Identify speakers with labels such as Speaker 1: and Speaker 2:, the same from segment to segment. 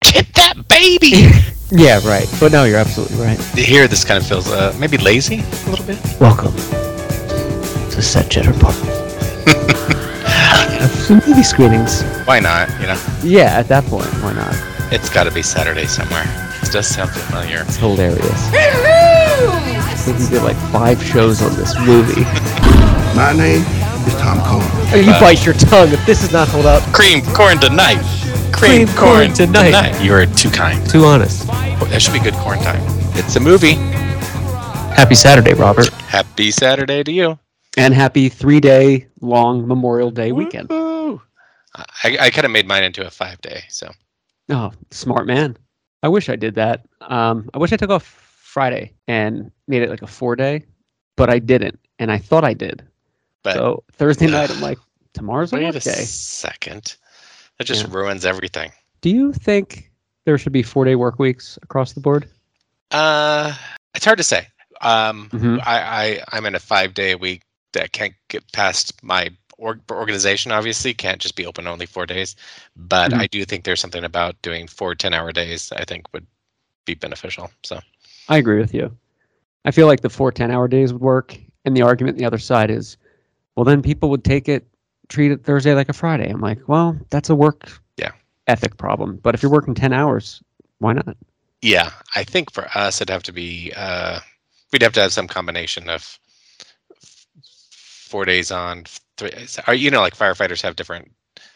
Speaker 1: baby.
Speaker 2: Yeah, right. But no, you're absolutely right.
Speaker 1: Here, this kind of feels uh, maybe lazy a little bit.
Speaker 2: Welcome to Set Jitter Park. Have some movie screenings.
Speaker 1: Why not? You know,
Speaker 2: Yeah, at that point, why not?
Speaker 1: it's got to be Saturday somewhere. It does sound familiar.
Speaker 2: It's hilarious. I think we did like five shows on this movie.
Speaker 3: My name is Tom Cohen.
Speaker 2: Oh, you
Speaker 1: Uh,
Speaker 2: bite your tongue if this does not hold up.
Speaker 1: Cream corn tonight.
Speaker 2: Cream corn tonight.
Speaker 1: You are too kind.
Speaker 2: Too honest.
Speaker 1: Oh, that should be good corn time. It's a movie.
Speaker 2: Happy Saturday, Robert.
Speaker 1: Happy Saturday to you.
Speaker 2: And happy three day long Memorial Day weekend.
Speaker 1: Woo-hoo. I, I kind of made mine into a five day. So
Speaker 2: Oh, smart man. I wish I did that. Um, I wish I took off Friday and made it like a four day, but I didn't. And I thought I did.
Speaker 1: But-
Speaker 2: so Thursday night, I'm like, tomorrow's a
Speaker 1: wait
Speaker 2: work
Speaker 1: a
Speaker 2: day.
Speaker 1: second. That just
Speaker 2: Yeah.
Speaker 1: ruins everything.
Speaker 2: Do you think there should be four day work weeks across the board?
Speaker 1: Uh, it's hard to say. Um,
Speaker 2: Mhm.
Speaker 1: I, I I'm in a five day week that can't get past my org- organization. Obviously, can't just be open only four days. But
Speaker 2: Mhm.
Speaker 1: I do think there's something about doing four 10 hour days. I think would be beneficial. So
Speaker 2: I agree with you. I feel like the four 10 hour days would work. And the argument on the other side is, well, then people would take it, treat it Thursday like a Friday. I'm like, well, that's a work
Speaker 1: Yeah.
Speaker 2: ethic problem. But if you're working 10 hours, why not?
Speaker 1: yeah, I think for us it'd have to be uh, we'd have to have some combination of f- four days on three. Or, you know, like firefighters have different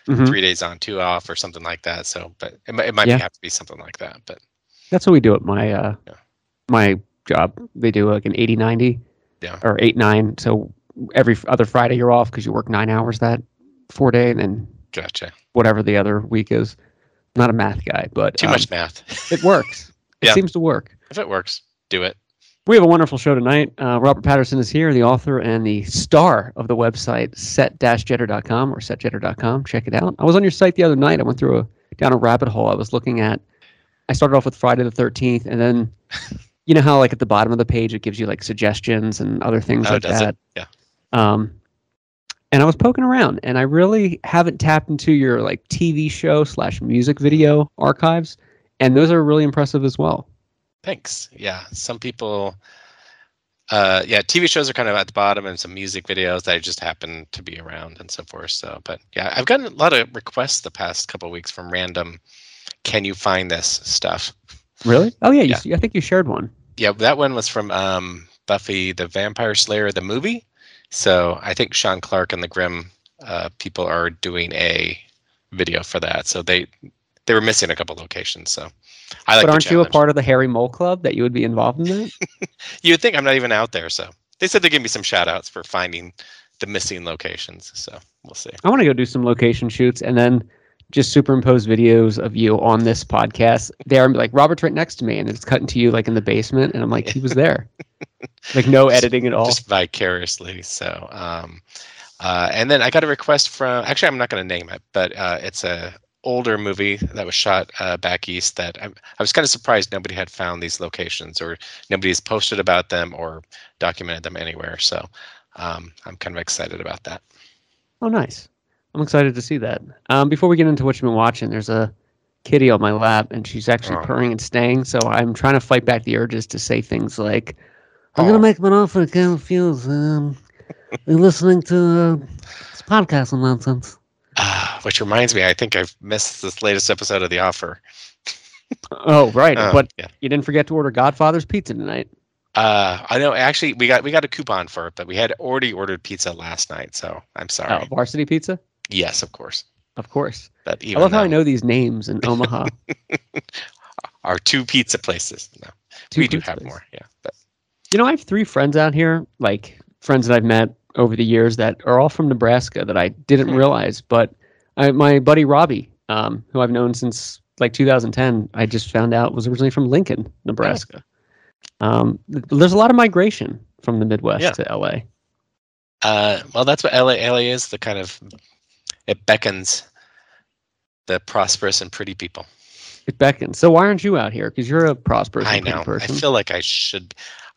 Speaker 2: Mhm.
Speaker 1: three days on, two off, or something like that. So, but it, mi- it might
Speaker 2: Yeah.
Speaker 1: have to be something like that. But
Speaker 2: That's what we do at my uh,
Speaker 1: Yeah.
Speaker 2: my job. They do like an 80 90
Speaker 1: Yeah.
Speaker 2: or 8 9. So every f- other Friday you're off because you work nine hours that four day and then
Speaker 1: gotcha.
Speaker 2: whatever the other week is. Not a math guy, but
Speaker 1: Too
Speaker 2: um,
Speaker 1: much math.
Speaker 2: It works. It
Speaker 1: Yeah.
Speaker 2: seems to work.
Speaker 1: If it works, do it.
Speaker 2: We have a wonderful show tonight. Uh, Robert Patterson is here, the author and the star of the website set-jetter.com or setjetter.com. Check it out. I was on your site the other night. I went through a down a rabbit hole. I was looking at. I started off with Friday the Thirteenth, and then you know how like at the bottom of the page it gives you like suggestions and other things
Speaker 1: Oh,
Speaker 2: like
Speaker 1: does
Speaker 2: that.
Speaker 1: it? Yeah.
Speaker 2: Um, and I was poking around, and I really haven't tapped into your like TV show slash music video archives, and those are really impressive as well.
Speaker 1: Thanks. Yeah. Some people, uh, yeah, TV shows are kind of at the bottom and some music videos that just happen to be around and so forth. So, but yeah, I've gotten a lot of requests the past couple of weeks from random, can you find this stuff?
Speaker 2: Really? Oh yeah, you,
Speaker 1: Yeah.
Speaker 2: s- I think you shared one.
Speaker 1: Yeah. That one was from um, Buffy the Vampire Slayer, the movie. So I think Sean Clark and the Grimm uh, people are doing a video for that. So they, they were missing a couple locations. So I like
Speaker 2: but
Speaker 1: the
Speaker 2: aren't you a
Speaker 1: challenge.
Speaker 2: part of the Harry Mole Club that you would be involved in that?
Speaker 1: you would think I'm not even out there. So they said they give me some shout outs for finding the missing locations. So we'll see.
Speaker 2: I want to go do some location shoots and then just superimpose videos of you on this podcast there and be like, Robert's right next to me. And it's cutting to you like in the basement. And I'm like, he was there. like, no editing at all.
Speaker 1: Just vicariously. So, um, uh, and then I got a request from, actually, I'm not going to name it, but uh, it's a older movie that was shot uh, back east that I, I was kind of surprised nobody had found these locations or nobody's posted about them or documented them anywhere. So um, I'm kind of excited about that.
Speaker 2: Oh, nice. I'm excited to see that. Um, before we get into what you've been watching, there's a kitty on my lap and she's actually
Speaker 1: Oh.
Speaker 2: purring and staying. So I'm trying to fight back the urges to say things like, I'm going
Speaker 1: Oh.
Speaker 2: to make him an offer that kind of feels. Um, you're listening to uh, this podcast and nonsense.
Speaker 1: Ah, which reminds me, I think I've missed this latest episode of The Offer.
Speaker 2: Oh, right.
Speaker 1: Oh,
Speaker 2: but
Speaker 1: yeah.
Speaker 2: you didn't forget to order Godfather's Pizza tonight.
Speaker 1: Uh, I know. Actually, we got we got a coupon for it, but we had already ordered pizza last night, so I'm sorry.
Speaker 2: Oh, Varsity Pizza?
Speaker 1: Yes, of course.
Speaker 2: Of course.
Speaker 1: But even
Speaker 2: I love how I
Speaker 1: though-
Speaker 2: know these names in Omaha.
Speaker 1: our two pizza places. No,
Speaker 2: Two
Speaker 1: we do
Speaker 2: pizza
Speaker 1: have
Speaker 2: places.
Speaker 1: more. Yeah, but
Speaker 2: You know, I have three friends out here, like friends that I've met over the years that are all from Nebraska that I didn't
Speaker 1: Hmm.
Speaker 2: realize. But I, my buddy Robbie, um, who I've known since like 2010, I just found out was originally from Lincoln, Nebraska. Um, th- there's a lot of migration from the Midwest
Speaker 1: Oh. Yeah.
Speaker 2: to LA.
Speaker 1: uh, well, that's what LA LA is. The kind of it beckons the prosperous and pretty people.
Speaker 2: It beckons. So why aren't you out here? Because you're a prosperous
Speaker 1: I
Speaker 2: and pretty
Speaker 1: know.
Speaker 2: person.
Speaker 1: I feel like I should.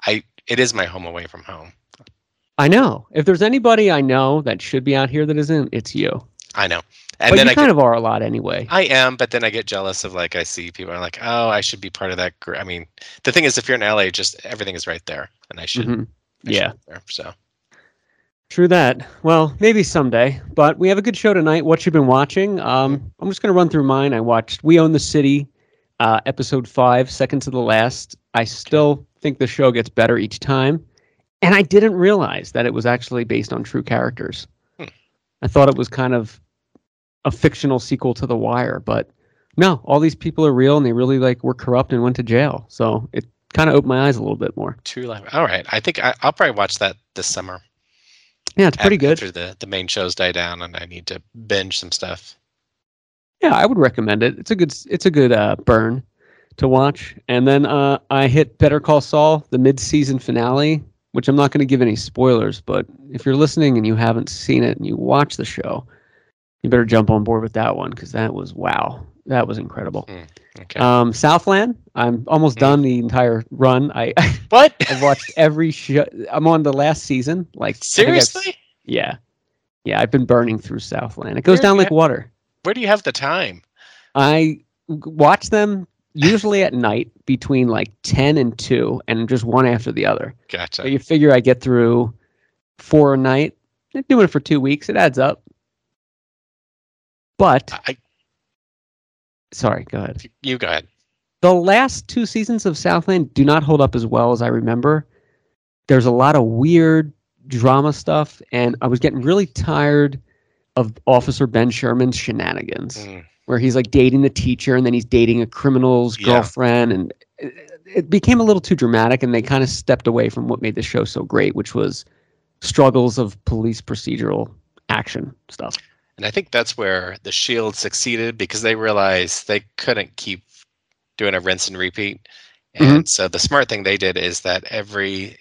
Speaker 1: I it is my home away from home.
Speaker 2: I know. If there's anybody I know that should be out here that isn't, it's you.
Speaker 1: I know. And
Speaker 2: And but
Speaker 1: then
Speaker 2: you
Speaker 1: I
Speaker 2: kind
Speaker 1: get,
Speaker 2: of are a lot anyway.
Speaker 1: I am, but then I get jealous of like I see people are like, oh, I should be part of that group. I mean, the thing is, if you're in LA, just everything is right there, and I should.
Speaker 2: Mhm.
Speaker 1: I should
Speaker 2: Yeah.
Speaker 1: be there, so
Speaker 2: True that. Well, maybe someday. But we have a good show tonight. What you've been watching? Um, I'm just going to run through mine. I watched We Own the City, uh, episode five, second to the last. I still think the show gets better each time, and I didn't realize that it was actually based on true characters.
Speaker 1: Hmm.
Speaker 2: I thought it was kind of a fictional sequel to The Wire, but no, all these people are real, and they really like were corrupt and went to jail. So it kind of opened my eyes a little bit more.
Speaker 1: True Life. All right, I think I, I'll probably watch that this summer.
Speaker 2: Yeah, it's pretty
Speaker 1: af-
Speaker 2: good.
Speaker 1: After the the main shows die down, and I need to binge some stuff.
Speaker 2: Yeah, I would recommend it. It's a good it's a good uh, burn to watch. And then uh, I hit Better Call Saul, the mid season finale, which I'm not going to give any spoilers. But if you're listening and you haven't seen it and you watch the show, you better jump on board with that one because that was wow, that was incredible.
Speaker 1: Okay.
Speaker 2: Um, Southland, I'm almost
Speaker 1: Mm.
Speaker 2: done the entire run. I I
Speaker 1: what?
Speaker 2: watched every show. I'm on the last season. Like I think I've-
Speaker 1: Seriously?
Speaker 2: yeah, yeah. I've been burning through Southland. It goes
Speaker 1: You're-
Speaker 2: down
Speaker 1: you
Speaker 2: like water.
Speaker 1: Where do you have the time?
Speaker 2: I watch them usually at night between like 10 and 2 and just one after the other.
Speaker 1: Gotcha.
Speaker 2: So you figure I get through four a night. I'm doing it for two weeks. It adds up. But,
Speaker 1: I,
Speaker 2: sorry, go ahead.
Speaker 1: you go ahead.
Speaker 2: The last two seasons of Southland do not hold up as well as I remember. There's a lot of weird drama stuff, and I was getting really tired of Officer Ben Sherman's shenanigans.
Speaker 1: Mm,
Speaker 2: where he's like dating the teacher and then he's dating a criminal's
Speaker 1: Yeah.
Speaker 2: girlfriend and it, it became a little too dramatic and they kind of stepped away from what made the show so great which was struggles of police procedural action stuff
Speaker 1: And I think that's where the Shield succeeded because they realized they couldn't keep doing a rinse and repeat. And so the smart thing they did is that every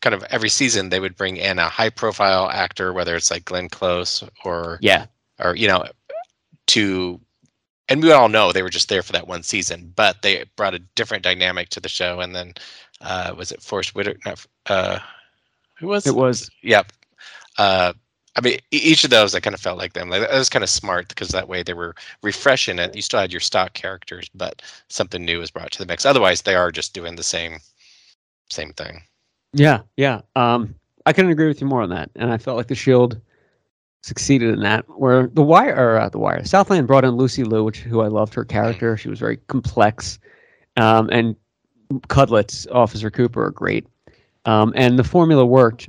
Speaker 1: kind of every season they would bring in a high profile actor, whether it's like Glenn Close or
Speaker 2: yeah
Speaker 1: or you know to and we all know they were just there for that one season but they brought a different dynamic to the show and then uh was it Forrest Whitaker not, uh who was
Speaker 2: it was
Speaker 1: yep uh I mean, e- each of those I kind of felt like them. Like, that was kind of smart because that way they were refreshing it. You still had your stock characters, but something new was brought to the mix. Otherwise, they are just doing the same, same thing.
Speaker 2: yeah yeah um i couldn't agree with you more on that and i felt like the shield succeeded in that where the wire or uh, the wire southland brought in lucy liu which who i loved her character she was very complex um, and Cudlitz, Officer Cooper are great. Um, and the formula worked,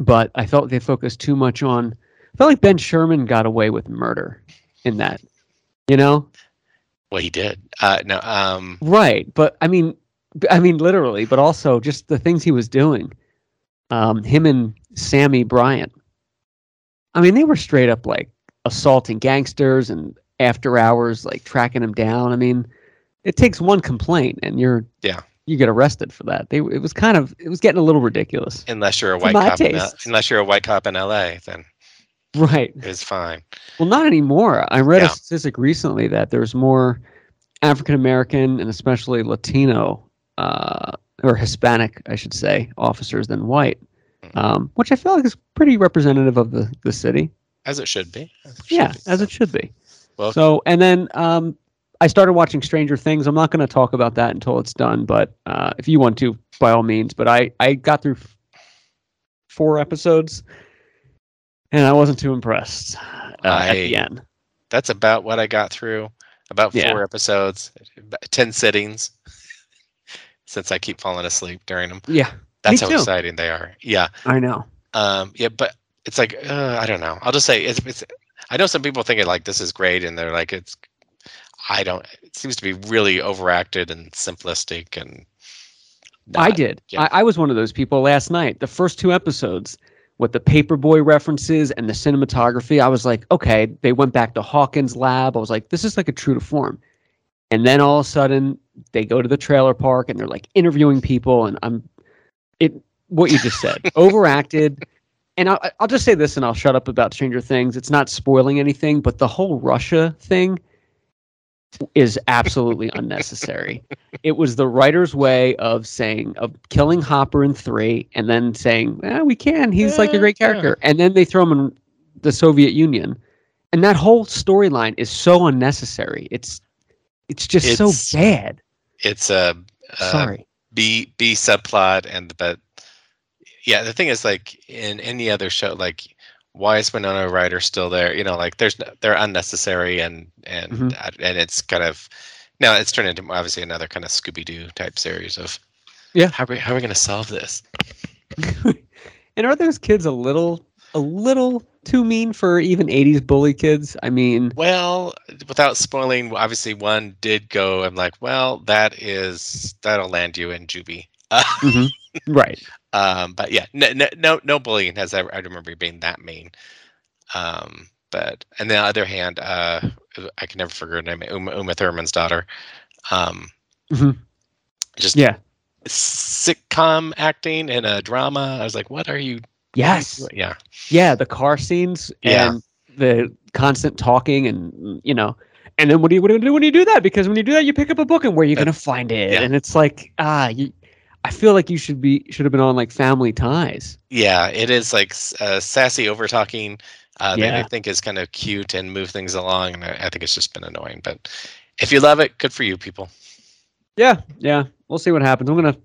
Speaker 2: but I felt they focused too much on. I felt like Ben Sherman got away with murder in that, you know?
Speaker 1: Well, he did. Uh, no, um,
Speaker 2: Right, but I mean, b- I mean literally, but also just the things he was doing. Um, him and Sammy Bryant. I mean, they were straight up like assaulting gangsters and after hours, like tracking them down. I mean, it takes one complaint and you're
Speaker 1: Yeah.
Speaker 2: you get arrested for that. They it was kind of it was getting a little ridiculous.
Speaker 1: unless you're a
Speaker 2: To
Speaker 1: white
Speaker 2: my
Speaker 1: cop, in L-
Speaker 2: taste.
Speaker 1: unless you're a white cop in L.A., then
Speaker 2: Right.
Speaker 1: it was fine.
Speaker 2: Well, not anymore. I read a
Speaker 1: Yeah.
Speaker 2: statistic recently that there's more African American and especially Latino uh, or Hispanic, I should say, officers than white,
Speaker 1: Mhm.
Speaker 2: um, which I feel like is pretty representative of the, the city.
Speaker 1: As it should be. As it should
Speaker 2: Yeah,
Speaker 1: be,
Speaker 2: as
Speaker 1: so.
Speaker 2: it should be.
Speaker 1: Well-
Speaker 2: so, and then um, I started watching Stranger Things. I'm not going to talk about that until it's done, but uh, if you want to, by all means. But I, I got through f- four episodes and I wasn't too impressed uh, at the
Speaker 1: I-
Speaker 2: end.
Speaker 1: That's about what I got through. About four
Speaker 2: Yeah.
Speaker 1: episodes, about ten sittings. Since I keep falling asleep during them,
Speaker 2: Yeah,
Speaker 1: that's how
Speaker 2: too.
Speaker 1: exciting they are. Yeah,
Speaker 2: I know.
Speaker 1: um, yeah, but it's like uh, I don't know. I'll just say it's, it's. I know some people think it like this is great, and they're like it's. I don't. It seems to be really overacted and simplistic, and
Speaker 2: I
Speaker 1: not-
Speaker 2: did.
Speaker 1: yeah.
Speaker 2: I, I was one of those people last night. The first two episodes with the paperboy references and the cinematography, I was like, okay, they went back to Hawkins' lab. I was like, this is like a true to form. And then all of a sudden, they go to the trailer park and they're like interviewing people, and I'm it. What you just said, overacted. And I'll, I'll just say this, and I'll shut up about Stranger Things. It's not spoiling anything, but the whole Russia thing is absolutely unnecessary it was the writer's way of saying of killing Hopper in three, and then saying eh, we can. He's like a great
Speaker 1: Yeah.
Speaker 2: character, and then they throw him in the Soviet Union, and that whole storyline is so unnecessary. It's it's just
Speaker 1: It's-
Speaker 2: so bad.
Speaker 1: It's uh, a, a
Speaker 2: Sorry.
Speaker 1: B B subplot and the but yeah, the thing is like in any other show, like why is Winona Ryder still there? You know, like there's no, they're unnecessary and and and it's kind of now it's turned into obviously another kind of Scooby Doo type series of
Speaker 2: Yeah.
Speaker 1: how are we, how are we gonna solve this?
Speaker 2: And are those kids a little a little too mean for even 80s bully kids? I mean,
Speaker 1: Well, without spoiling, obviously one did go. I'm like, well, that is that'll land you in juvie. Uh,
Speaker 2: right.
Speaker 1: um, but yeah, no, no- no, no bullying has ever. I remember being that mean. Um, but on the other hand, uh, I can never figure her name. Uma, Uma Thurman's daughter. Um,
Speaker 2: Mhm.
Speaker 1: Just
Speaker 2: Yeah.
Speaker 1: sitcom acting in a drama. I was like, what are you?
Speaker 2: Yes.
Speaker 1: Yeah.
Speaker 2: Yeah, the car scenes
Speaker 1: Yeah.
Speaker 2: and the constant talking and you know and then what do you what do you do when you do that? Because when you do that, you pick up a book and where are you
Speaker 1: That-
Speaker 2: gonna find it?
Speaker 1: yeah.
Speaker 2: And it's like ah, you, I feel like you should be should have been on like Family Ties.
Speaker 1: Yeah, it is like s- uh, sassy over talking uh, that I
Speaker 2: Yeah.
Speaker 1: think is kind of cute and move things along. And I, I think it's just been annoying. But if you love it, good for you, people.
Speaker 2: Yeah, yeah. We'll see what happens. I'm gonna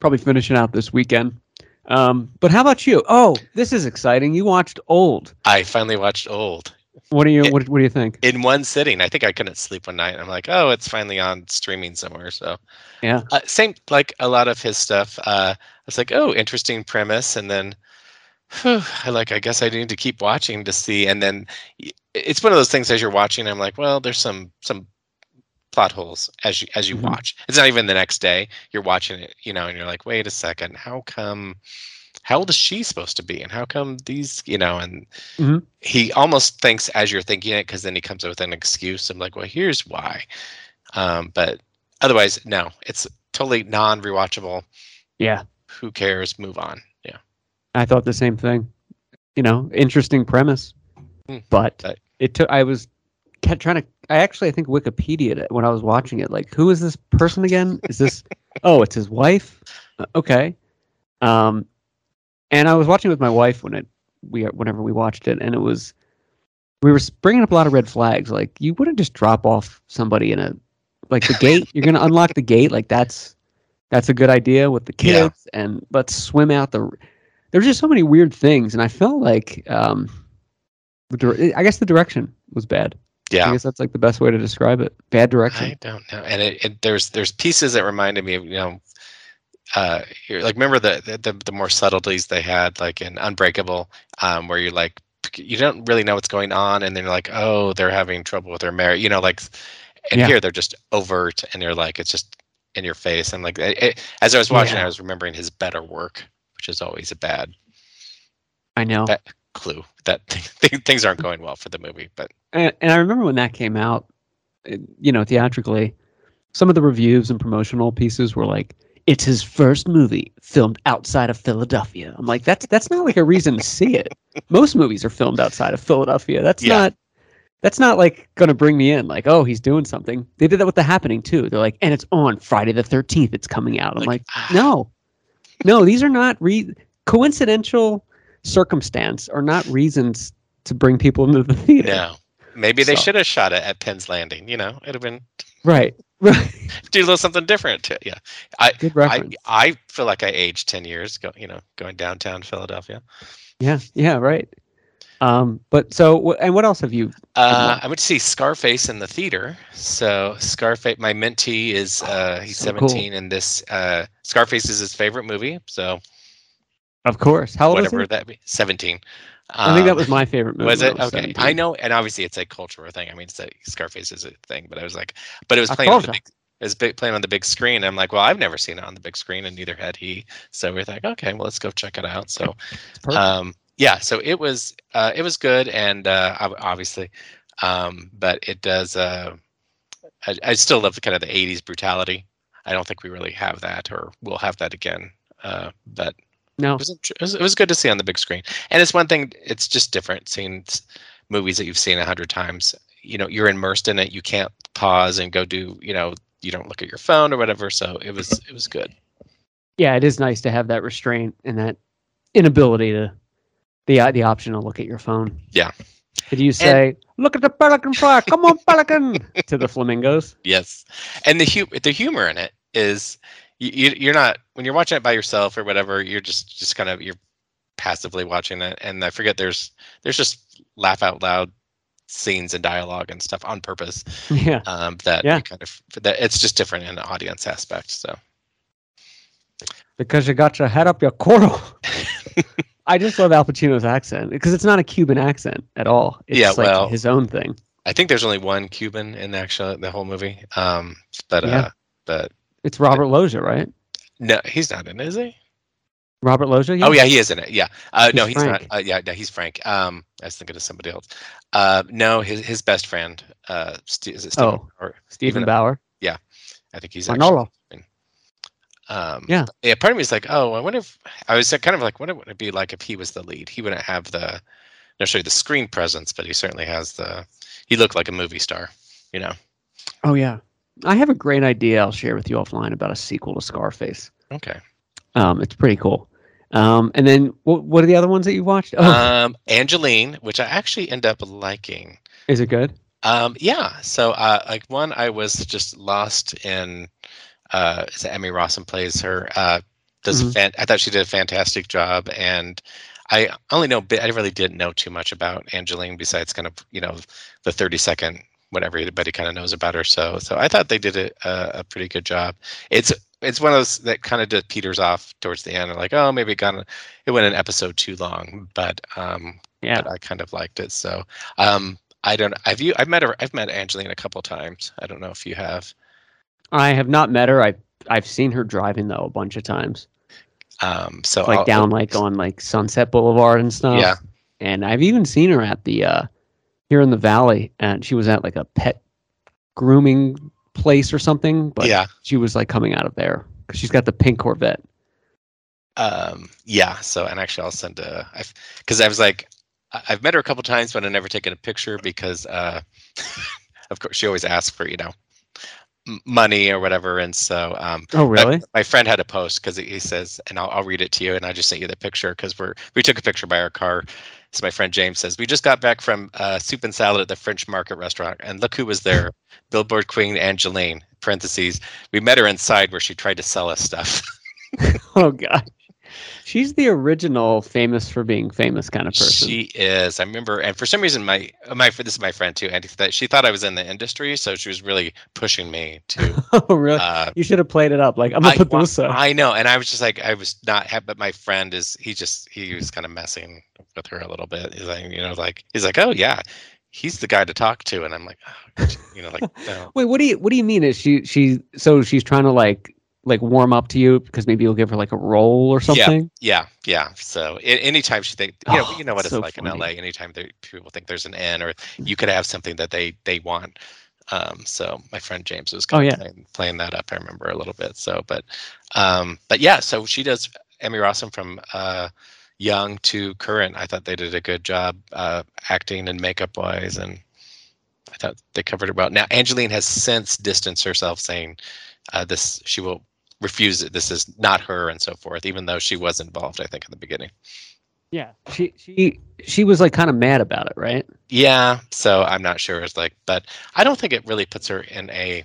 Speaker 2: probably finish it out this weekend. Um, but how about you? Oh, this is exciting. You watched Old.
Speaker 1: I finally watched Old
Speaker 2: What do you
Speaker 1: Yeah.
Speaker 2: what, what do you think?
Speaker 1: in one sitting. I think I couldn't sleep one night. I'm like, oh, it's finally on streaming somewhere. So
Speaker 2: Yeah.
Speaker 1: uh, same like a lot of his stuff. Uh, I was like, oh, interesting premise, and then. Whew, I like. I guess I need to keep watching to see, and then y- it's one of those things as you're watching. I'm like, well, there's some some plot holes as you as you
Speaker 2: Mhm.
Speaker 1: watch. It's not even the next day. You're watching it, you know, and you're like, wait a second, how come? How old is she supposed to be, and how come these, you know, and
Speaker 2: Mhm.
Speaker 1: he almost thinks as you're thinking it, because then he comes up with an excuse. I'm like, well, here's why. Um, but otherwise, no, it's totally non-rewatchable.
Speaker 2: Yeah.
Speaker 1: Who cares? Move on. Yeah.
Speaker 2: I thought the same thing. You know, interesting premise,
Speaker 1: Hmm.
Speaker 2: but
Speaker 1: That-
Speaker 2: it took. I was ca- trying to. I actually, I think Wikipedia it when I was watching it. Like, who is this person again? Is this? oh, it's his wife. Uh, okay. Um, and I was watching it with my wife when it we whenever we watched it, and it was we were bringing up a lot of red flags. Like, you wouldn't just drop off somebody in a like the gate. You're gonna unlock the gate. Like that's that's a good idea with the
Speaker 1: Yeah.
Speaker 2: kids, and let's swim out the there's just so many weird things, and I felt like um, the dir- I guess the direction was bad.
Speaker 1: Yeah.
Speaker 2: I guess that's like the best way to describe it. Bad direction.
Speaker 1: I don't know. And it, it, there's there's pieces that reminded me of you know, uh, you're- like remember the, the the more subtleties they had like in Unbreakable, um, where you're like you don't really know what's going on, and then you're like, oh, they're having trouble with their marriage, you know, like. And
Speaker 2: Yeah.
Speaker 1: here they're just overt, and they're like it's just in your face. And like it, it- as I was watching,
Speaker 2: Yeah.
Speaker 1: I was remembering his better work, which is always a bad
Speaker 2: I know.
Speaker 1: That- clue that thing, things aren't going well for the movie. But
Speaker 2: and, and I remember when that came out, it- you know, theatrically, some of the reviews and promotional pieces were like, "It's his first movie filmed outside of Philadelphia." I'm like, "That's that's not like a reason to see it. Most movies are filmed outside of Philadelphia. That's
Speaker 1: Yeah.
Speaker 2: not." That's not like gonna bring me in. Like, oh, he's doing something. They did that with The Happening too. They're like, and it's on Friday the thirteenth. It's coming out. I'm like,
Speaker 1: ah,
Speaker 2: no, no, these are not re- coincidental circumstance are not reasons to bring people into the theater.
Speaker 1: no. Maybe they
Speaker 2: So-
Speaker 1: should have shot it at Penn's Landing. You know, it'd have been
Speaker 2: Right. Right.
Speaker 1: do a little something different. to- Yeah,
Speaker 2: Good
Speaker 1: I,
Speaker 2: reference.
Speaker 1: I feel like I aged ten years. Go, you know, going downtown Philadelphia.
Speaker 2: yeah. Yeah. Right. Um. But so wh- and what else have you?
Speaker 1: Uh, I went to see Scarface in the theater. So Scarface, my mentee is uh, he's
Speaker 2: So cool.
Speaker 1: seventeen, and this uh, Scarface is his favorite movie. So
Speaker 2: Of course. How old is
Speaker 1: whatever
Speaker 2: he?
Speaker 1: that be, seventeen.
Speaker 2: I think that
Speaker 1: Um,
Speaker 2: was my favorite movie.
Speaker 1: Was
Speaker 2: when
Speaker 1: it
Speaker 2: I was
Speaker 1: okay?
Speaker 2: 17.
Speaker 1: I know, and obviously it's a cultural thing. I mean, it's a Scarface is a thing, but I was like, but it was
Speaker 2: A
Speaker 1: playing on the
Speaker 2: culture.
Speaker 1: big, it was big, playing on the big screen. I'm like, well, I've never seen it on the big screen, and neither had he. So we're like, okay, well, let's go check it out. So,
Speaker 2: It's perfect.
Speaker 1: um, yeah, so it was, uh, it was good, and uh, ob- obviously, um, but it does. Uh, I, I still love the kind of the '80s brutality. I don't think we really have that, or we'll have that again. Uh, but
Speaker 2: no.
Speaker 1: it was, int- it was it was good to see on the big screen and it's one thing it's just different seeing s- movies that you've seen a hundred times you know you're immersed in it you can't pause and go do you know you don't look at your phone or whatever so it was it was good
Speaker 2: Yeah. It is nice to have that uh, restraint and that inability to the the option to look at your phone.
Speaker 1: Yeah.
Speaker 2: Did you say, "Look at the pelican fly, come on pelican" to the flamingos?
Speaker 1: Yes, and the hu- the humor in it is you, you, you're not when you're watching it by yourself or whatever. You're just just kind of you're passively watching it, and I forget there's there's just laugh out loud scenes and dialogue and stuff on purpose
Speaker 2: Yeah.
Speaker 1: um, that
Speaker 2: Yeah.
Speaker 1: you kind of that it's just different in the audience aspect. So
Speaker 2: Because you got your head up your coral. I just love Al Pacino's accent because it's not a Cuban accent at all. It's
Speaker 1: Yeah,
Speaker 2: like
Speaker 1: well,
Speaker 2: his own thing.
Speaker 1: I think there's only one Cuban in the actual the whole movie. Um, but
Speaker 2: Yeah.
Speaker 1: uh, but
Speaker 2: It's Robert Loggia, right?
Speaker 1: no, he's not in, it, is he?
Speaker 2: Robert Loggia?
Speaker 1: Oh yeah, he is in it. Yeah. Uh, no,
Speaker 2: He's
Speaker 1: he's
Speaker 2: Frank.
Speaker 1: not. Uh, yeah, no, he's Frank. Um, I was thinking of somebody else. Uh, no, his his best friend. Uh, Ste is it Stephen?
Speaker 2: Oh.
Speaker 1: Or,
Speaker 2: Stephen
Speaker 1: Even-
Speaker 2: Bauer.
Speaker 1: I think he's actually.
Speaker 2: Manolo.
Speaker 1: Um,
Speaker 2: Yeah.
Speaker 1: Yeah. Part of me is like, oh, I wonder if I was kind of like, what would it be like if he was the lead? He wouldn't have the necessarily the screen presence, but he certainly has the. He looked like a movie star. You know.
Speaker 2: Oh yeah. I have a great idea I'll share with you offline about a sequel to Scarface.
Speaker 1: Okay.
Speaker 2: Um, it's pretty cool. Um, and then what, what are the other ones that you watched? Oh,
Speaker 1: Um, Angeline, which I actually end up liking.
Speaker 2: is it good?
Speaker 1: Um, yeah. So, uh, like one, I was just lost in. Uh, is it Emmy Rossum plays her. Uh, does
Speaker 2: Mhm.
Speaker 1: a fan- I thought she did a fantastic job, and I only know bit. I really didn't know too much about Angeline besides kind of you know the thirty second whatever everybody kind of knows about her. So, so I thought they did a, a, a pretty good job. It's it's one of those that kind of just peters off towards the end. Like, oh, maybe it got it went an episode too long, but um,
Speaker 2: Yeah.
Speaker 1: but I kind of liked it. So, um, I don't. Have you? I've met her. I've met Angeline a couple times. I don't know if you have.
Speaker 2: I have not met her. I I've seen her driving though a bunch of times,
Speaker 1: Um, so
Speaker 2: like
Speaker 1: I'll-
Speaker 2: down like on like Sunset Boulevard and stuff.
Speaker 1: Yeah.
Speaker 2: And I've even seen her at the uh here in the valley, and she was at like a pet grooming place or something. But
Speaker 1: yeah.
Speaker 2: she was like coming out of there because she's got the pink Corvette.
Speaker 1: Um, yeah. So and actually, I'll send a. Because I was like, I- I've met her a couple times, but I've never taken a picture because, uh, of course, she always asks for you know m- money or whatever, and so um, But
Speaker 2: Oh really?
Speaker 1: My friend had a post because he says, and I'll, I'll read it to you, and I just sent you the picture because we're we took a picture by our car. So my friend James says we just got back from uh, soup and salad at the French Market restaurant, and look who was there, Billboard Queen Angeline. Parentheses. We met her inside where she tried to sell us stuff.
Speaker 2: Oh gosh. She's the original famous for being famous kind of person.
Speaker 1: She is. I remember, and for some reason, my my this is my friend too, and that she thought I was in the industry, so she was really pushing me to.
Speaker 2: oh really?
Speaker 1: Uh,
Speaker 2: you should have played it up. Like I'm a
Speaker 1: I- well,
Speaker 2: Padusa.
Speaker 1: I know, and I was just like, I was not happy. But my friend is, he just, he was kind of messing with her a little bit. He's like, you know, like he's like, oh yeah, he's the guy to talk to, and I'm like, oh, you know, like no,
Speaker 2: Wait, what do you what do you mean? Is she she so she's trying to like like warm up to you because maybe you'll give her like a roll or something?
Speaker 1: yeah, yeah. So a- anytime she think, you know,
Speaker 2: Oh,
Speaker 1: you know what
Speaker 2: that's
Speaker 1: it's
Speaker 2: so
Speaker 1: like
Speaker 2: funny.
Speaker 1: in LA. Anytime there, people think there's an N, or you could have something that they they want. Um, so my friend James was kind
Speaker 2: Oh,
Speaker 1: of
Speaker 2: yeah.
Speaker 1: playing, playing that up. I remember a little bit. So, but, um, but yeah. So she does Emmy Rossum from uh, young to current. I thought they did a good job uh, acting and makeup wise, and I thought they covered it well. Now Angeline has since distanced herself, saying uh, this she will refuse it. This is not her, and so forth. Even though she was involved, I think in the beginning.
Speaker 2: Yeah. She she she was like kind of mad about it, right?
Speaker 1: Yeah, so I'm not sure. It's like, but I don't think it really puts her in a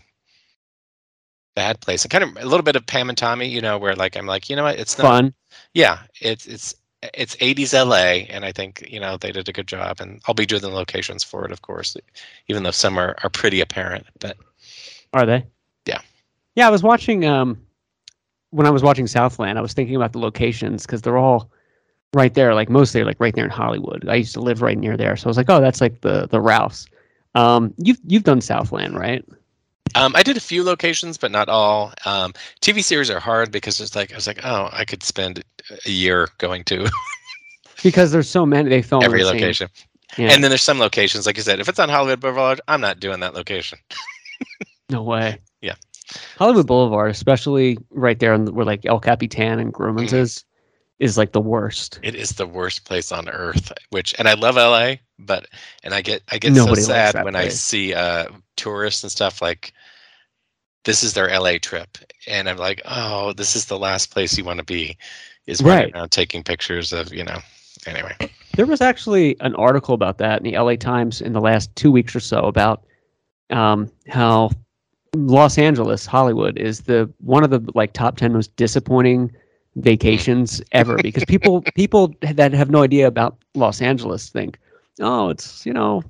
Speaker 1: bad place. And kind of a little bit of Pam and Tommy, you know, where like I'm like, you know what, it's not.
Speaker 2: Fun.
Speaker 1: Yeah, it's it's it's 80s LA, and I think you know they did a good job. And I'll be doing the locations for it, of course, even though some are are pretty apparent. But
Speaker 2: Are they?
Speaker 1: Yeah.
Speaker 2: Yeah, I was watching um when I was watching Southland, I was thinking about the locations because they're all right there, like mostly like right there in Hollywood. I used to live right near there. So I was like, oh, that's like the the Ralphs. Um you've you've done Southland, right?
Speaker 1: um, I did a few locations, but not all. Um, TV series are hard because it's like I was like, oh, I could spend a year going to
Speaker 2: Because there's so many they film in
Speaker 1: every
Speaker 2: the same-
Speaker 1: location.
Speaker 2: Oh, Yeah.
Speaker 1: And then there's some locations, like you said, if it's on Hollywood Boulevard, I'm not doing that location.
Speaker 2: No way.
Speaker 1: Yeah.
Speaker 2: Hollywood Boulevard, especially right there on the, where like El Capitan and Grumman's
Speaker 1: Mhm.
Speaker 2: is, is like the worst.
Speaker 1: It is the worst place on earth. Which, and I love LA, but and I get I get
Speaker 2: Nobody likes
Speaker 1: so sad
Speaker 2: that
Speaker 1: when I
Speaker 2: place.
Speaker 1: see uh, tourists and stuff like this is their LA trip, and I'm like, oh, this is the last place you want to be, is right
Speaker 2: Right.
Speaker 1: around taking pictures of you know. Anyway,
Speaker 2: There was actually an article about that in the LA Times in the last two weeks or so about um, how Los Angeles, Hollywood, is the one of the like top ten most disappointing vacations ever because people people that have no idea about Los Angeles think, oh, it's you know,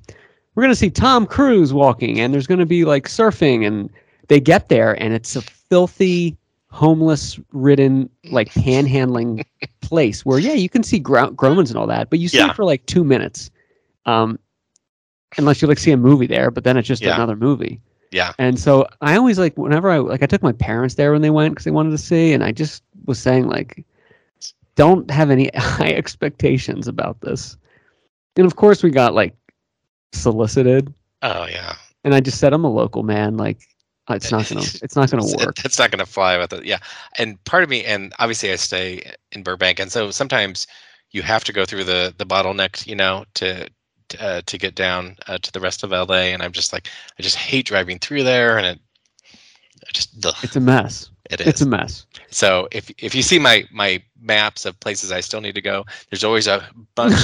Speaker 2: we're gonna see Tom Cruise walking and there's gonna be like surfing and they get there and it's a filthy homeless ridden like panhandling place where yeah you can see gro- Gromans and all that but you see
Speaker 1: Yeah.
Speaker 2: it for like two minutes um unless you like see a movie there but then it's just
Speaker 1: Yeah.
Speaker 2: another movie
Speaker 1: Yeah.
Speaker 2: and so I always like whenever I like I took my parents there when they went because they wanted to see, and I just was saying like, don't have any high expectations about this. And of course we got like solicited,
Speaker 1: Oh yeah.
Speaker 2: and I just said I'm a local man. Like it's not gonna it's not gonna
Speaker 1: It's-
Speaker 2: work.
Speaker 1: That's not gonna fly with it. Yeah. And part of me, and obviously I stay in Burbank, and so sometimes you have to go through the the bottleneck, you know, to to, uh, to get down uh, to the rest of LA. And I'm just like, I just hate driving through there, and it, I just ugh,
Speaker 2: It's a mess.
Speaker 1: it is.
Speaker 2: It's a mess.
Speaker 1: so if if you see my my maps of places I still need to go, there's always a bunch.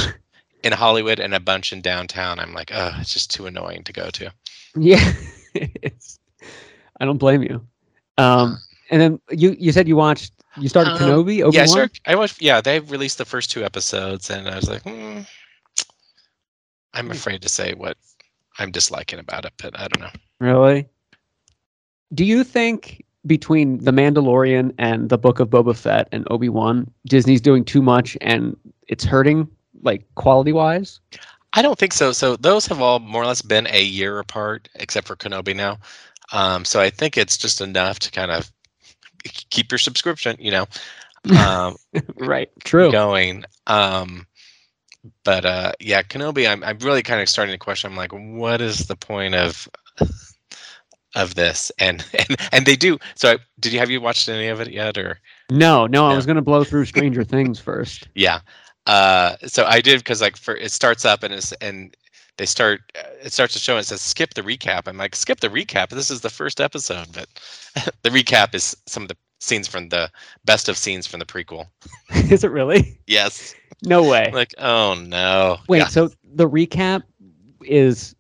Speaker 1: In Hollywood and a bunch in downtown, I'm like, oh, it's just too annoying to go to.
Speaker 2: Yeah, it's, I don't blame you. Um, and then you you said you watched you started
Speaker 1: Um,
Speaker 2: Kenobi Obi
Speaker 1: Yeah,
Speaker 2: Wan.
Speaker 1: sure. I was. Yeah, they released the first two episodes, and I was like, hmm, I'm afraid to say what I'm disliking about it, but I don't know.
Speaker 2: Really? Do you think between The Mandalorian and The Book of Boba Fett and Obi Wan, Disney's doing too much and it's hurting, like quality wise?
Speaker 1: I don't think so. So those have all more or less been a year apart, except for Kenobi now. Um, so I think it's just enough to kind of keep your subscription, you know, um,
Speaker 2: Right. True.
Speaker 1: going. Um, but uh, yeah, Kenobi, I'm, I'm really kind of starting to question. I'm like, what is the point of of this? And and and they do. So I, did you have you watched any of it yet? Or
Speaker 2: No, no, I
Speaker 1: Yeah.
Speaker 2: was gonna blow through Stranger Things first.
Speaker 1: yeah. Uh, so I did because like for it starts up and it's and they start uh, it starts to show and it says skip the recap. I'm like skip the recap. This is the first episode, but the recap is some of the scenes from the best of scenes from the prequel.
Speaker 2: Is it really?
Speaker 1: Yes.
Speaker 2: No way.
Speaker 1: Like oh no.
Speaker 2: Eh. Wait,
Speaker 1: Yeah.
Speaker 2: so the recap is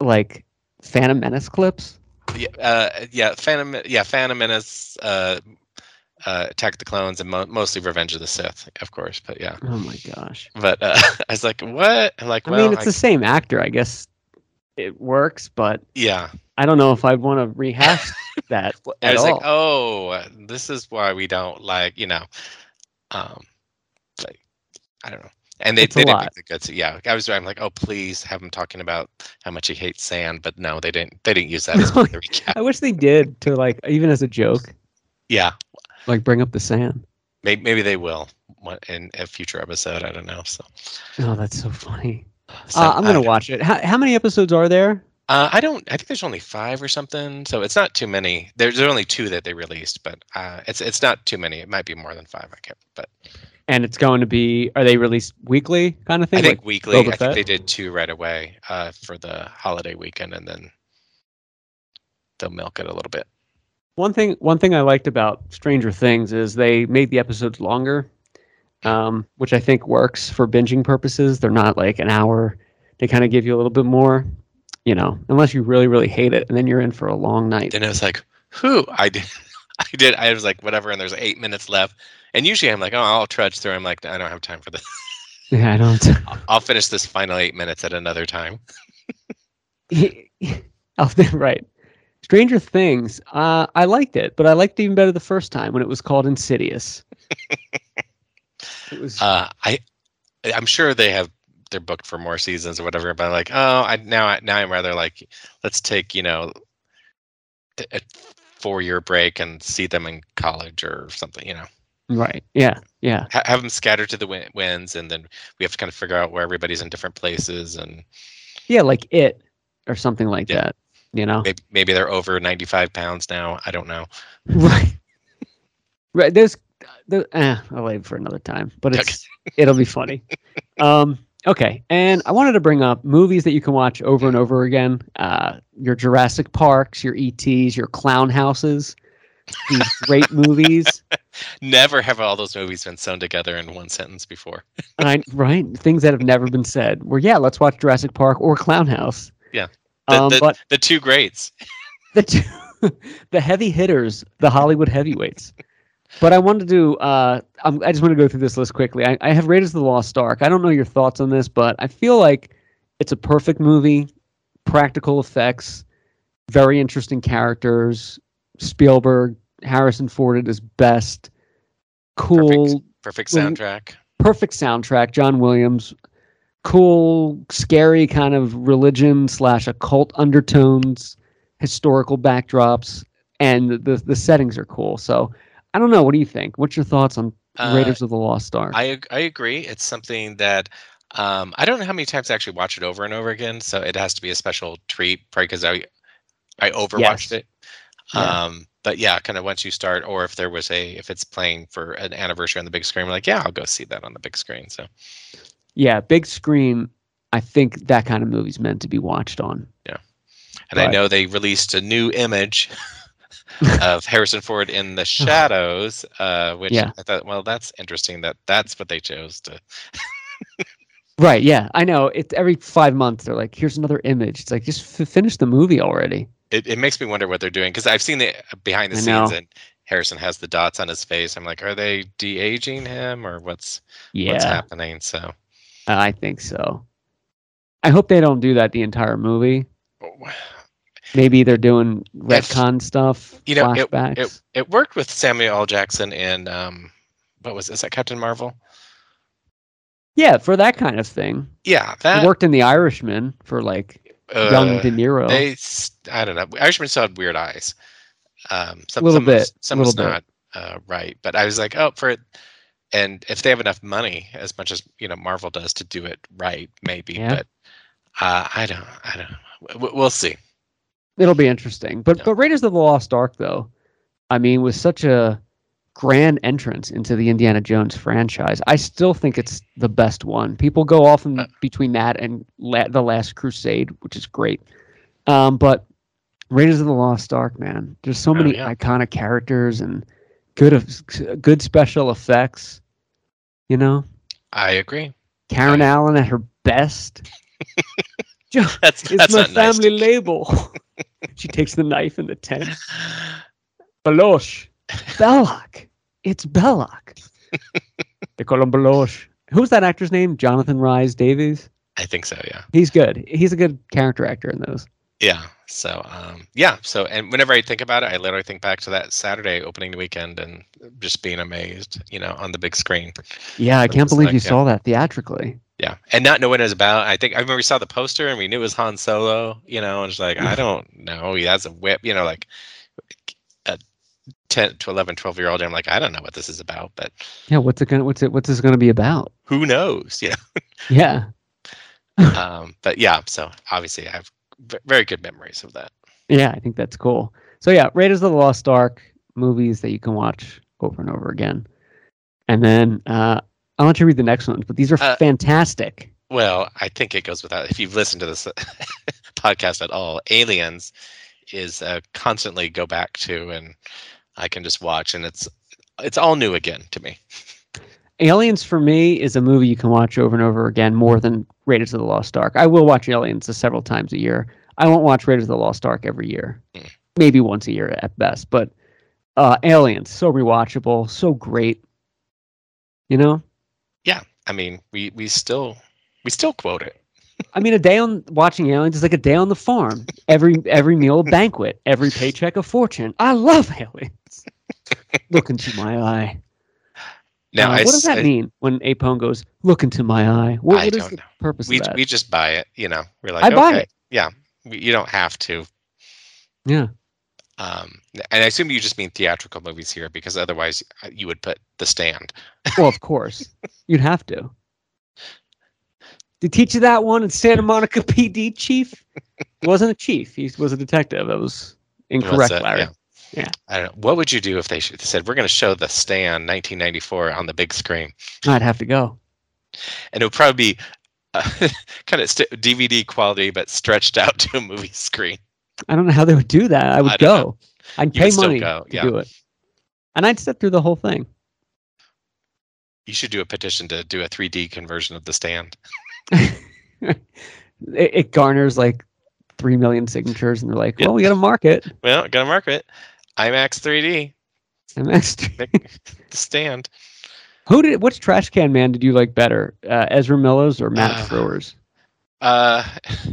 Speaker 2: like Phantom Menace clips?
Speaker 1: yeah, uh, yeah, Phantom, yeah, Phantom Menace, uh, uh, Attack of the Clones, and mo- mostly Revenge of the Sith, of course. But yeah,
Speaker 2: Oh my gosh.
Speaker 1: but uh, I was like, what? I'm like,
Speaker 2: I
Speaker 1: well,
Speaker 2: mean it's
Speaker 1: I-
Speaker 2: the same actor, I guess it works, but
Speaker 1: yeah.
Speaker 2: I don't know if I'd want to rehash that
Speaker 1: I
Speaker 2: at
Speaker 1: was
Speaker 2: all.
Speaker 1: like, oh, this is why we don't like, you know, um, like, I don't know. And they,
Speaker 2: It's a
Speaker 1: they didn't
Speaker 2: lot.
Speaker 1: make the good. So yeah, I was. I'm like, oh, please have him talking about how much he hates sand, but no, they didn't. They didn't use that as part of the recap.
Speaker 2: I wish they did to like even as a joke,
Speaker 1: Yeah,
Speaker 2: like bring up the sand.
Speaker 1: maybe, maybe they will one- in a future episode. I don't know. So,
Speaker 2: Oh, that's so funny.
Speaker 1: so
Speaker 2: uh, I'm
Speaker 1: I-
Speaker 2: gonna watch it. How, how many episodes are there?
Speaker 1: Uh, I don't. I think there's only five or something, so it's not too many. There's there are only two that they released, but uh, it's it's not too many. It might be more than five. I can't. But
Speaker 2: And it's going to be are they released weekly kind of thing?
Speaker 1: I think
Speaker 2: Like-
Speaker 1: weekly.
Speaker 2: Boba
Speaker 1: I
Speaker 2: Fett?
Speaker 1: think they did two right away uh, for the holiday weekend, and then they'll milk it a little bit.
Speaker 2: one thing one thing I liked about Stranger Things is they made the episodes longer, um, which I think works for binging purposes. They're not like an hour. They kind of give you a little bit more, you know, unless you really really hate it, and then you're in for a long night.
Speaker 1: Then it was like, who I did. I did. I was like, whatever. And there's eight minutes left. And usually I'm like, oh, I'll trudge through. I'm like, I don't have time for this.
Speaker 2: Yeah, I don't.
Speaker 1: I'll finish this final eight minutes at another time.
Speaker 2: Oh, right. Stranger Things, uh, I liked it, but I liked it even better the first time when it was called Insidious. it was
Speaker 1: uh, I I'm sure they have they're booked for more seasons or whatever, but I'm like, oh, I now I, now I'm rather like, let's take you know t- a four year break and see them in college or something, you know,
Speaker 2: right. Yeah, yeah.
Speaker 1: ha- have them scattered to the win- winds, and then we have to kind of figure out where everybody's in different places, and
Speaker 2: Yeah, like it or something like
Speaker 1: Yeah.
Speaker 2: that, you know.
Speaker 1: maybe, maybe they're over 95 pounds now. I don't know.
Speaker 2: Right. Right. There's there, eh, I'll leave for another time, but it's it'll be funny. Um okay. And I wanted to bring up movies that you can watch over and over again. Uh your E Jurassic Parks, your ETs, your clown houses, these great movies.
Speaker 1: never have all those movies been sewn together in one sentence before.
Speaker 2: I, right? Things that have never been said. Where yeah, let's watch Jurassic Park or Clown House.
Speaker 1: Yeah. The,
Speaker 2: Um,
Speaker 1: the,
Speaker 2: but
Speaker 1: the two greats.
Speaker 2: the two, the heavy hitters, the Hollywood heavyweights. But I wanted to. Uh, I'm, I just want to go through this list quickly. I, I have Raiders of the Lost Ark. I don't know your thoughts on this, but I feel like it's a perfect movie. Practical effects, very interesting characters. Spielberg, Harrison Ford at his best. Cool
Speaker 1: Perfect
Speaker 2: Well, you-
Speaker 1: soundtrack.
Speaker 2: perfect soundtrack. John Williams, cool, scary kind of religion slash occult undertones, historical backdrops, and the, the the settings are cool. So I don't know. What do you think? What's your thoughts on
Speaker 1: Uh,
Speaker 2: Raiders of the Lost Ark?
Speaker 1: I ag- I agree. It's something that um, I don't know how many times I actually watch it over and over again, so it has to be a special treat, probably because I I overwatched
Speaker 2: Yes.
Speaker 1: it.
Speaker 2: Yeah.
Speaker 1: Um, but yeah, kind of once you start, or if there was a if it's playing for an anniversary on the big screen, like yeah, I'll go see that on the big screen. So
Speaker 2: yeah, big screen. I think that kind of movie's meant to be watched on.
Speaker 1: and I
Speaker 2: Right.
Speaker 1: know they released a new image. of Harrison Ford in the shadows, uh, which
Speaker 2: Yeah.
Speaker 1: I thought, well, that's interesting that that's what they chose to.
Speaker 2: Right. Yeah, I know. It's every five months they're like, here's another image. It's like just f- finish the movie already.
Speaker 1: It, it makes me wonder what they're doing because I've seen the behind the
Speaker 2: I know.
Speaker 1: scenes and Harrison has the dots on his face. I'm like, are they de aging him or what's what's
Speaker 2: Yeah.
Speaker 1: happening? So
Speaker 2: I think so. I hope they don't do that the entire movie.
Speaker 1: oh,
Speaker 2: Maybe they're doing retcon stuff,
Speaker 1: you know, it-
Speaker 2: flashbacks.
Speaker 1: it it worked with Samuel L. Jackson in um, what was is that Captain Marvel?
Speaker 2: yeah, for that kind of thing.
Speaker 1: Yeah,
Speaker 2: It
Speaker 1: that
Speaker 2: worked in The Irishman for like
Speaker 1: uh,
Speaker 2: young De Niro.
Speaker 1: They, s- I don't know. Irishman still had weird eyes. Um, some,
Speaker 2: Little
Speaker 1: some was-
Speaker 2: bit,
Speaker 1: some
Speaker 2: little
Speaker 1: was not uh, right, but I was like, oh, for it. And if they have enough money, as much as you know, Marvel does to do it right, maybe.
Speaker 2: Yeah.
Speaker 1: But uh, I don't, I don't. know. W- We'll see.
Speaker 2: It'll be interesting. But
Speaker 1: Yeah.
Speaker 2: but Raiders of the Lost Ark though, I mean, was such a grand entrance into the Indiana Jones franchise. I still think it's the best one. People go off in
Speaker 1: Uh.
Speaker 2: between that and La- the Last Crusade, which is great. Um, but Raiders of the Lost Ark, man, there's so
Speaker 1: Oh,
Speaker 2: many
Speaker 1: yeah.
Speaker 2: iconic characters and good of good special effects. You know,
Speaker 1: I agree.
Speaker 2: Karen
Speaker 1: Right.
Speaker 2: Allen at her best.
Speaker 1: That's
Speaker 2: It's
Speaker 1: that's
Speaker 2: my
Speaker 1: not nice.
Speaker 2: family label. she takes the knife and the tent.
Speaker 1: to-
Speaker 2: Balosh. Belloc. It's Belloc. they call him Balosh. Who's that actor's name? Jonathan Rhys Davies.
Speaker 1: I think so. Yeah.
Speaker 2: He's good. He's a good character actor in those.
Speaker 1: Yeah. So um, yeah. So and whenever I think about it, I literally think back to that Saturday opening weekend and just being amazed, you know, on the big screen.
Speaker 2: Yeah, I
Speaker 1: That's
Speaker 2: can't believe
Speaker 1: like,
Speaker 2: you
Speaker 1: yeah.
Speaker 2: saw that theatrically.
Speaker 1: Yeah, and not know what it was about. I think I remember we saw the poster and we knew it was Han Solo. You know, and it's like I don't know. He has a whip. You know, like a ten to 11, 12 year old. And I'm like, I don't know what this is about, but
Speaker 2: Yeah, what's it gonna what's it what's this gonna be about?
Speaker 1: who knows? You
Speaker 2: Yeah.
Speaker 1: know. um, but yeah, so obviously I have v- very good memories of that.
Speaker 2: Yeah, I think that's cool. So yeah, Raiders of the Lost Ark movies that you can watch over and over again. And then uh I'll let you read the next ones, but these are
Speaker 1: Uh,
Speaker 2: fantastic.
Speaker 1: Well, I think it goes without. If you've listened to this podcast at all, Aliens is uh, constantly go back to, and I can just watch, and it's it's all new again to me.
Speaker 2: Aliens for me is a movie you can watch over and over again more than Raiders of the Lost Ark. I will watch Aliens several times a year. I won't watch Raiders of the Lost Ark every year,
Speaker 1: Hmm.
Speaker 2: maybe once a year at best. But uh, Aliens, so rewatchable, so great. You know,
Speaker 1: I mean, we we still we still quote it.
Speaker 2: I mean, a day on watching Aliens is like a day on the farm. Every every meal a banquet, every paycheck a fortune. I love Aliens. Look into my eye.
Speaker 1: Now,
Speaker 2: Uh,
Speaker 1: I
Speaker 2: what does that
Speaker 1: s-
Speaker 2: mean when Apone goes, "Look into my eye"? What,
Speaker 1: I
Speaker 2: what is
Speaker 1: don't
Speaker 2: the
Speaker 1: know.
Speaker 2: purpose
Speaker 1: We
Speaker 2: of that?
Speaker 1: we just buy it. You know, we're like,
Speaker 2: I buy
Speaker 1: okay,
Speaker 2: it.
Speaker 1: yeah, we, you don't have to.
Speaker 2: yeah.
Speaker 1: Um, and I assume you just mean theatrical movies here, because otherwise uh, you would put The Stand.
Speaker 2: Well, of course. You'd have to. They teach you that one in Santa Monica PD chief? He wasn't a chief. He was a detective. That was
Speaker 1: What's
Speaker 2: incorrect,
Speaker 1: that?
Speaker 2: Larry.
Speaker 1: Yeah.
Speaker 2: Yeah.
Speaker 1: I don't know. What would you do if they sh- said we're going to show The Stand 1994 on the big screen,
Speaker 2: I'd have to go.
Speaker 1: and it would probably be uh, kind of st- DVD quality, but stretched out to a movie screen.
Speaker 2: I don't know how they would do that. I would
Speaker 1: I don't
Speaker 2: go.
Speaker 1: know.
Speaker 2: I'd
Speaker 1: You would
Speaker 2: pay
Speaker 1: still
Speaker 2: money
Speaker 1: go,
Speaker 2: to
Speaker 1: yeah.
Speaker 2: do it. and I'd sit through the whole thing.
Speaker 1: You should do a petition to do a 3D conversion of the stand.
Speaker 2: it, it garners like three million signatures, and they're like,
Speaker 1: Yeah.
Speaker 2: "Well, we got to market
Speaker 1: Well, gotta mark it. IMAX 3D,
Speaker 2: MX3."
Speaker 1: the stand.
Speaker 2: Who did? Which trash can man did you like better, uh, Ezra Miller's or Matt
Speaker 1: Uh,
Speaker 2: Thrower's?
Speaker 1: Uh,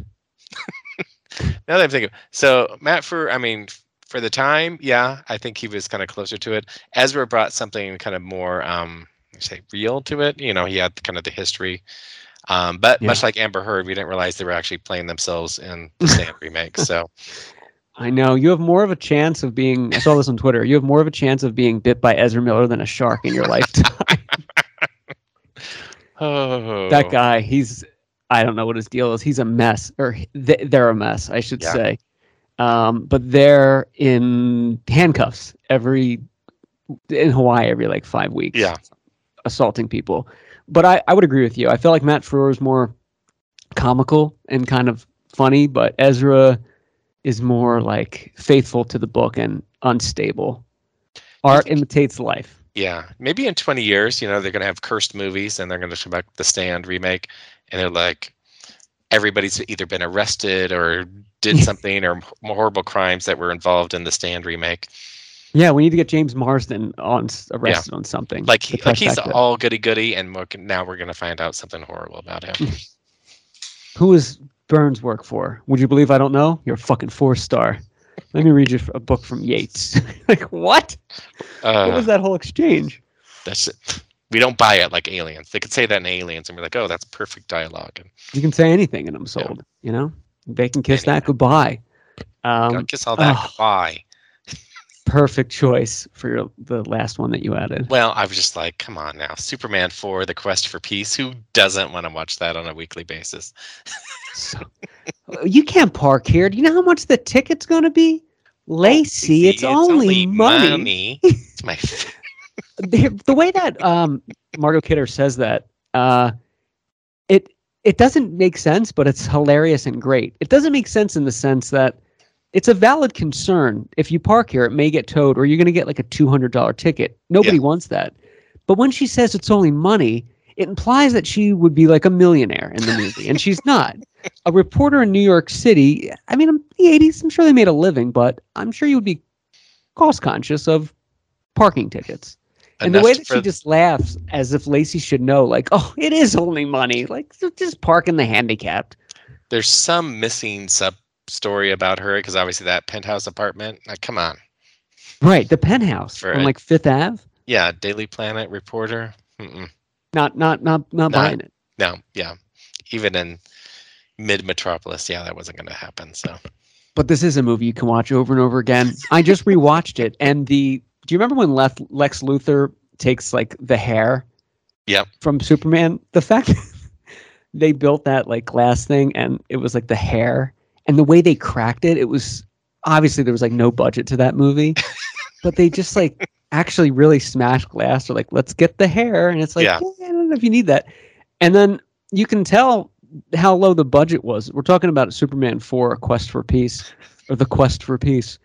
Speaker 1: now that I'm thinking, so Matt for I mean, for the time, yeah, I think he was kind of closer to it. Ezra brought something kind of more, um, I say, real to it. You know, he had kind of the history. Um, but much
Speaker 2: Yeah.
Speaker 1: like Amber Heard, we didn't realize they were actually playing themselves in the Stand remake. So
Speaker 2: I know you have more of a chance of being. I saw this on Twitter. You have more of a chance of being bit by Ezra Miller than a shark in your lifetime.
Speaker 1: oh,
Speaker 2: that guy, he's. I don't know what his deal is. He's a mess, or he- they- they're a mess, I should
Speaker 1: Yeah.
Speaker 2: say. Um, but they're in handcuffs every in Hawaii every like five weeks.
Speaker 1: Yeah.
Speaker 2: assaulting people. But I, I would agree with you. I feel like Matt Frewer is more comical and kind of funny, but Ezra is more like faithful to the book and unstable. Art imitates life.
Speaker 1: Yeah, maybe in 20 years, you know, they're going to have cursed movies and they're going to come back with the Stand remake and they're like everybody's either been arrested or did something or m- horrible crimes that were involved in the Stand remake.
Speaker 2: Yeah, we need to get James Marsden on s- arrested on something.
Speaker 1: Like he,
Speaker 2: The
Speaker 1: like he's
Speaker 2: trifecta.
Speaker 1: all goody goody and we're, g- now we're going to find out something horrible about him.
Speaker 2: Who is Burns work for? Would you believe I don't know? You're a fucking four star. Let me read you f- a book from Yeats. like what? what
Speaker 1: Uh,
Speaker 2: was that whole exchange?
Speaker 1: that's it. We don't buy it like aliens. They could say that in aliens and we're like, "Oh, that's perfect dialogue." And
Speaker 2: You can say anything, and I'm sold. You know, they can kiss that goodbye.
Speaker 1: "God,
Speaker 2: Um,
Speaker 1: kiss all that
Speaker 2: ugh.
Speaker 1: goodbye.
Speaker 2: perfect choice for your, the last one that you added.
Speaker 1: Well, I was just like, "Come on now. Superman 4: The Quest for Peace. Who doesn't want to watch that on a weekly basis?"
Speaker 2: So, you can't park here. Do you know how much the ticket's going to be? Lacey, it's, only, money.
Speaker 1: It's my f-
Speaker 2: The, the way that um, Margot Kidder says that, uh, it it doesn't make sense, but it's hilarious and great. It doesn't make sense in the sense that it's a valid concern. If you park here, it may get towed, or you're going to get like a two hundred dollar ticket. Nobody wants that. But when she says it's only money, it implies that she would be like a millionaire in the movie, and she's not. A reporter in New York City. I mean, in the '80s, I'm sure they made a living, but I'm sure you would be cost conscious of parking tickets. And the
Speaker 1: enough
Speaker 2: way that
Speaker 1: for-
Speaker 2: she just laughs as if Lacey should know, like, oh, it is only money. Like, so just park in the handicapped.
Speaker 1: there's some missing sub story about her because obviously that penthouse apartment. Like, come on,
Speaker 2: Right. The penthouse
Speaker 1: For
Speaker 2: on
Speaker 1: a-
Speaker 2: like Fifth Ave.
Speaker 1: yeah, Daily Planet reporter. Mm-mm.
Speaker 2: Not, not, not, not buying it.
Speaker 1: No, yeah, even in mid metropolis, yeah, that wasn't going to happen. So
Speaker 2: But this is a movie you can watch over and over again. I just rewatched it. And the, do you remember when Lef, Lex Luthor takes like the hair
Speaker 1: Yep.
Speaker 2: from Superman? The fact that they built that like glass thing and it was like the hair and the way they cracked it, it was obviously there was like no budget to that movie, but they just like actually really smashed glass or like, let's get the hair. And it's like,
Speaker 1: Yeah.
Speaker 2: "Yeah, I don't know if you need that. And then you can tell how low the budget was. We're talking about Superman 4, A Quest for Peace, or The Quest for Peace.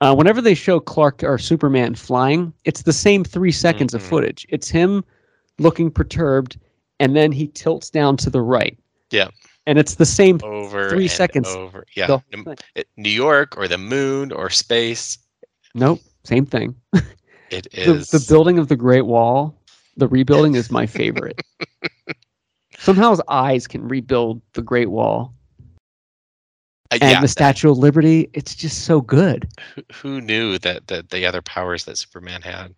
Speaker 2: Uh, whenever they show Clark or Superman flying, it's the same three seconds
Speaker 1: Mhm.
Speaker 2: of footage. It's him looking perturbed, and then he tilts down to the right.
Speaker 1: Yeah.
Speaker 2: And it's the same.
Speaker 1: over
Speaker 2: Three
Speaker 1: and
Speaker 2: seconds.
Speaker 1: over, yeah,
Speaker 2: The whole
Speaker 1: N-
Speaker 2: thing.
Speaker 1: it- New York or the moon or space.
Speaker 2: Nope, same thing.
Speaker 1: It
Speaker 2: the,
Speaker 1: is
Speaker 2: the building of the Great Wall, the rebuilding is my favorite. Somehow his eyes can rebuild the Great Wall
Speaker 1: Uh,
Speaker 2: and
Speaker 1: yeah,
Speaker 2: the Statue of Liberty. It's just so good.
Speaker 1: who knew that that the other powers that Superman had?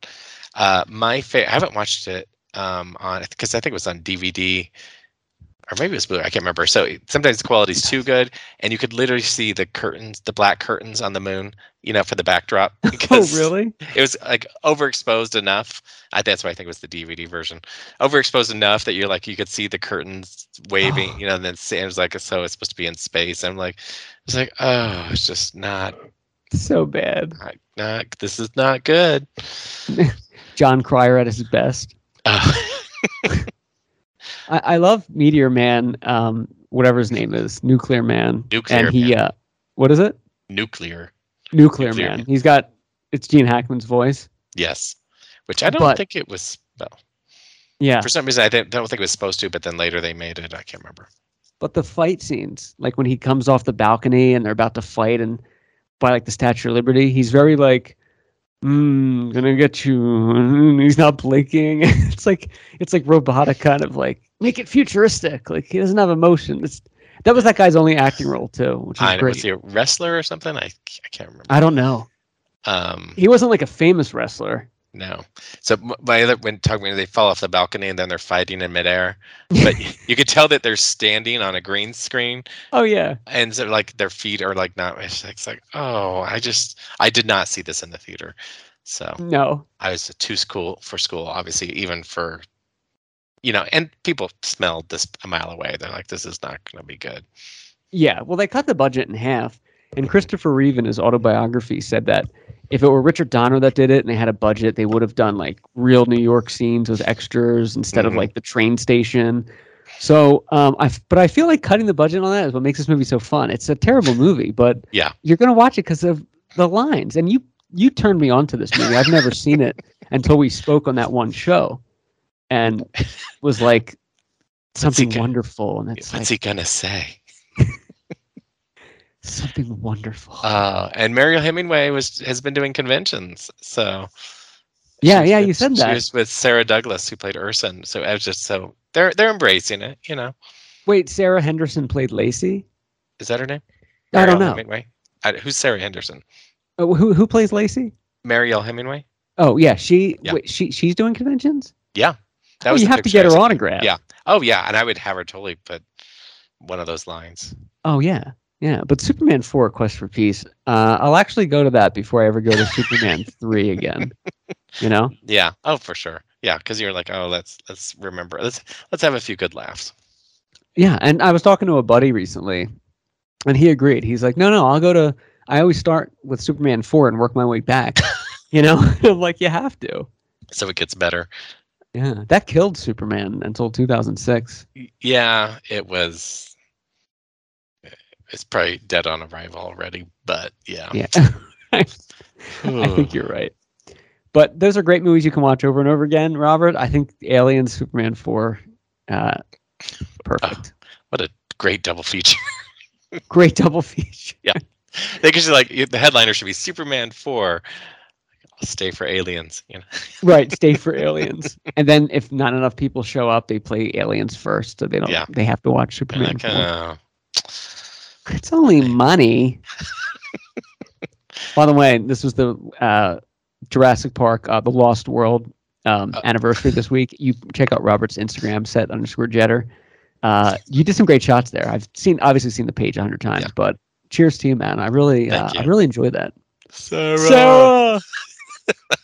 Speaker 1: Uh, my favorite. I haven't watched it um, on because I think it was on DVD or maybe it was blue. I can't remember. So it- sometimes the quality's too good, and you could literally see the curtains, the black curtains on the moon. You know, for the backdrop. because
Speaker 2: really?
Speaker 1: It was like overexposed enough. I, that's why I think it was the DVD version. Overexposed enough that you're like you could see the curtains waving. You know, and then see- it was like so it's supposed to be in space. I'm like, it's like oh, it's just not
Speaker 2: So bad.
Speaker 1: not, not this is not good.
Speaker 2: John Cryer at his best.
Speaker 1: Uh,
Speaker 2: I, I love Meteor Man, um, whatever his name is, Nuclear Man.
Speaker 1: Nuclear
Speaker 2: and he,
Speaker 1: Man.
Speaker 2: Uh, what is it?
Speaker 1: nuclear.
Speaker 2: Nuclear,
Speaker 1: Nuclear
Speaker 2: Man.
Speaker 1: Man.
Speaker 2: He's got it's Gene Hackman's voice.
Speaker 1: Yes. which I don't
Speaker 2: But-
Speaker 1: think it was. Well,
Speaker 2: Yeah.
Speaker 1: for some reason I didn't, don't think it was supposed to, but then later they made it. I can't remember.
Speaker 2: But the fight scenes, like when he comes off the balcony and they're about to fight, and by like the Statue of Liberty, he's very like, mm, "Gonna get you." mm, He's not blinking. it's like it's like robotic, kind of like make it futuristic. Like he doesn't have emotion. It's, that was that guy's only acting role too, which is
Speaker 1: I know, was
Speaker 2: great.
Speaker 1: he a wrestler or something? I, c- I can't remember.
Speaker 2: I don't know.
Speaker 1: um,
Speaker 2: He wasn't like a famous wrestler.
Speaker 1: no. So m- my other when talking, when they fall off the balcony and then they're fighting in midair, but you could tell that they're standing on a green screen,
Speaker 2: Oh yeah,
Speaker 1: and so like their feet are like not. It's, it's like oh, I just I did not see this in the theater, so
Speaker 2: no,
Speaker 1: I was too school for school, obviously, even for. You know, and people smelled this a mile away. They're like, "This is not going to be good."
Speaker 2: Yeah, well, they cut the budget in half. And Christopher Reeve in his autobiography said that if it were Richard Donner that did it and they had a budget, they would have done like real New York scenes with extras instead
Speaker 1: Mhm.
Speaker 2: of like the train station. So, um, I f- but I feel like cutting the budget on that is what makes this movie so fun. It's a terrible movie, but
Speaker 1: Yeah.
Speaker 2: you're gonna watch it because of the lines. And you you turned me on to this movie. I've never seen it until we spoke on that one show, and was like something
Speaker 1: ca-
Speaker 2: wonderful. And it's
Speaker 1: What's
Speaker 2: like,
Speaker 1: he gonna say?
Speaker 2: something wonderful.
Speaker 1: Uh, and Mariel Hemingway was has been doing conventions. So
Speaker 2: yeah,
Speaker 1: she was
Speaker 2: yeah,
Speaker 1: with-
Speaker 2: you said
Speaker 1: She
Speaker 2: that.
Speaker 1: was with Sarah Douglas, who played Urson. So I was just so they're they're embracing it. You know,
Speaker 2: Wait, Sarah Henderson played Lacey.
Speaker 1: is that her name?
Speaker 2: I
Speaker 1: Mariel
Speaker 2: don't know.
Speaker 1: Hemingway. I, who's Sarah Henderson?
Speaker 2: Oh, who who plays Lacey?
Speaker 1: Mariel Hemingway.
Speaker 2: Oh yeah, she
Speaker 1: Yeah.
Speaker 2: wait, she she's doing conventions.
Speaker 1: Yeah,
Speaker 2: oh, you
Speaker 1: the
Speaker 2: have to
Speaker 1: picture I
Speaker 2: get her
Speaker 1: saw.
Speaker 2: autograph.
Speaker 1: Yeah. Oh yeah, and I would have her totally put one of those lines.
Speaker 2: Oh yeah, yeah. But Superman four, Quest for Peace. Uh, I'll actually go to that before I ever go to Superman three again. You know?
Speaker 1: Yeah. Oh, for sure. Yeah, because you're like, oh, let's let's remember. Let's let's have a few good laughs.
Speaker 2: Yeah. And I was talking to a buddy recently, and he agreed. He's like, no, no, I'll go to. I always start with Superman four and work my way back. you know, I'm like you have to.
Speaker 1: So it gets better.
Speaker 2: Yeah, that killed Superman until 2006.
Speaker 1: Y- yeah it was eh, it's probably dead on arrival already but yeah
Speaker 2: Yeah. I think you're right. But those are great movies you can watch over and over again, Robert. I think Alien Superman 4, uh, perfect.
Speaker 1: what a great double feature
Speaker 2: Great double feature.
Speaker 1: they could just like the headliner should be superman 4 I'll stay for aliens you know
Speaker 2: Right. Stay for Aliens. And then if not enough people show up, they play Aliens first. So they don't,
Speaker 1: Yeah.
Speaker 2: they have to watch
Speaker 1: And
Speaker 2: Superman
Speaker 1: like,
Speaker 2: 4.
Speaker 1: oh,
Speaker 2: It's only money. By the way, this was the uh, Jurassic Park, uh, The Lost World um,
Speaker 1: Uh.
Speaker 2: anniversary this week. You check out Robert's Instagram, set underscore jetter. Uh, you did some great shots there. I've seen, obviously, seen the page a hundred times,
Speaker 1: Yeah.
Speaker 2: but cheers to you, man. I really, uh,
Speaker 1: Thank
Speaker 2: I
Speaker 1: you.
Speaker 2: really enjoyed that.
Speaker 1: Sarah.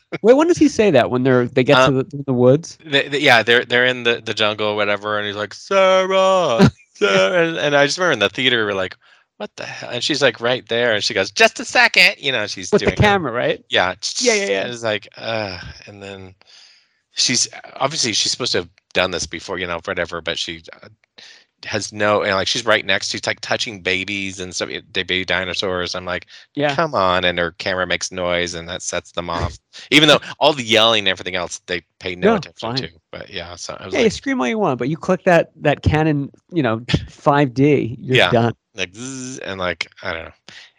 Speaker 2: Wait, when does he say that? When they're they get
Speaker 1: Uh,
Speaker 2: to the, to the woods?
Speaker 1: They- they- yeah they're they're in the, the jungle or whatever and he's like sarah, sarah. And, and i just remember in the theater we're like what the hell and she's like right there and she goes just a second you know she's
Speaker 2: With the
Speaker 1: doing her-
Speaker 2: camera, right?
Speaker 1: Yeah.
Speaker 2: Yeah, yeah, yeah.
Speaker 1: It was like, uh, and then she's obviously she's supposed to have done this before, you know, whatever, but she uh, has no, and like she's right next, she's like touching babies and stuff, they baby dinosaurs. I'm like,
Speaker 2: Yeah.
Speaker 1: come on. And her camera makes noise and that sets them off, even though all the yelling and everything else they pay no,
Speaker 2: No,
Speaker 1: attention
Speaker 2: fine.
Speaker 1: to. But yeah, so I was
Speaker 2: Yeah, you
Speaker 1: like,
Speaker 2: scream all you want, but you click that that Canon, you know, 5D, you're
Speaker 1: Yeah.
Speaker 2: done.
Speaker 1: like, zzz, and like, I don't know.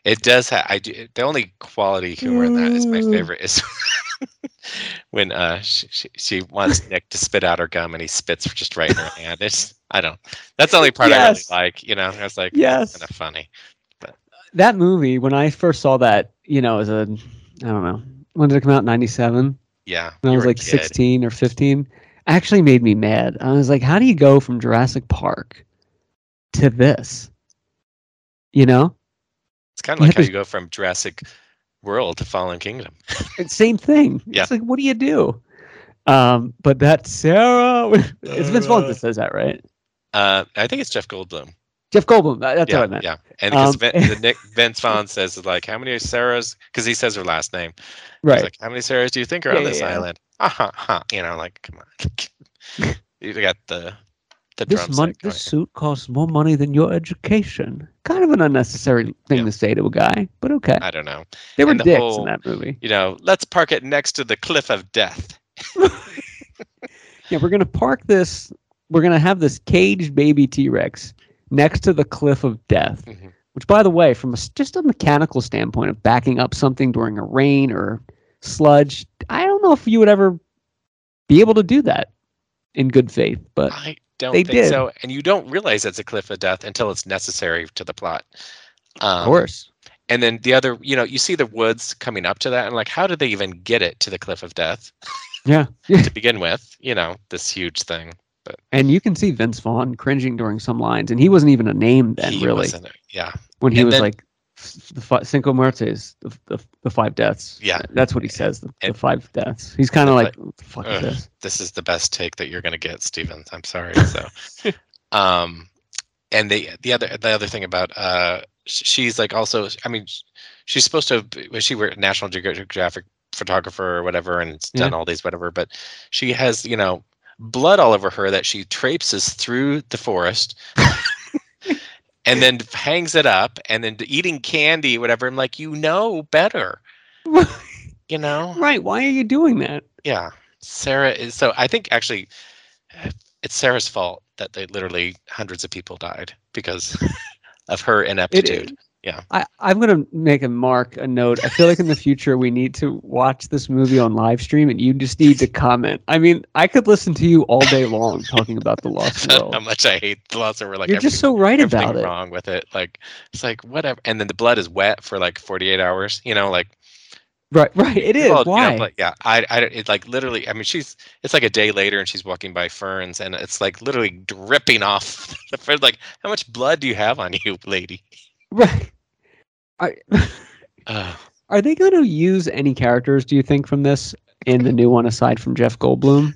Speaker 1: It does have, I do, the only quality humor in that is my
Speaker 2: Mm.
Speaker 1: favorite is when uh she, she, she wants Nick to spit out her gum and he spits just right in her hand. It's I don't. That's the only part
Speaker 2: Yes.
Speaker 1: I really like. You know, I was like,
Speaker 2: Yes.
Speaker 1: kind of funny.
Speaker 2: that movie when I first saw that, you know, as a I don't know when did it come out? Ninety seven.
Speaker 1: Yeah,
Speaker 2: When I
Speaker 1: you
Speaker 2: was
Speaker 1: were a
Speaker 2: like
Speaker 1: kid.
Speaker 2: sixteen or fifteen, actually made me mad. I was like, how do you go from Jurassic Park to this? You know,
Speaker 1: It's kind of
Speaker 2: you
Speaker 1: like
Speaker 2: had
Speaker 1: how
Speaker 2: to-
Speaker 1: you go from Jurassic World to Fallen Kingdom.
Speaker 2: it's same thing.
Speaker 1: Yeah.
Speaker 2: It's like, what do you do? Um, but that Sarah, it's Vince Vaughn that says that, right?
Speaker 1: Uh, I think it's Jeff Goldblum.
Speaker 2: Jeff Goldblum. that- That's
Speaker 1: yeah,
Speaker 2: what I meant.
Speaker 1: yeah. And because
Speaker 2: Um,
Speaker 1: Vin, the Nick Vince Vaughn says is like, how many Sarahs? Because he says her last name. He's
Speaker 2: Right.
Speaker 1: like, how many Sarahs do you think are
Speaker 2: Yeah,
Speaker 1: on
Speaker 2: yeah,
Speaker 1: this
Speaker 2: yeah.
Speaker 1: island? Ah, ha, ha. You know, like, come on. you got the the
Speaker 2: this
Speaker 1: drum
Speaker 2: mon-
Speaker 1: set going.
Speaker 2: this suit costs more money than your education. Kind of an unnecessary thing
Speaker 1: Yeah.
Speaker 2: to say to a guy, but okay.
Speaker 1: I don't know.
Speaker 2: They were
Speaker 1: and the
Speaker 2: dicks
Speaker 1: whole-
Speaker 2: in that movie.
Speaker 1: you know, let's park it next to the cliff of death.
Speaker 2: Yeah, we're gonna park this. We're gonna have this caged baby T Rex next to the cliff of death.
Speaker 1: Mhm.
Speaker 2: Which, by the way, from a s just a mechanical standpoint of backing up something during a rain or sludge, I don't know if you would ever be able to do that in good faith. But
Speaker 1: I don't
Speaker 2: They
Speaker 1: think
Speaker 2: did.
Speaker 1: so. And you don't realize it's a cliff of death until it's necessary to the plot. Um,
Speaker 2: of course,
Speaker 1: And then the other, you know, you see the woods coming up to that, and like, how did they even get it to the cliff of death
Speaker 2: yeah.
Speaker 1: to begin with? You know, this huge thing.
Speaker 2: And you can see Vince Vaughn cringing during some lines, and he wasn't even a name then,
Speaker 1: He
Speaker 2: really,
Speaker 1: wasn't a- yeah.
Speaker 2: when he
Speaker 1: and
Speaker 2: was
Speaker 1: then-
Speaker 2: like f- the fi- Cinco Muertes, the, the, the five deaths.
Speaker 1: Yeah.
Speaker 2: that's what he says, the,
Speaker 1: And-
Speaker 2: the five deaths. He's kind of
Speaker 1: And
Speaker 2: like,
Speaker 1: like,
Speaker 2: "What the fuck
Speaker 1: ugh.
Speaker 2: is this?
Speaker 1: this is the best take that you're going to get, Steven. I'm sorry. So, um, and the the other the other thing about uh, sh- she's like also, I mean, sh- she's supposed to have, be- well, she were a National Geographic photographer or whatever, and it's done all these whatever, but she has you know blood all over her that she traipses through the forest. And then hangs it up, and then eating candy, whatever. I'm like, you know better, you know.
Speaker 2: Right? Why are you doing that?
Speaker 1: Yeah, Sarah is so. I think actually, it's Sarah's fault that they literally hundreds of people died because of her
Speaker 2: It-
Speaker 1: ineptitude. Yeah.
Speaker 2: I, I'm gonna make a mark, a note. I feel like in the future we need to watch this movie on live stream, and you just need to comment. I mean, I could listen to you all day long talking about the lost
Speaker 1: So
Speaker 2: world.
Speaker 1: how much I hate the lots and we're like
Speaker 2: You're just
Speaker 1: everything-
Speaker 2: so right
Speaker 1: everything
Speaker 2: about it.
Speaker 1: wrong with it. Like it's like whatever, and then the blood is wet for like forty eight hours. You know, like
Speaker 2: Right? Right? It is.
Speaker 1: well, you know,
Speaker 2: Why?
Speaker 1: but yeah, I, I, it like literally. I mean, she's it's like a day later, and she's walking by ferns, and it's like literally dripping off the ferns. Like, how much blood do you have on you, lady?
Speaker 2: Right? Are-
Speaker 1: Uh,
Speaker 2: Are they going to use any characters, do you think, from this in the new one aside from Jeff Goldblum?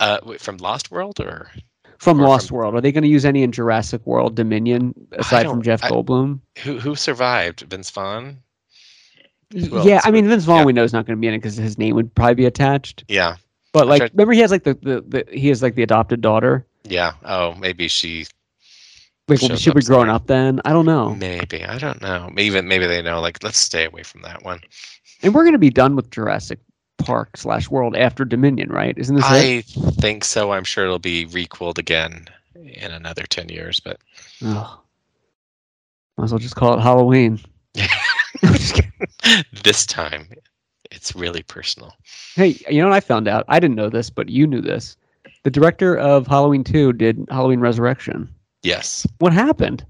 Speaker 1: uh, wait, from Lost World or?
Speaker 2: From
Speaker 1: Or
Speaker 2: Lost
Speaker 1: from-
Speaker 2: World, are they going to use any in Jurassic World Dominion aside from
Speaker 1: don't-
Speaker 2: Jeff
Speaker 1: I-
Speaker 2: Goldblum?
Speaker 1: who who survived? Vince Vaughn. Who
Speaker 2: yeah,
Speaker 1: else
Speaker 2: I mean
Speaker 1: would-
Speaker 2: Vince Vaughn
Speaker 1: yeah.
Speaker 2: we know is not going to be in it because his name would probably be attached.
Speaker 1: Yeah,
Speaker 2: But like,
Speaker 1: tried-
Speaker 2: remember he has like the, the, the he has like the adopted daughter.
Speaker 1: yeah. Oh, maybe she.
Speaker 2: Like,
Speaker 1: Shows
Speaker 2: she
Speaker 1: up
Speaker 2: would grown
Speaker 1: somewhere.
Speaker 2: up then. I don't know.
Speaker 1: Maybe I don't know. Even maybe they know. Like, let's stay away from that one.
Speaker 2: And we're going to be done with Jurassic Park slash World after Dominion, right? Isn't this it?
Speaker 1: I think so. I'm sure it'll be requelled again in another ten years. But
Speaker 2: Ugh. Might as well just call it Halloween. I'm just kidding.
Speaker 1: this time, it's really personal.
Speaker 2: Hey, you know what I found out? I didn't know this, but you knew this. The director of Halloween 2 did Halloween Resurrection.
Speaker 1: Yes.
Speaker 2: What happened?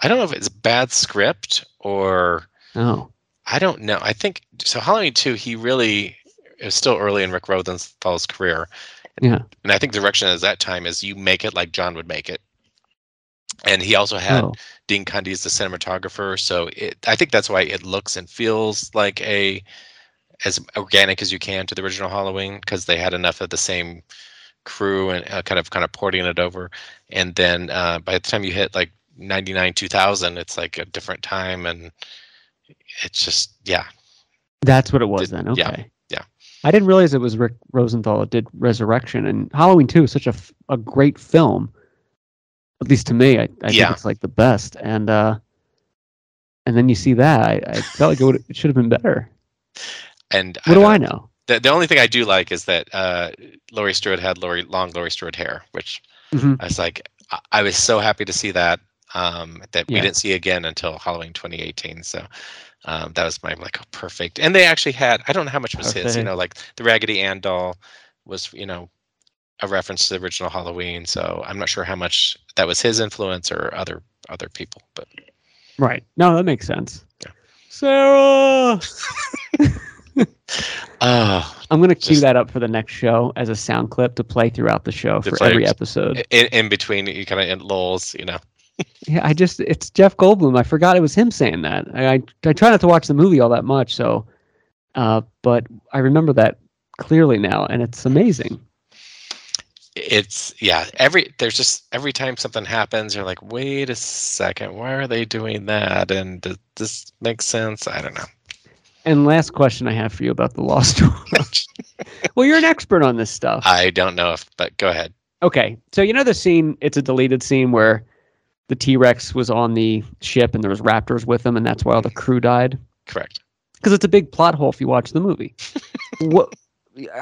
Speaker 1: I don't know if it's bad script or
Speaker 2: Oh,
Speaker 1: I don't know. I think so. Halloween two, he really it was still early in Rick Rosenthal's career.
Speaker 2: Yeah.
Speaker 1: and I think the direction at that time is you make it like John would make it. And he also had
Speaker 2: oh.
Speaker 1: Dean Cundy as the cinematographer, so it, I think that's why it looks and feels like a as organic as you can to the original Halloween because they had enough of the same crew and uh, kind of kind of porting it over. And then uh, by the time you hit like ninety nine two thousand, it's like a different time, and it's just yeah,
Speaker 2: That's what it was
Speaker 1: Did-
Speaker 2: then.
Speaker 1: yeah,
Speaker 2: Okay.
Speaker 1: yeah.
Speaker 2: I didn't realize it was Rick Rosenthal that did Resurrection. And Halloween 2 is such a, f- a great film. At least to me, I, I
Speaker 1: Yeah.
Speaker 2: think it's like the best. And uh, and then you see that. I, I felt like it, would, it should have been better.
Speaker 1: and
Speaker 2: What do
Speaker 1: don't-
Speaker 2: I know?
Speaker 1: the, the only thing I do like is that uh, Laurie Stewart had Laurie long Laurie Stewart hair, which
Speaker 2: Mhm.
Speaker 1: I was like, I, I was so happy to see that um, that we
Speaker 2: Yeah.
Speaker 1: didn't see again until Halloween 2018. So um, that was my like oh, perfect. And they actually had I don't know how much was his, you
Speaker 2: Perfect.
Speaker 1: know, like the Raggedy Ann doll was you know a reference to the original Halloween. So I'm not sure how much that was his influence or other other people, but
Speaker 2: Right. No, that makes sense.
Speaker 1: Yeah.
Speaker 2: Sarah!
Speaker 1: oh,
Speaker 2: I'm gonna cue
Speaker 1: Just-
Speaker 2: that up for the next show as a sound clip to play throughout the show
Speaker 1: To
Speaker 2: for
Speaker 1: play-
Speaker 2: every episode.
Speaker 1: in, in between you kind of in lulls, you know.
Speaker 2: yeah, I just it's Jeff Goldblum. I forgot it was him saying that. I I, I try not to watch the movie all that much, so uh, but I remember that clearly now, and it's amazing.
Speaker 1: it's yeah every there's just every time something happens you're like wait a second why are they doing that and does this make sense i don't know
Speaker 2: And last question I have for you about the Lost World. well, you're an expert on this stuff.
Speaker 1: i don't know if but go ahead
Speaker 2: Okay, so you know the scene. It's a deleted scene where the T Rex was on the ship, and there was raptors with him, and that's why all the crew died.
Speaker 1: correct
Speaker 2: because it's a big plot hole if you watch the movie. what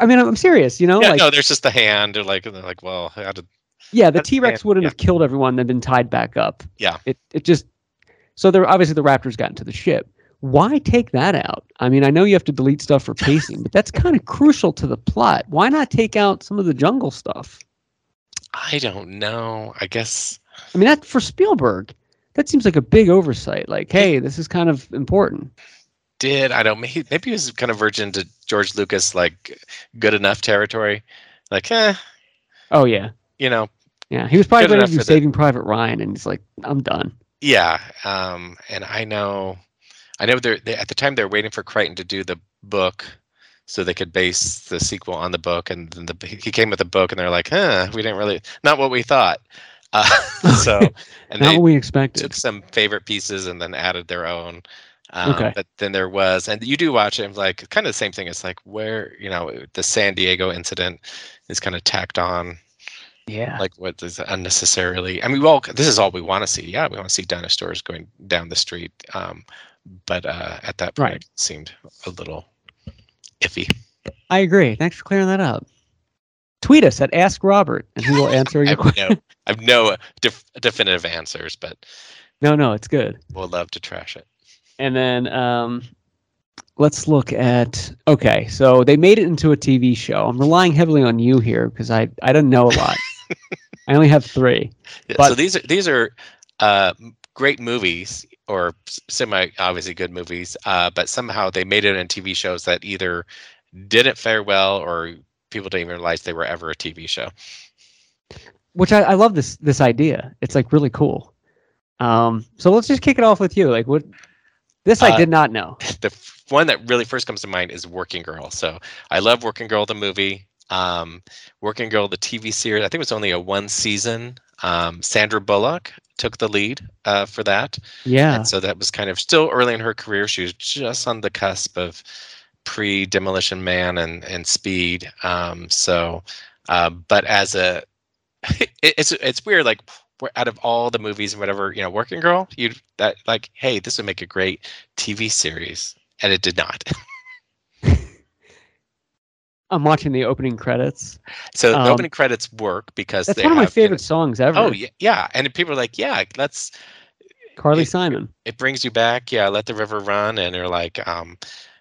Speaker 2: I mean, I'm I'm serious. You know,
Speaker 1: yeah,
Speaker 2: like
Speaker 1: no, there's just the hand. Or like, they're like, well, how did?
Speaker 2: yeah, the
Speaker 1: that's
Speaker 2: T Rex
Speaker 1: fair,
Speaker 2: wouldn't
Speaker 1: yeah.
Speaker 2: have killed everyone and been tied back up.
Speaker 1: Yeah.
Speaker 2: it it just so there obviously the Raptors got into the ship. Why take that out? I mean, I know you have to delete stuff for pacing, but that's kind of crucial to the plot. Why not take out some of the jungle stuff?
Speaker 1: I don't know. I guess.
Speaker 2: I mean, that for Spielberg, that seems like a big oversight. Like, hey, this is kind of important.
Speaker 1: did I don't maybe maybe he was kind of virgin to George Lucas like good enough territory, like eh,
Speaker 2: Oh yeah,
Speaker 1: you know,
Speaker 2: yeah. He was probably
Speaker 1: Good
Speaker 2: going
Speaker 1: enough
Speaker 2: to do
Speaker 1: for the-
Speaker 2: Saving Private Ryan, and he's like, I'm done.
Speaker 1: yeah. Um, and I know, I know they're they, at the time they're waiting for Crichton to do the book, so they could base the sequel on the book. And then the, he came with the book, and they're like, huh, we didn't really not what we thought. Uh, so and
Speaker 2: Not
Speaker 1: they
Speaker 2: what we expected.
Speaker 1: took some favorite pieces and then added their own. Um,
Speaker 2: Okay.
Speaker 1: But then there was, and you do watch it, and like kind of the same thing. It's like where you know the San Diego incident is kind of tacked on,
Speaker 2: Yeah.
Speaker 1: like what is unnecessarily. I mean, well, this is all we want to see. Yeah, we want to see dinosaurs going down the street. Um, but uh, at that point,
Speaker 2: Right.
Speaker 1: it seemed a little iffy.
Speaker 2: I agree. Thanks for clearing that up. Tweet us at Ask Robert, and he will answer
Speaker 1: I
Speaker 2: your question.
Speaker 1: have no, I have no uh, def- definitive answers, but
Speaker 2: No, no, it's good.
Speaker 1: we'll love to trash it.
Speaker 2: And then um, let's look at. Okay, so they made it into a TV show. I'm relying heavily on you here because I I don't know a lot. I only have three.
Speaker 1: Yeah, so
Speaker 2: But-
Speaker 1: these are these are uh, m- great movies or s- semi obviously good movies, uh, but somehow they made it in TV shows that either didn't fare well or people didn't even realize they were ever a TV show.
Speaker 2: which I, I love this this idea. It's like really cool. Um, so let's just kick it off with you. Like what this I
Speaker 1: Uh,
Speaker 2: did not know.
Speaker 1: The f- one that really first comes to mind is Working Girl. So I love Working Girl the movie. Um, Working Girl the TV series. I think it was only a one season. Um, Sandra Bullock took the lead uh, for that.
Speaker 2: Yeah.
Speaker 1: And so that was kind of still early in her career. She was just on the cusp of pre Demolition Man and and Speed. Um, so, uh, but as a, it, it's it's weird. Like we're out of all the movies and whatever, you know, Working Girl, you that like, hey, this would make a great TV series, and it did not.
Speaker 2: I'm watching the opening credits.
Speaker 1: so
Speaker 2: Um,
Speaker 1: the opening credits work because
Speaker 2: That's
Speaker 1: they
Speaker 2: one of my
Speaker 1: have, you know-
Speaker 2: favorite songs ever.
Speaker 1: oh yeah, yeah, and people are like, yeah, let's
Speaker 2: Carly
Speaker 1: it-
Speaker 2: Simon.
Speaker 1: it brings you back. Yeah, let the river run, and they're like um,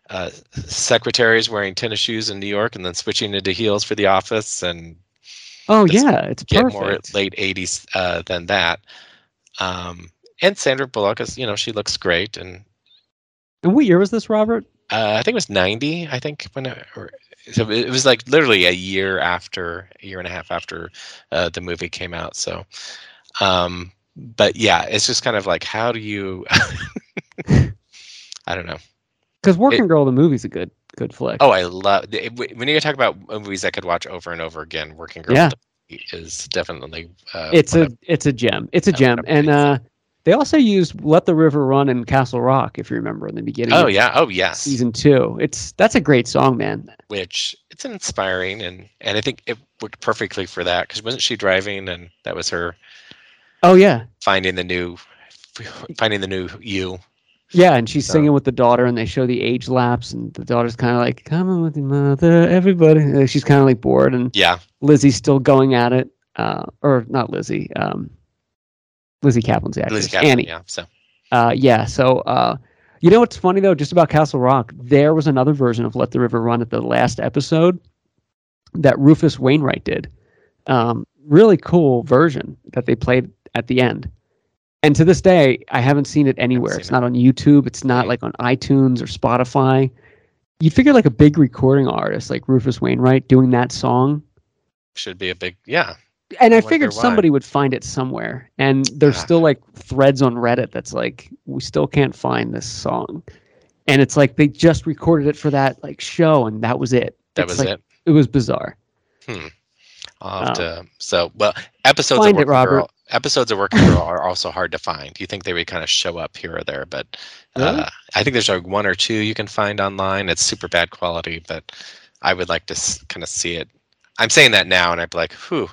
Speaker 1: uh, secretaries wearing tennis shoes in New York, and then switching into heels for the office, and
Speaker 2: Oh
Speaker 1: this
Speaker 2: yeah, it's
Speaker 1: get
Speaker 2: perfect.
Speaker 1: more late '80s uh, than that. Um, and Sandra Bullock is, you know, she looks great, and
Speaker 2: and what year was this, Robert?
Speaker 1: uh, I think it was '90. I think when it, or, so it was like literally a year after, a year and a half after uh, the movie came out. So, um, but yeah, it's just kind of like, how do you? I don't know.
Speaker 2: Because Working Girl, the movie's a good good flick.
Speaker 1: Oh, I love the- it- when you talk about uh, movies I could watch over and over again. Working Girl
Speaker 2: Yeah.
Speaker 1: is definitely uh,
Speaker 2: it's
Speaker 1: one
Speaker 2: a
Speaker 1: of-
Speaker 2: it's a gem. It's a
Speaker 1: I
Speaker 2: gem.
Speaker 1: would
Speaker 2: And
Speaker 1: appreciate
Speaker 2: uh, they also used "Let the River Run" and "Castle Rock," if you remember in the beginning.
Speaker 1: oh
Speaker 2: of
Speaker 1: yeah oh yes,
Speaker 2: Season two. It's that's a great song, man.
Speaker 1: which it's inspiring and and I think it worked perfectly for that because wasn't she driving and that was her
Speaker 2: Oh yeah,
Speaker 1: finding the new finding the new you.
Speaker 2: Yeah, and she's
Speaker 1: So-
Speaker 2: singing with the daughter, and they show the age lapse, and the daughter's kind of like, "Coming with your mother, everybody." Like, she's kind of like bored, and
Speaker 1: Yeah,
Speaker 2: Lizzie's still going at it, uh, or not Lizzie, um, Lizzie Kaplan's the actress,
Speaker 1: Liz Kaplan.
Speaker 2: Annie.
Speaker 1: Yeah, so
Speaker 2: Uh, yeah. So, uh, you know what's funny though, just about Castle Rock, there was another version of "Let the River Run" at the last episode that Rufus Wainwright did. Um, really cool version that they played at the end. And to this day, I haven't seen it anywhere.
Speaker 1: seen
Speaker 2: it's
Speaker 1: it.
Speaker 2: not on YouTube. It's not
Speaker 1: Mm.
Speaker 2: like on iTunes or Spotify. You'd figure like a big recording artist like Rufus Wainwright doing that song.
Speaker 1: should be a big yeah.
Speaker 2: And I
Speaker 1: wonder
Speaker 2: figured
Speaker 1: why.
Speaker 2: somebody would find it somewhere. And there's
Speaker 1: Ah.
Speaker 2: still like threads on Reddit that's like, we still can't find this song. And it's like they just recorded it for that like show and that was it.
Speaker 1: That
Speaker 2: It's
Speaker 1: was
Speaker 2: like-
Speaker 1: it.
Speaker 2: It was bizarre.
Speaker 1: I'll have
Speaker 2: um,
Speaker 1: to, so well episodes
Speaker 2: Find
Speaker 1: of
Speaker 2: it,
Speaker 1: Working
Speaker 2: Robert.
Speaker 1: Girl episodes of Working Girl are also hard to find. You think they would kind of show up here or there, but
Speaker 2: Really?
Speaker 1: uh, I think there's like one or two you can find online. It's super bad quality, but I would like to s- kind of see it. I'm saying that now, and I'd be like, "Whew,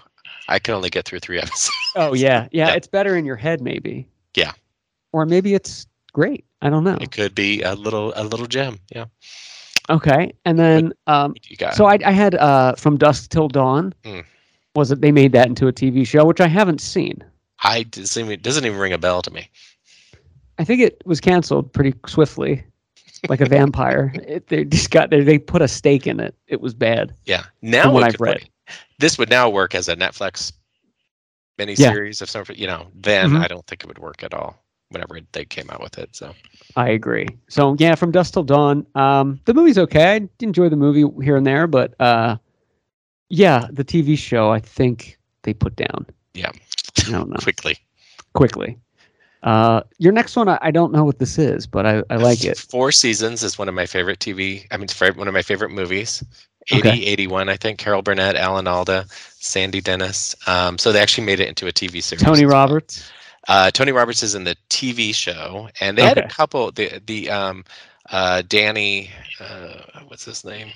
Speaker 1: I can only get through three episodes."
Speaker 2: Oh yeah, yeah.
Speaker 1: Yeah.
Speaker 2: It's better in your head, maybe.
Speaker 1: Yeah.
Speaker 2: Or maybe it's great. I don't know.
Speaker 1: It could be a little a little gem. Yeah,
Speaker 2: Okay, and then um,
Speaker 1: You got
Speaker 2: so I, I had uh, from dusk till dawn.
Speaker 1: Mm.
Speaker 2: Was it they made that into a TV show, which I haven't seen.
Speaker 1: I doesn't even, it doesn't even ring a bell to me.
Speaker 2: I think it was canceled pretty swiftly, like a vampire. It, they just got they they put a stake in it. It was bad.
Speaker 1: Yeah. Now
Speaker 2: From what
Speaker 1: it
Speaker 2: I've
Speaker 1: could work-
Speaker 2: read.
Speaker 1: this would now work as a Netflix miniseries of some, you know, then
Speaker 2: Mhm.
Speaker 1: I don't think it would work at all whenever they came out with it. So
Speaker 2: I agree. So yeah, from dusk till dawn. Um, the movie's okay. I did enjoy the movie here and there, but uh, yeah, the TV show I think they put down.
Speaker 1: Yeah.
Speaker 2: I don't know
Speaker 1: quickly.
Speaker 2: quickly. Uh, your next one, I, I don't know what this is, but I, I like it.
Speaker 1: Four Seasons is one of my favorite TV, I mean, it's fav- one of my favorite movies. 80,
Speaker 2: Okay.
Speaker 1: 81, I think. Carol Burnett, Alan Alda, Sandy Dennis. Um, so they actually made it into a TV series.
Speaker 2: Tony
Speaker 1: as well.
Speaker 2: Roberts.
Speaker 1: Uh, Tony Roberts is in the TV show, and they had a
Speaker 2: Okay.
Speaker 1: couple. The the um, uh, Danny, uh, what's his name?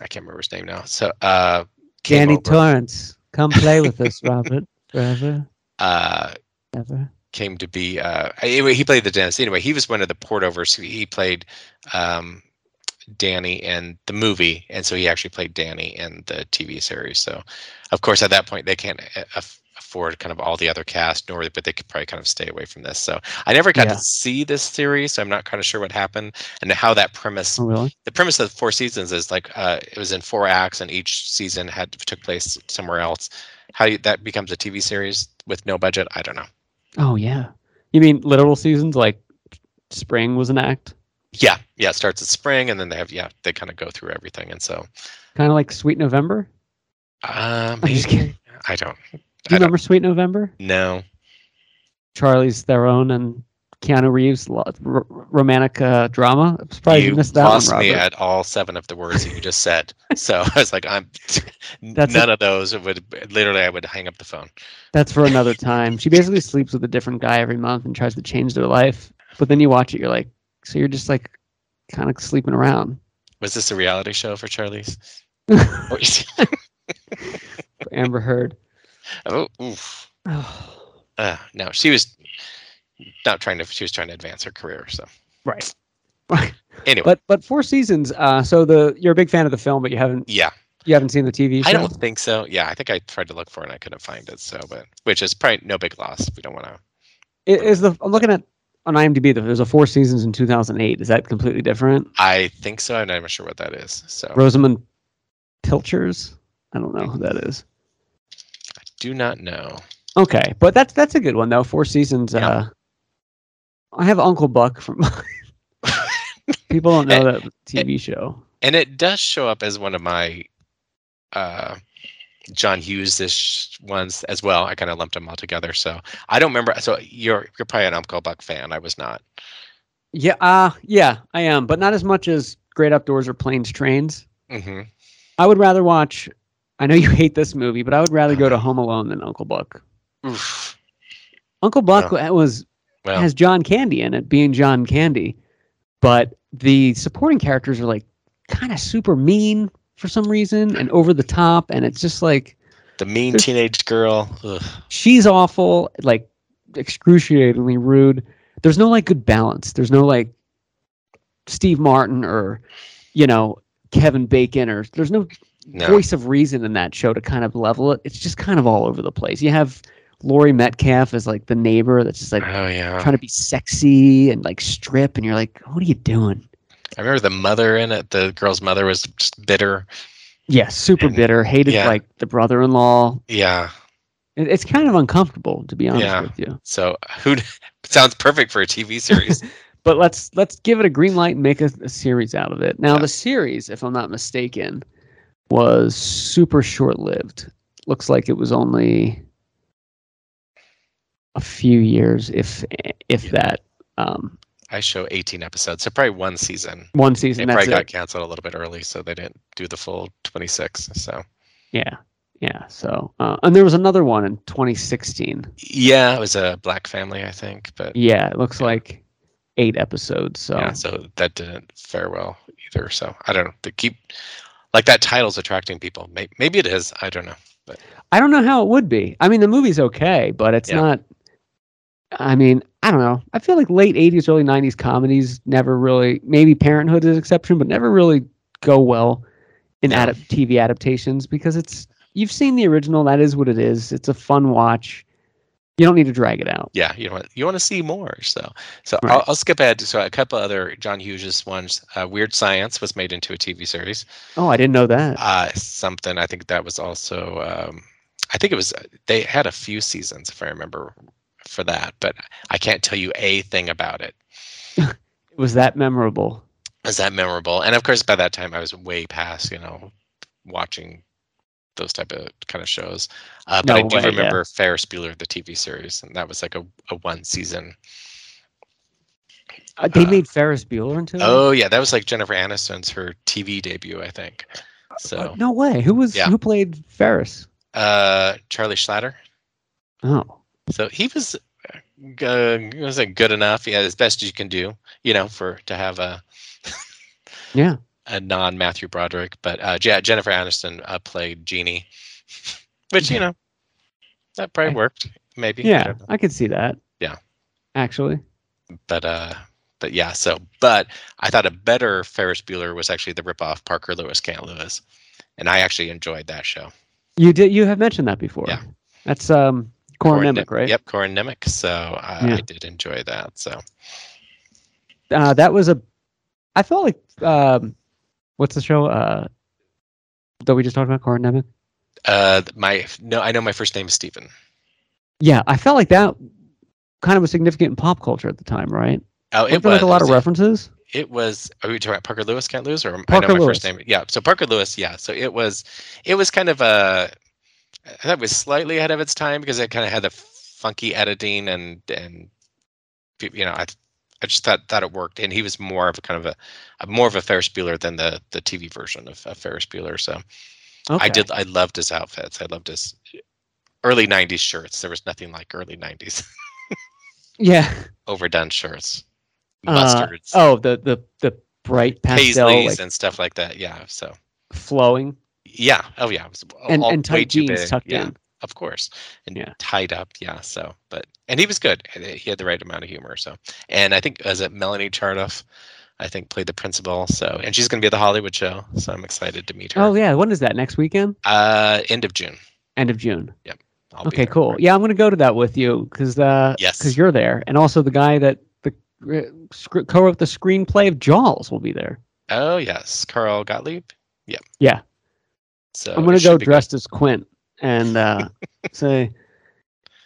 Speaker 1: I can't remember his name now. So uh, came
Speaker 2: Danny
Speaker 1: over,
Speaker 2: Torrance, come play with us, Robert, forever,
Speaker 1: uh,
Speaker 2: ever.
Speaker 1: came to be. Uh, anyway, he played the dentist. Anyway, he was one of the portovers. He he played um, Danny in the movie, and so he actually played Danny in the TV series. So, of course, at that point, they can't a- aff- afford kind of all the other cast, nor but they could probably kind of stay away from this. So, I never got
Speaker 2: Yeah.
Speaker 1: to see this series, so I'm not kind of sure what happened and how that premise
Speaker 2: Oh, really?
Speaker 1: the premise of four seasons is like uh, it was in four acts and each season had took place somewhere else how you, that becomes a tv series with no budget i don't know
Speaker 2: Oh, yeah. You mean literal seasons? Like spring was an act,
Speaker 1: yeah yeah it starts in spring and then they have yeah they kind of go through everything and so
Speaker 2: kind of like Sweet November.
Speaker 1: um
Speaker 2: I'm just kidding.
Speaker 1: i don't I
Speaker 2: Do you
Speaker 1: don't-
Speaker 2: remember Sweet November?
Speaker 1: know
Speaker 2: Charlie's Theron and Keanu Reeves lo- r- romantic uh, drama. I'm surprised you,
Speaker 1: you
Speaker 2: missed that
Speaker 1: lost
Speaker 2: one,
Speaker 1: me
Speaker 2: Robert.
Speaker 1: at all seven of the words that you just said so i was like i'm
Speaker 2: That's
Speaker 1: none of those would literally i would hang up the phone
Speaker 2: That's for another time. She basically sleeps with a different guy every month and tries to change their life. But then you watch it, you're like, so you're just like kind of sleeping around.
Speaker 1: was this a reality show for charlie's
Speaker 2: Amber Heard.
Speaker 1: oh oof.
Speaker 2: Oh,
Speaker 1: uh, no, she was not trying to. She was trying to advance her career. So
Speaker 2: right.
Speaker 1: anyway,
Speaker 2: But but four seasons. Uh, so the you're a big fan of the film, but you haven't
Speaker 1: yeah,
Speaker 2: you haven't seen the TV show.
Speaker 1: I don't think so. Yeah, I think I tried to look for it and I couldn't find it. So, but which is probably no big loss. We don't want to.
Speaker 2: I- Is the I'm looking at on IMDb. There's a four seasons in 2008. Is that completely different?
Speaker 1: I think so. I'm not even sure what that is. So
Speaker 2: Rosamund Pilchers. I don't know who that is.
Speaker 1: I do not know.
Speaker 2: Okay, but that's that's a good one though. Four seasons.
Speaker 1: Yeah.
Speaker 2: Uh, I have Uncle Buck from. People don't know that TV show.
Speaker 1: And it does show up as one of my uh, John Hughes ish ones as well. I kind of lumped them all together. So I don't remember. So you're you're probably an Uncle Buck fan. I was not.
Speaker 2: Yeah, uh, yeah, I am, but not as much as Great Outdoors or Planes Trains.
Speaker 1: hmm
Speaker 2: I would rather watch. I know you hate this movie, but I would rather go to Home Alone than Uncle Buck.
Speaker 1: Oof.
Speaker 2: Uncle Buck was
Speaker 1: Well,
Speaker 2: has John Candy in it, being John Candy, but the supporting characters are like kind of super mean for some reason and over the top, and it's just like
Speaker 1: the mean teenage girl. Ugh.
Speaker 2: she's awful, like excruciatingly rude. There's no like good balance. There's no like Steve Martin or you know Kevin Bacon or there's no
Speaker 1: No.
Speaker 2: voice of reason in that show to kind of level it. It's just kind of all over the place. You have Laurie Metcalf as like the neighbor that's just like
Speaker 1: Oh yeah.
Speaker 2: trying to be sexy and like strip, and you're like, what are you doing?
Speaker 1: I remember the mother in it. The girl's mother was just bitter.
Speaker 2: Yeah, super
Speaker 1: And-
Speaker 2: bitter. Hated
Speaker 1: yeah.
Speaker 2: like the brother-in-law.
Speaker 1: Yeah.
Speaker 2: It, it's kind of uncomfortable to be honest
Speaker 1: Yeah.
Speaker 2: with you.
Speaker 1: So who kn- sounds perfect for a TV series?
Speaker 2: But let's let's give it a green light and make a, a series out of it. Now
Speaker 1: Yeah.
Speaker 2: the series, if I'm not mistaken, was super short-lived. Looks like it was only a few years, if if
Speaker 1: Yeah.
Speaker 2: that. Um,
Speaker 1: I show 18 episodes, so probably one season.
Speaker 2: one
Speaker 1: It
Speaker 2: season.
Speaker 1: probably
Speaker 2: That's
Speaker 1: got
Speaker 2: it.
Speaker 1: canceled a little bit early, so they didn't do the full 26. So
Speaker 2: Yeah, yeah. So uh, and there was another one in 2016.
Speaker 1: yeah, it was a black family, I think, but
Speaker 2: Yeah, it looks
Speaker 1: Yeah.
Speaker 2: like eight episodes. Mm, So
Speaker 1: yeah, so that didn't fare well either. So I don't know. They keep like that title's attracting people. May- Maybe it is. I don't know.
Speaker 2: I don't know how it would be. I mean, the movie's okay, but it's
Speaker 1: Yeah.
Speaker 2: not. I mean, I don't know. I feel like late 80s, early 90s comedies never really, maybe Parenthood is an exception, but never really go well in
Speaker 1: Yeah.
Speaker 2: adap- TV adaptations because it's, you've seen the original. That is what it is. It's a fun watch. You don't need to drag it out.
Speaker 1: yeah, you want you want to see more. So, so
Speaker 2: Right.
Speaker 1: I'll, I'll skip ahead to so a couple other John Hughes ones. Uh, Weird Science was made into a TV series.
Speaker 2: Oh, I didn't know that.
Speaker 1: Uh, something I think that was also. Um, I think it was they had a few seasons if I remember for that, but I can't tell you a thing about it.
Speaker 2: It was that memorable.
Speaker 1: Is that memorable? And of course, by that time I was way past you know watching those type of kind of shows. Uh, but I
Speaker 2: No
Speaker 1: do
Speaker 2: way, yeah.
Speaker 1: remember Ferris Bueller the TV series, and that was like a, a one season
Speaker 2: Uh, they
Speaker 1: Uh,
Speaker 2: made Ferris Bueller into it?
Speaker 1: Oh yeah, that was like Jennifer Aniston's her TV debut, I think.
Speaker 2: Uh,
Speaker 1: So
Speaker 2: no way. Who was,
Speaker 1: Yeah.
Speaker 2: who played Ferris?
Speaker 1: uh, Charlie Schlatter.
Speaker 2: Oh,
Speaker 1: So he was uh, wasn't good enough. Yeah, as best as you can do, you know, for to have a
Speaker 2: yeah.
Speaker 1: a non Matthew Broderick. But uh, yeah, Jennifer Aniston uh, played Jeannie, which you know that probably
Speaker 2: Okay.
Speaker 1: worked, maybe. uh, I
Speaker 2: Yeah.
Speaker 1: don't know.
Speaker 2: I could see that.
Speaker 1: Yeah.
Speaker 2: Actually.
Speaker 1: But uh, but yeah. So but I thought a better Ferris Bueller was actually the ripoff Parker Lewis Can't Lewis, and I actually enjoyed that show.
Speaker 2: You did. You have mentioned that before.
Speaker 1: Yeah.
Speaker 2: That's um Corin Nemec,
Speaker 1: Nim-
Speaker 2: right?
Speaker 1: Yep, Corin Nimic. So uh,
Speaker 2: Yeah.
Speaker 1: I did enjoy that. So
Speaker 2: Uh, that was a. I felt like um, what's the show? Uh, that we just talked about Corin Nemec.
Speaker 1: uh, my no, I know my first name is Stephen.
Speaker 2: Yeah, I felt like that kind of was significant in pop culture at the time, right?
Speaker 1: Oh,
Speaker 2: Wasn't
Speaker 1: it
Speaker 2: there,
Speaker 1: was
Speaker 2: like a lot of
Speaker 1: it,
Speaker 2: references.
Speaker 1: it was. Are we talking about Parker Lewis can't lose, or I
Speaker 2: Parker
Speaker 1: know my
Speaker 2: Lewis.
Speaker 1: first name? Yeah. So Parker Lewis. Yeah. So it was. It was kind of a. I thought it was slightly ahead of its time because it kind of had the funky editing and and you know I I just thought thought it worked and he was more of a kind of a, a more of a Ferris Bueller than the the TV version of, of Ferris Bueller. So
Speaker 2: Okay.
Speaker 1: I did. I loved his outfits. I loved his early '90s shirts. There was nothing like early '90s
Speaker 2: Yeah.
Speaker 1: overdone shirts,
Speaker 2: Uh,
Speaker 1: mustards,
Speaker 2: Oh, the the the bright pastel,
Speaker 1: paisleys,
Speaker 2: like
Speaker 1: and stuff like that. Yeah. So
Speaker 2: flowing,
Speaker 1: yeah. Oh yeah. It was
Speaker 2: and
Speaker 1: all
Speaker 2: and
Speaker 1: way
Speaker 2: tight
Speaker 1: too
Speaker 2: jeans
Speaker 1: big.
Speaker 2: tucked
Speaker 1: yeah,
Speaker 2: in.
Speaker 1: Of course, and
Speaker 2: Yeah.
Speaker 1: tied up. Yeah. So, but and he was good. and He had the right amount of humor. So, and I think as it Melanie Charnoff, I think played the principal. So, and she's going to be at the Hollywood show. So I'm excited to meet her.
Speaker 2: Oh yeah. When is that? Next weekend?
Speaker 1: Uh, end of June.
Speaker 2: End of June.
Speaker 1: I'll be
Speaker 2: Okay,
Speaker 1: there.
Speaker 2: cool. Yeah, I'm gonna go to that with you because uh,
Speaker 1: Yes.
Speaker 2: because you're there, and also the guy that the uh, sc- co-wrote the screenplay of Jaws will be there.
Speaker 1: Oh yes, Carl Gottlieb. Yeah.
Speaker 2: Yeah.
Speaker 1: So
Speaker 2: I'm
Speaker 1: it
Speaker 2: gonna
Speaker 1: Oh, should
Speaker 2: go
Speaker 1: be
Speaker 2: dressed as Quint and uh, say,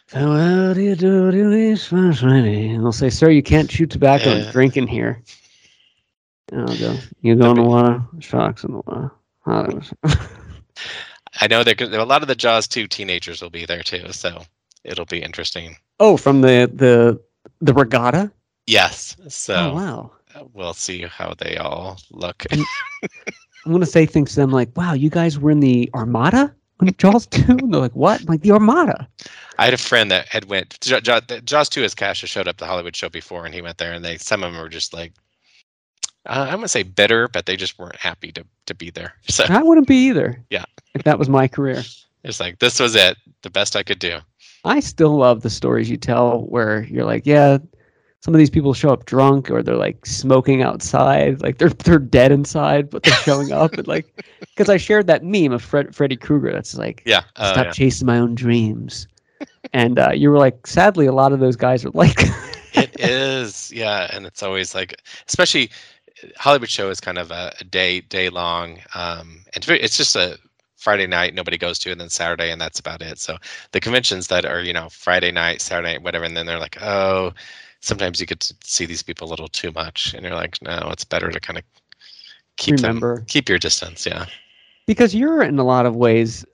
Speaker 2: "Farewell, dear Jody, this fine lady." and they'll say, "Sir, you can't chew tobacco and
Speaker 1: Uh.
Speaker 2: drink in here." And I'll go. You go in the water. Sharks in the water. Hot as-"
Speaker 1: I know there could- a lot of the Jaws 2 teenagers will be there too, so it'll be interesting.
Speaker 2: Oh, from the the the regatta.
Speaker 1: Yes. So
Speaker 2: Oh wow.
Speaker 1: uh, we'll see how they all look.
Speaker 2: I'm gonna say things to them like, "Wow, you guys were in the Armada when Charles two? And they're like, "What?" I'm like the Armada.
Speaker 1: I had a friend that had went J- J- the Jaws 2 as Cash showed up at the Hollywood show before and he went there and they some of them were just like uh, I wouldn't say bitter, but they just weren't happy to to be there. So
Speaker 2: And I wouldn't be either.
Speaker 1: Yeah.
Speaker 2: if that was my career,
Speaker 1: it's like this was it, the best I could do.
Speaker 2: I still love the stories you tell where you're like, "Yeah, some of these people show up drunk, or they're like smoking outside, like they're they're dead inside, but they're showing up." And like, because I shared that meme of Fred Freddy Krueger. That's like,
Speaker 1: Yeah. Oh,
Speaker 2: "Stop
Speaker 1: yeah.
Speaker 2: chasing my own dreams," and uh, you were like, "Sadly, a lot of those guys are like."
Speaker 1: it is yeah and it's always like especially uh, hollywood show is kind of a, a day day long um and it's very- it's just a friday night nobody goes to and then saturday and that's about it so the conventions that are you know friday night saturday night whatever and then they're like oh sometimes you get to see these people a little too much and you're like no it's better to kind of keep
Speaker 2: Remember.
Speaker 1: them keep your distance yeah
Speaker 2: because you're in a lot of ways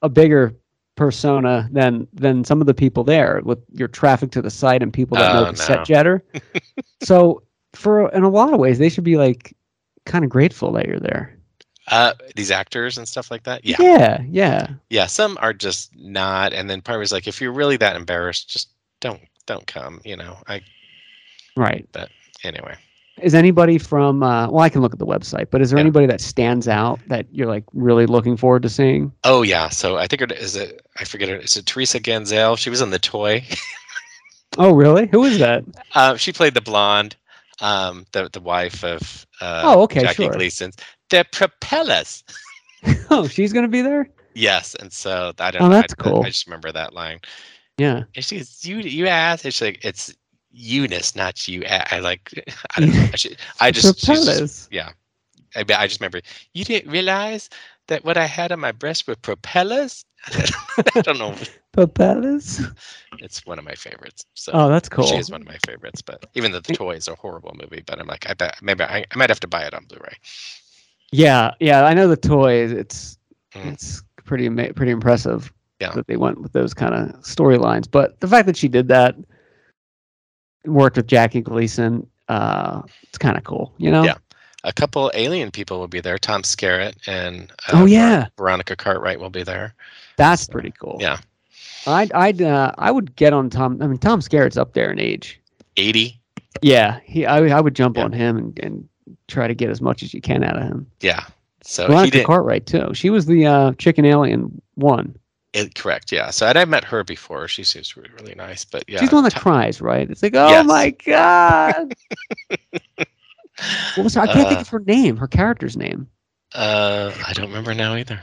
Speaker 2: a bigger persona than than some of the people there with your traffic to the site and people that know
Speaker 1: Oh,
Speaker 2: the
Speaker 1: no.
Speaker 2: set jetter. so for in a lot of ways they should be like kind of grateful that you're there.
Speaker 1: uh these actors and stuff like that yeah
Speaker 2: Yeah, yeah.
Speaker 1: yeah some are just not and then part of it is like if you're really that embarrassed just don't don't come you know i
Speaker 2: Right.
Speaker 1: anyway
Speaker 2: Is anybody from uh, well I can look at the website, but is there
Speaker 1: Yeah.
Speaker 2: anybody that stands out that you're like really looking forward to seeing?
Speaker 1: Oh yeah, so I think her is it I forget her is it Teresa Ganzel? She was in the toy.
Speaker 2: Oh, really? Who is that?
Speaker 1: Uh, she played the blonde, um, the the wife of uh,
Speaker 2: Oh, okay,
Speaker 1: Jackie
Speaker 2: sure.
Speaker 1: Gleason. The Propellers.
Speaker 2: oh, she's gonna be there.
Speaker 1: Yes, and so I don't.
Speaker 2: Oh,
Speaker 1: know, I-
Speaker 2: that's cool.
Speaker 1: I just remember that line.
Speaker 2: Yeah.
Speaker 1: And she goes, "You, you ass." It's like it's Eunice, not you. a-" I like. I don't know. I, should, I just. she's just-
Speaker 2: Propellers.
Speaker 1: I, I just remember you didn't realize that what I had on my breast were propellers. I don't know.
Speaker 2: Propellers.
Speaker 1: It's one of my favorites. So
Speaker 2: Oh, that's cool.
Speaker 1: she is one of my favorites. But even though the toy is a horrible movie, but I'm like, I bet maybe I, I might have to buy it on Blu-ray.
Speaker 2: Yeah, yeah, I know the toys. It's
Speaker 1: Mm.
Speaker 2: it's pretty ama- pretty impressive
Speaker 1: Yeah.
Speaker 2: that they went with those kind of storylines. But the fact that she did that, worked with Jackie Gleason, uh, it's kind of cool, you know.
Speaker 1: Yeah. A couple alien people will be there. Tom Skerritt and uh,
Speaker 2: Oh, yeah.
Speaker 1: Ver- Veronica Cartwright will be there.
Speaker 2: That's pretty cool.
Speaker 1: Yeah.
Speaker 2: I'd I'd uh, I would get on Tom. I mean, Tom Skerritt's up there in age.
Speaker 1: Eighty.
Speaker 2: Yeah, he I, I would jump
Speaker 1: Yeah.
Speaker 2: on him and, and try to get as much as you can out of him.
Speaker 1: Yeah. So Oh, he
Speaker 2: Veronica
Speaker 1: did.
Speaker 2: Cartwright too. She was the uh, chicken alien one.
Speaker 1: it, correct. Yeah. So and I met her before. She seems re- really nice. But yeah.
Speaker 2: She's the one that
Speaker 1: Tom-
Speaker 2: cries, right? It's like, oh
Speaker 1: Yes.
Speaker 2: my god. What was her? I can't think
Speaker 1: Uh,
Speaker 2: of her name, her character's name.
Speaker 1: Uh, I don't remember now either.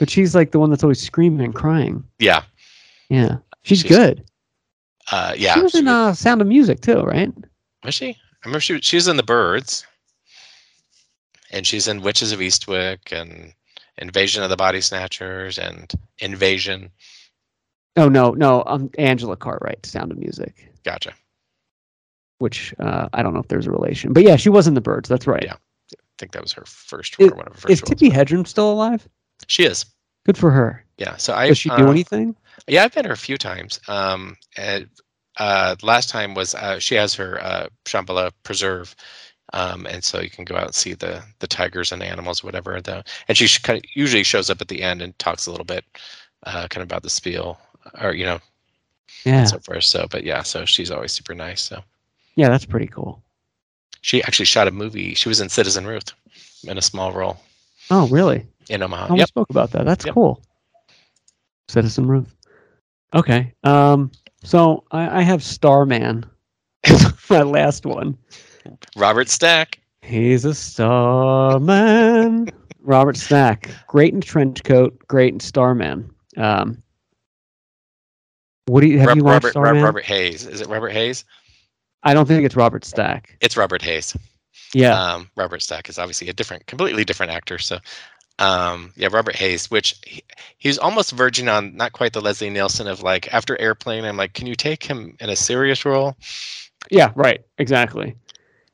Speaker 2: But she's like the one that's always screaming and crying.
Speaker 1: Yeah.
Speaker 2: Yeah, she's,
Speaker 1: She's-
Speaker 2: good.
Speaker 1: Uh, yeah.
Speaker 2: she was
Speaker 1: she
Speaker 2: in
Speaker 1: was-
Speaker 2: uh, Sound of Music too, right?
Speaker 1: was she? I remember she was- she was in The Birds, and she's in Witches of Eastwick and Invasion of the Body Snatchers and Invasion.
Speaker 2: Oh no, no, um, Angela Cartwright, Sound of Music,
Speaker 1: Gotcha.
Speaker 2: which uh, I don't know if there's a relation, but yeah, she was in The Birds. That's right.
Speaker 1: Yeah, I think that was her first
Speaker 2: Is-
Speaker 1: or one of her
Speaker 2: Is
Speaker 1: first. roles.
Speaker 2: Tippi Hedren still alive?
Speaker 1: She is.
Speaker 2: Good for her.
Speaker 1: Yeah. So I
Speaker 2: Does she do
Speaker 1: uh,
Speaker 2: anything?
Speaker 1: Yeah, I've met her a few times. Um, and, uh, last time was uh, she has her uh, Shambhala Preserve, um, and so you can go out and see the the tigers and animals, whatever. The and she sh- kind of usually shows up at the end and talks a little bit, uh, kind of about the spiel uh, or you know
Speaker 2: Yeah,
Speaker 1: so forth. So, but yeah, so she's always super nice. So
Speaker 2: yeah, that's pretty cool.
Speaker 1: she actually shot a movie. She was in Citizen Ruth in a small role
Speaker 2: Oh really?
Speaker 1: in
Speaker 2: I
Speaker 1: Omaha.
Speaker 2: almost
Speaker 1: Yep.
Speaker 2: spoke about that. That's
Speaker 1: Yep.
Speaker 2: cool. Citizen Ruth. Okay. Um. So I, I have Starman. my last one.
Speaker 1: Robert Stack.
Speaker 2: He's a starman. Robert Stack, great in trench coat, great in Starman. Um, what do you have
Speaker 1: Rob-
Speaker 2: you watched
Speaker 1: Robert, Rob-
Speaker 2: Starman?
Speaker 1: Robert Hayes. Is it Robert Hayes?
Speaker 2: I don't think it's Robert Stack.
Speaker 1: It's Robert Hayes.
Speaker 2: Yeah,
Speaker 1: um, Robert Stack is obviously a different, completely different actor. So, um, yeah, Robert Hayes, which he, he's almost verging on not quite the Leslie Nielsen of like after Airplane. I'm like, can you take him in a serious role?
Speaker 2: yeah, right, exactly.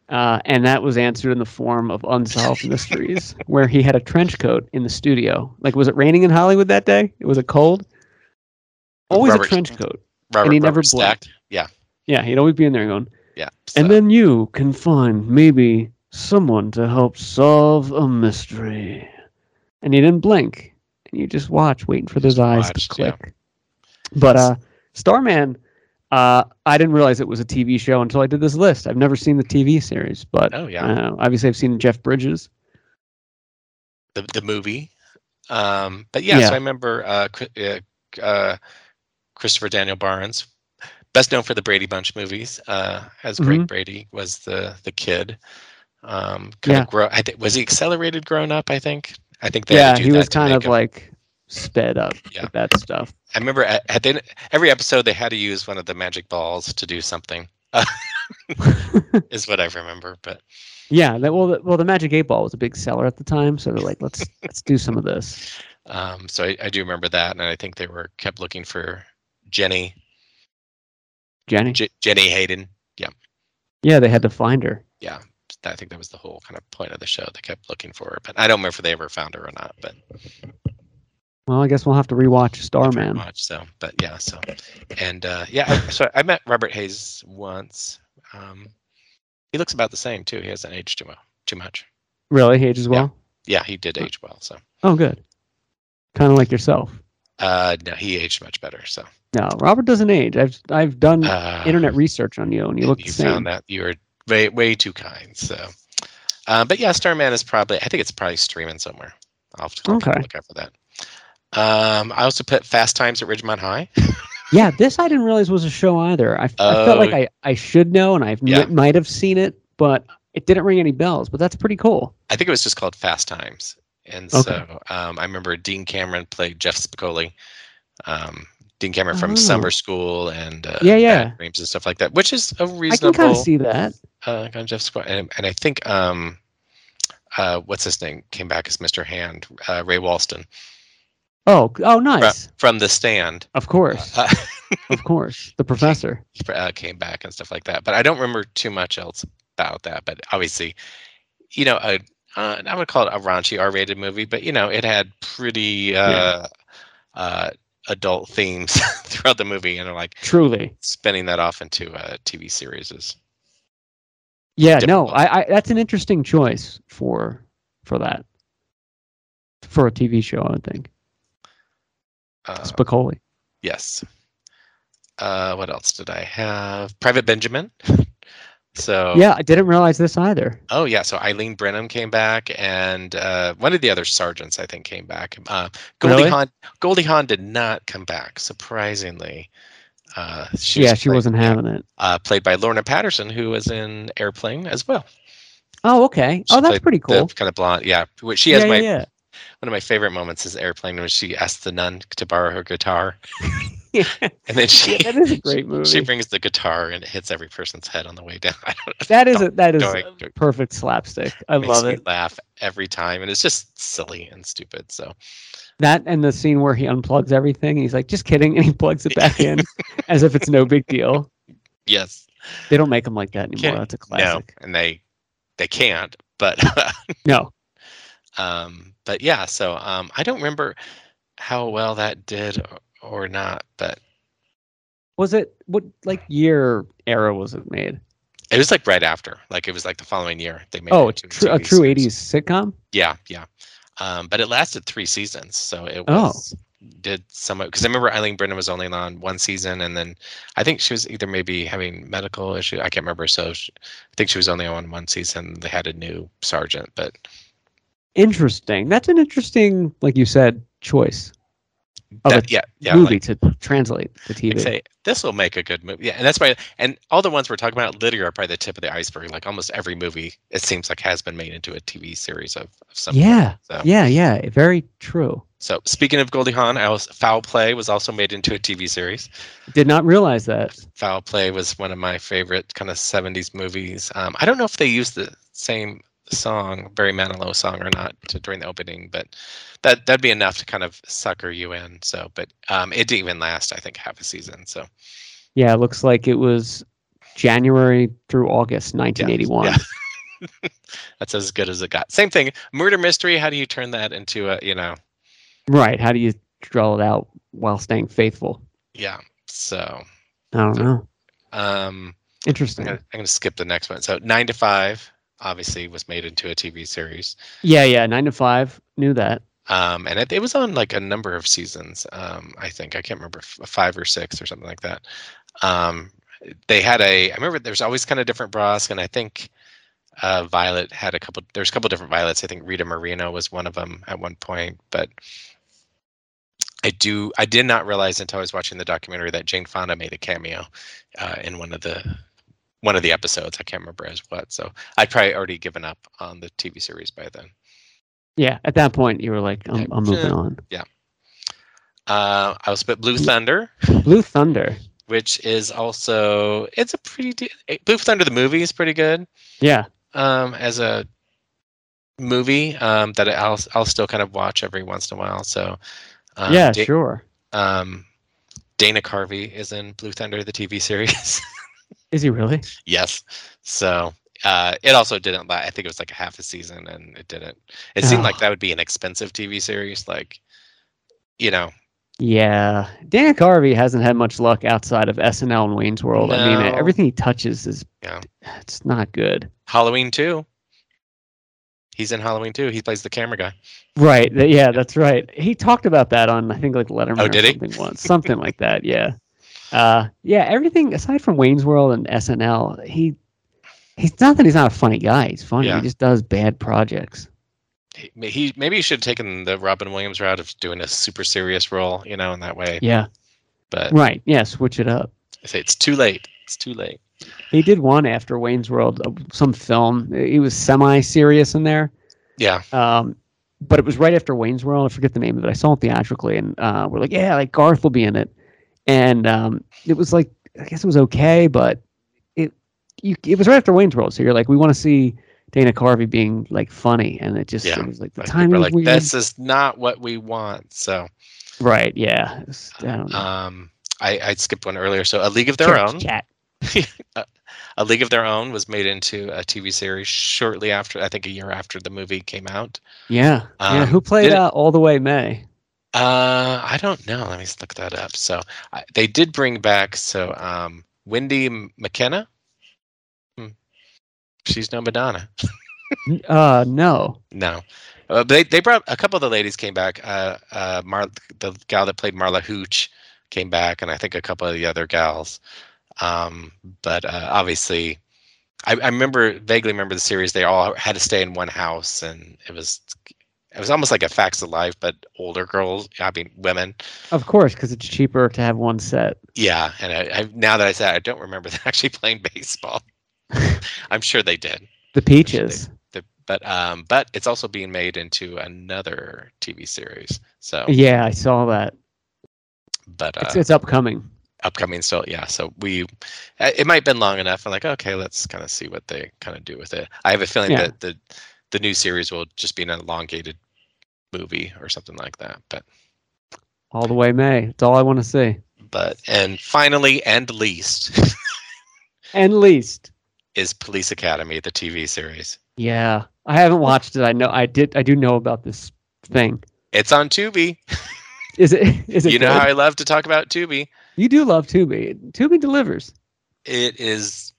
Speaker 2: Uh, and that was answered in the form of unsolved mysteries, where he had a trench coat in the studio. Like, was it raining in Hollywood that day? Was it cold? Always
Speaker 1: Robert-
Speaker 2: a trench coat.
Speaker 1: Robert,
Speaker 2: he never
Speaker 1: Robert Stack. Yeah,
Speaker 2: Yeah, he'd always be in there going,
Speaker 1: yeah.
Speaker 2: And
Speaker 1: so-
Speaker 2: then you can find maybe someone to help solve a mystery. And you didn't blink. And you just watch, waiting for those
Speaker 1: Just
Speaker 2: eyes
Speaker 1: watched,
Speaker 2: to
Speaker 1: yeah.
Speaker 2: click. But uh, Starman, uh, I didn't realize it was a TV show until I did this list. I've never seen the TV series, but
Speaker 1: oh yeah,
Speaker 2: uh, obviously I've seen Jeff Bridges.
Speaker 1: the the movie. Um, but yeah,
Speaker 2: Yeah.
Speaker 1: so I remember uh, Chri- uh, uh, Christopher Daniel Barnes, best known for the Brady Bunch movies, uh, as Greg
Speaker 2: Mhm.
Speaker 1: Brady was the the kid. Um, kind
Speaker 2: Yeah.
Speaker 1: of grow. I think was he accelerated grown up? I think. I think they had
Speaker 2: yeah,
Speaker 1: to do
Speaker 2: he
Speaker 1: that
Speaker 2: was
Speaker 1: to
Speaker 2: kind
Speaker 1: make
Speaker 2: of
Speaker 1: him-
Speaker 2: like sped up
Speaker 1: Yeah.
Speaker 2: with that stuff.
Speaker 1: I remember at, at the end, every episode they had to use one of the magic balls to do something. is what I remember, but
Speaker 2: Yeah, that, well, the, well, the Magic Eight Ball was a big seller at the time, so they're like, let's let's do some of this.
Speaker 1: um, so I, I do remember that, and I think they were kept looking for Jenny,
Speaker 2: Jenny.
Speaker 1: J- Jenny Hayden.
Speaker 2: Yeah, they had to find her.
Speaker 1: I think that was the whole kind of point of the show. They kept looking for her, but I don't remember if they ever found her or not. But
Speaker 2: Well, I guess we'll have to rewatch
Speaker 1: not very
Speaker 2: Starman.
Speaker 1: much. So, but yeah. So, and uh, yeah. I- So I met Robert Hayes once. Um, he looks about the same too. He hasn't aged too well, too much.
Speaker 2: Really, he ages
Speaker 1: Yeah.
Speaker 2: well.
Speaker 1: Yeah, he did age well. So,
Speaker 2: Oh, good. Kind of like yourself.
Speaker 1: uh, no, he aged much better. So,
Speaker 2: No, Robert doesn't age. I've I've done
Speaker 1: uh,
Speaker 2: Mm, internet research on you, and you
Speaker 1: and
Speaker 2: look the
Speaker 1: you
Speaker 2: same.
Speaker 1: found that you were way way too kind. So, uh, but yeah, Starman is probably. I think it's probably streaming somewhere. I'll have to, I'll have to
Speaker 2: Okay.
Speaker 1: look out for that. Um, I also put Fast Times at Ridgemont High.
Speaker 2: Yeah, this I didn't realize was a show either. I, I felt
Speaker 1: Oh.
Speaker 2: like I, I should know, and I
Speaker 1: Yeah.
Speaker 2: might have seen it, but it didn't ring any bells. But that's pretty cool.
Speaker 1: I think it was just called Fast Times. And
Speaker 2: Okay.
Speaker 1: so um, I remember Dean Cameron played Jeff Spicoli. Um, Dean Cameron from
Speaker 2: Oh.
Speaker 1: Summer School and uh,
Speaker 2: Yeah, yeah.
Speaker 1: Bad Dreams and stuff like that, which is a
Speaker 2: I can kind
Speaker 1: reasonable.
Speaker 2: of see that.
Speaker 1: uh, kind of Jeff Spicoli. And, and I think um, uh, what's his name came back as Mr. Hand, uh, Ray Walston
Speaker 2: Oh, oh,
Speaker 1: from,
Speaker 2: nice.
Speaker 1: from The Stand.
Speaker 2: Of course,
Speaker 1: Uh,
Speaker 2: of course. The professor.
Speaker 1: uh, came back and stuff like that. But I don't remember too much else about that. But obviously, you know, a, uh, I would call it a raunchy R-rated movie, but you know, it had pretty uh,
Speaker 2: Yeah.
Speaker 1: uh, adult themes throughout the movie, and I'm like
Speaker 2: Truly.
Speaker 1: spinning that off into uh, TV series is
Speaker 2: Yeah. No,
Speaker 1: Difficult.
Speaker 2: I, I. That's an interesting choice for for that for a TV show. I would think
Speaker 1: uh,
Speaker 2: Spicoli.
Speaker 1: yes. Uh, what else did I have? Private Benjamin. So
Speaker 2: Yeah, I didn't realize this either.
Speaker 1: Oh yeah, so Eileen Brenham came back, and uh, one of the other sergeants I think came back. Uh, Goldie
Speaker 2: Really?
Speaker 1: Hawn, Goldie Hawn did not come back, surprisingly. Uh, she
Speaker 2: yeah,
Speaker 1: was
Speaker 2: she
Speaker 1: played-
Speaker 2: wasn't having it.
Speaker 1: uh, played by Lorna Patterson, who was in Airplane as well.
Speaker 2: Oh, okay.
Speaker 1: She
Speaker 2: Oh, that's
Speaker 1: played
Speaker 2: pretty
Speaker 1: The
Speaker 2: cool.
Speaker 1: kind of blonde, yeah. Which she has
Speaker 2: yeah,
Speaker 1: my
Speaker 2: yeah, yeah.
Speaker 1: one of my favorite moments is Airplane, when she asks the nun to borrow her guitar,
Speaker 2: Yeah.
Speaker 1: and then she
Speaker 2: That is a great movie.
Speaker 1: she brings the guitar and it hits every person's head on the way down. I don't know.
Speaker 2: that is a, that is
Speaker 1: Doink, doink.
Speaker 2: a perfect slapstick. I
Speaker 1: Makes
Speaker 2: love
Speaker 1: me
Speaker 2: it.
Speaker 1: Laugh every time, and it's just silly and stupid. So
Speaker 2: That and the scene where he unplugs everything and he's like, "Just kidding," and he plugs it back in as if it's no big deal.
Speaker 1: yes,
Speaker 2: They don't make them like that anymore.
Speaker 1: Kidding.
Speaker 2: That's a
Speaker 1: no,
Speaker 2: classic.
Speaker 1: and they they can't. But
Speaker 2: No.
Speaker 1: um, but yeah. So um, I don't remember how well that did or not, but
Speaker 2: Was it what like year era was it made?
Speaker 1: it was like right after. Like it was like the following year they made.
Speaker 2: oh,
Speaker 1: it
Speaker 2: it's
Speaker 1: to
Speaker 2: tru- a
Speaker 1: TV
Speaker 2: true
Speaker 1: series.
Speaker 2: eighties sitcom.
Speaker 1: Yeah, yeah. Um, but it lasted three seasons, so it
Speaker 2: Oh.
Speaker 1: was did somewhat because I remember Eileen Brennan was only on one season, and then I think she was either maybe having medical issue. I can't remember. So she, I think she was only on one season. They had a new sergeant, but
Speaker 2: Interesting. That's an interesting, like you said, choice of
Speaker 1: that,
Speaker 2: a
Speaker 1: yeah, yeah.
Speaker 2: movie
Speaker 1: like,
Speaker 2: to translate to
Speaker 1: I'd
Speaker 2: TV.
Speaker 1: say this will make a good movie. Yeah, and that's why. And all the ones we're talking about literally are probably the tip of the iceberg. Like almost every movie, it seems like has been made into a TV series of, of some. sort,
Speaker 2: Yeah.
Speaker 1: So.
Speaker 2: Yeah, yeah. Very true.
Speaker 1: So speaking of Goldie Hawn, I was, Foul Play was also made into a TV series.
Speaker 2: Did not realize that.
Speaker 1: Foul Play was one of my favorite kind of 70s movies. Um, I don't know if they used the same song, Barry Manilow song, or not to, during the opening, but that, that'd be enough to kind of sucker you in. So, but um, it didn't even last, I think, half a season. So,
Speaker 2: Yeah, it looks like it was January through August 1981.
Speaker 1: yeah. that's as good as it got. Same thing, Murder Mystery. How do you turn that into a, you know,
Speaker 2: Right. How do you draw it out while staying faithful?
Speaker 1: yeah. So,
Speaker 2: I don't know.
Speaker 1: um, I'm
Speaker 2: Interesting.
Speaker 1: going to I'm gonna skip the next one. So, Nine to Five obviously was made into a TV series.
Speaker 2: Yeah, yeah. Nine to five. Knew that.
Speaker 1: um, and it, it was on like a number of seasons. Um, I think I can't remember f- five or six or something like that. Um, they had a. I remember there's always kind of different brosque, and I think uh, Violet had a couple. There's a couple different Violets. I think Rita Moreno was one of them at one point, but. I do. I did not realize until I was watching the documentary that Jane Fonda made a cameo uh, in one of the one of the episodes. I can't remember as what. So I'd probably already given up on the TV series by then.
Speaker 2: Yeah. At that point, you were like, I'm, I'm moving
Speaker 1: Yeah.
Speaker 2: on.
Speaker 1: Uh, I was but Blue Thunder,
Speaker 2: Blue Thunder.
Speaker 1: which is also it's a pretty de- eh, Blue Thunder the movie is pretty good
Speaker 2: Yeah.
Speaker 1: um, as a movie um, that I'll I'll still kind of watch every once in a while. So um,
Speaker 2: yeah,
Speaker 1: Da-
Speaker 2: sure.
Speaker 1: um, Dana Carvey is in Blue Thunder the TV series.
Speaker 2: Is he really?
Speaker 1: yes, so. Uh, it also didn't last. I think it was like a half a season, and it didn't. It seemed like
Speaker 2: Oh.
Speaker 1: that would be an expensive TV series. Like, you know,
Speaker 2: Yeah. Dan Carvey hasn't had much luck outside of SNL and Wayne's World. I
Speaker 1: No.
Speaker 2: mean, everything he touches is
Speaker 1: Yeah.
Speaker 2: it's not good.
Speaker 1: Halloween two. He's in Halloween two. He plays the camera guy.
Speaker 2: Right. th- yeah, that's right. He talked about that on I think like Letterman
Speaker 1: Oh,
Speaker 2: or
Speaker 1: did he?
Speaker 2: something once, something like that. Yeah. Uh, yeah. Everything aside from Wayne's World and SNL, he he's not that he's not a funny guy. He's funny.
Speaker 1: Yeah.
Speaker 2: He just does bad projects.
Speaker 1: He, he maybe he should have taken the Robin Williams route of doing a super serious role, you know, in that way.
Speaker 2: Yeah.
Speaker 1: but
Speaker 2: Right. Yeah. Switch it up.
Speaker 1: I say it's too late. It's too late.
Speaker 2: He did one after Wayne's World, uh, some film. He was semi-serious in there.
Speaker 1: Yeah.
Speaker 2: Um, but it was right after Wayne's World. I forget the name of it. I saw it theatrically, and uh, we're like, yeah, like Garth will be in it. And um, it was like, I guess it was okay, but it you, it was right after Wayne's World, so you're like, we want to see Dana Carvey being like funny, and it just
Speaker 1: Yeah.
Speaker 2: it was like the
Speaker 1: Like,
Speaker 2: time
Speaker 1: people are
Speaker 2: was
Speaker 1: like
Speaker 2: weird.
Speaker 1: this is not what we want. So
Speaker 2: Right? Yeah. It was- I don't know.
Speaker 1: um, I, I skipped one earlier. So a League of Their
Speaker 2: Church
Speaker 1: Own.
Speaker 2: Cat.
Speaker 1: A League of Their Own was made into a TV series shortly after, I think a year after the movie came out.
Speaker 2: Yeah. yeah.
Speaker 1: Um,
Speaker 2: Who played
Speaker 1: did it-
Speaker 2: uh, all the way May?
Speaker 1: Uh, I don't know. Let me just look that up. So I, they did bring back so um, Wendy M- McKenna. Hmm. She's no Madonna.
Speaker 2: N- Uh, no.
Speaker 1: No, uh, they they brought a couple of the ladies came back. Uh, uh, Mar the gal that played Marla Hooch came back, and I think a couple of the other gals. Um, but uh, obviously, I, I remember vaguely remember the series. They all had to stay in one house, and it was it was almost like a Facts of Life, but older girls. I mean, women.
Speaker 2: Of course, because it's cheaper to have one set.
Speaker 1: Yeah, and I, I, now that I said, it, I don't remember them actually playing baseball. I'm sure they did.
Speaker 2: The peaches.
Speaker 1: The, but um, but it's also being made into another TV series. So,
Speaker 2: Yeah, I saw that.
Speaker 1: but
Speaker 2: It's,
Speaker 1: Oh. uh,
Speaker 2: it's upcoming.
Speaker 1: upcoming still, yeah. So we, I- it might have been long enough. I'm like, okay, let's kind of see what they kind of do with it. I have a feeling
Speaker 2: Yeah.
Speaker 1: that the the new series will just be an elongated movie or something like that. But
Speaker 2: All the way May. It's all I want to see.
Speaker 1: but and finally and least
Speaker 2: And least.
Speaker 1: is Police Academy, the TV series.
Speaker 2: Yeah, I haven't watched it. I know I did. I do know about this thing.
Speaker 1: It's on Tubi.
Speaker 2: Is it? Is it?
Speaker 1: You know
Speaker 2: good?
Speaker 1: how I love to talk about Tubi.
Speaker 2: you do love Tubi. Tubi delivers.
Speaker 1: It is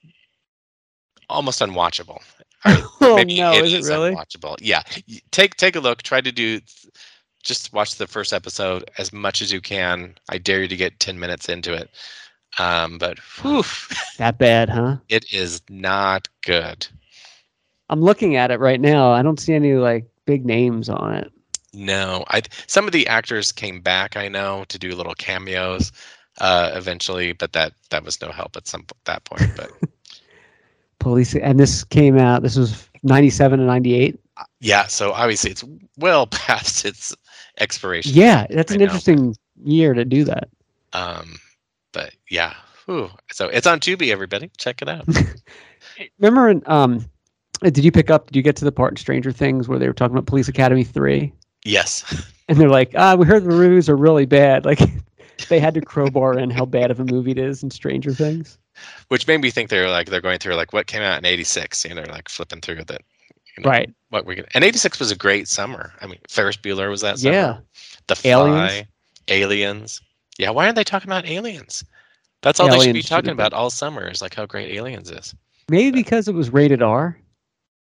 Speaker 1: almost unwatchable.
Speaker 2: Oh
Speaker 1: Maybe
Speaker 2: no, is it
Speaker 1: is
Speaker 2: really?
Speaker 1: unwatchable? Yeah, Y- take take a look. Try to do just watch the first episode as much as you can. I dare you to get ten minutes into it. Um, but whew,
Speaker 2: That bad, huh?
Speaker 1: it is not good.
Speaker 2: I'm looking at it right now. I don't see any like big names on it.
Speaker 1: No, I some of the actors came back. I know to do little cameos uh, eventually, but that that was no help at some that point. But
Speaker 2: Police. And this came out. This was '97 and '98.
Speaker 1: yeah, so obviously it's well past its expiration.
Speaker 2: Yeah, that's
Speaker 1: I
Speaker 2: an
Speaker 1: know.
Speaker 2: interesting year to do that.
Speaker 1: Um, but yeah. Whew. So it's on Tubi, everybody. Check it out.
Speaker 2: Remember, in, um, did you pick up? Did you get to the part in Stranger Things where they were talking about Police Academy Three?
Speaker 1: yes.
Speaker 2: and they're like, ah, we heard the reviews are really bad. Like, they had to crowbar in how bad of a movie it is in Stranger Things.
Speaker 1: Which made me think they're like they're going through like what came out in '86. You know, like flipping through that. You know,
Speaker 2: Right.
Speaker 1: What we and '86 was a great summer. I mean, Ferris Bueller was that. Summer.
Speaker 2: yeah.
Speaker 1: The Fly,
Speaker 2: Aliens.
Speaker 1: aliens. Yeah. Why aren't they talking about aliens? That's all they should be
Speaker 2: Aliens should have
Speaker 1: talking
Speaker 2: been.
Speaker 1: about all summer is like how great aliens is.
Speaker 2: Maybe because it was rated R.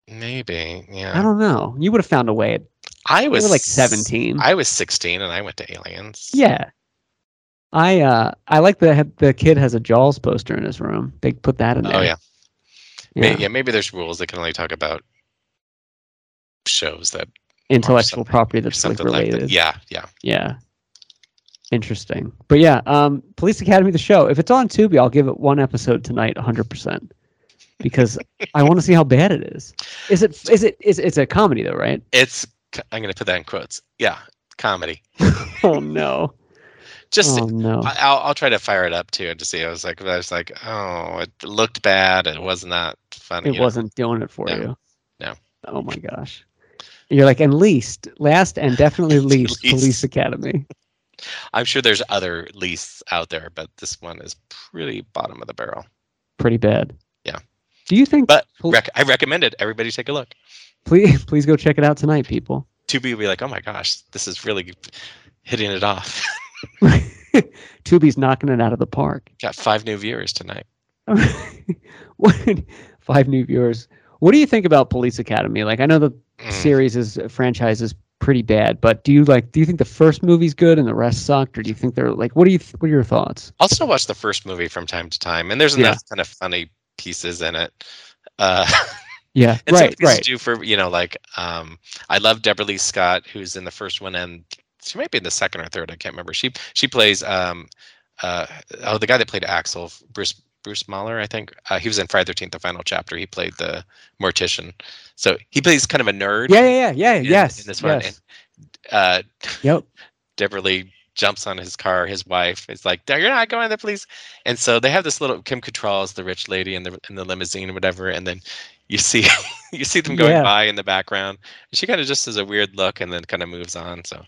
Speaker 1: Maybe.
Speaker 2: I
Speaker 1: Yeah.
Speaker 2: don't know. You would have found a way. It
Speaker 1: I,
Speaker 2: was
Speaker 1: was
Speaker 2: like
Speaker 1: s-
Speaker 2: 17.
Speaker 1: I was 16 and I went to aliens.
Speaker 2: yeah. I uh I like the the kid has a Jaws poster in his room. They put that in there.
Speaker 1: Oh yeah. May-
Speaker 2: Yeah.
Speaker 1: Yeah. maybe there's rules that can only talk about shows that
Speaker 2: Intellectual
Speaker 1: something-
Speaker 2: property that's like
Speaker 1: something like
Speaker 2: related.
Speaker 1: that. Yeah, yeah.
Speaker 2: Yeah. Interesting. But yeah, um, Police Academy, the show. If it's on Tubi, I'll give it one episode tonight, 100%. Because I want to see how bad it is. Is it, is it, is it's a comedy though, right?
Speaker 1: It's c- I'm going to put that in quotes. Yeah, comedy.
Speaker 2: Oh no.
Speaker 1: Just
Speaker 2: Oh no.
Speaker 1: I, I'll I'll try to fire it up too and to see. I was like I was like, "Oh, it looked bad. It was not funny."
Speaker 2: It
Speaker 1: you know?
Speaker 2: wasn't doing it for
Speaker 1: No.
Speaker 2: you.
Speaker 1: No.
Speaker 2: Oh my gosh. You're like, and least, last and definitely least,
Speaker 1: Least.
Speaker 2: Police Academy.
Speaker 1: I'm sure there's other leasts out there, but this one is pretty bottom of the barrel.
Speaker 2: Pretty bad.
Speaker 1: Yeah.
Speaker 2: Do you think,
Speaker 1: But
Speaker 2: Pol-
Speaker 1: Rec- I recommend it. Everybody take a look.
Speaker 2: please, please go check it out tonight, people.
Speaker 1: To be like, "Oh my gosh, this is really hitting it off."
Speaker 2: Tubi's knocking it out of the park.
Speaker 1: Got five new viewers tonight.
Speaker 2: What- five new viewers. What do you think about Police Academy? Like, I know the
Speaker 1: Mm.
Speaker 2: series is franchise is pretty bad, but do you like? Do you think the first movie's good and the rest sucked, or do you think they're like? What do you? Th- what are your thoughts?
Speaker 1: I'll still watch the first movie from time to time, and there's
Speaker 2: Yeah.
Speaker 1: enough kind of funny pieces in it. Uh,
Speaker 2: Yeah,
Speaker 1: and some
Speaker 2: right,
Speaker 1: things to
Speaker 2: right.
Speaker 1: do for you know, like um, I love Deborah Lee Scott, who's in the first one, and she might be in the second or third. I can't remember. She she plays um, uh, oh, the guy that played Axel, Bruce Bruce Mahler, I think. Uh, he was in Friday Thirteenth, the final chapter. He played the mortician, so he plays kind of a nerd.
Speaker 2: Yeah, yeah, yeah, yeah.
Speaker 1: in-
Speaker 2: yes.
Speaker 1: in this one,
Speaker 2: yes.
Speaker 1: Uh,
Speaker 2: Yep.
Speaker 1: Deborah Lee jumps on his car. His wife is like, "No, "You're not going to the police." And so they have this little Kim Cattrall is the rich lady in the in the limousine or whatever, and then you see you see them going
Speaker 2: Yeah.
Speaker 1: by in the background. And she kind of just has a weird look and then kind of moves on. So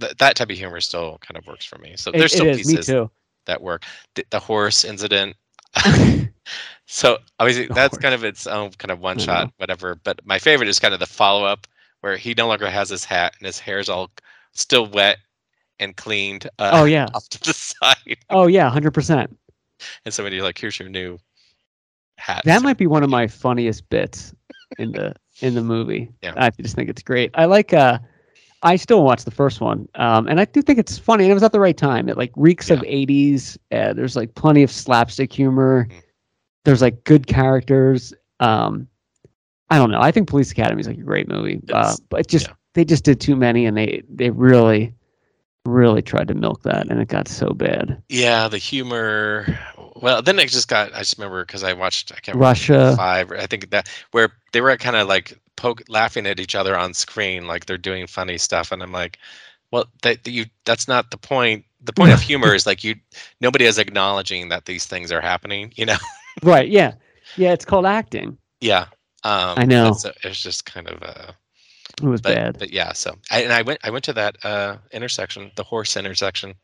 Speaker 1: th- that type of humor still kind of works for me. So
Speaker 2: It-
Speaker 1: there's
Speaker 2: it
Speaker 1: still
Speaker 2: is. Me
Speaker 1: pieces
Speaker 2: too.
Speaker 1: that work. The, the horse incident. so obviously
Speaker 2: The
Speaker 1: that's
Speaker 2: horse.
Speaker 1: kind of its own kind of one
Speaker 2: I
Speaker 1: shot, whatever. But my favorite is kind of the follow up where he no longer has his hat and his hair's all still wet and cleaned uh,
Speaker 2: Oh yeah.
Speaker 1: off to the side.
Speaker 2: Oh yeah. Hundred percent.
Speaker 1: And somebody's like, "Here's your new hat."
Speaker 2: That might be one of my funniest bits in the in the movie.
Speaker 1: Yeah.
Speaker 2: I just think it's great. I like uh I still watch the first one. Um and I do think it's funny and it was at the right time. It like reeks of 80s. Uh, there's like plenty of slapstick humor.
Speaker 1: Mhm.
Speaker 2: There's like good characters. Um I don't know. I think Police Academy is like a great movie. Uh,
Speaker 1: It's-
Speaker 2: but it just
Speaker 1: yeah.
Speaker 2: they just did too many and they they really really tried to milk that and it got so bad.
Speaker 1: yeah, the humor. Well, then it just got. I just remember because I watched. I can't remember.
Speaker 2: Russia.
Speaker 1: five. I think that where they were kind of like poke laughing at each other on screen, like they're doing funny stuff, and I'm like, well, that that you that's not the point. The point of humor is like you nobody is acknowledging that these things are happening. You know?
Speaker 2: Right, yeah. Yeah, it's called acting.
Speaker 1: Yeah. Um,
Speaker 2: I know.
Speaker 1: It's, it's just kind of uh,
Speaker 2: It was
Speaker 1: but
Speaker 2: bad.
Speaker 1: but yeah. So I, and I went I went to that uh intersection, the horse intersection,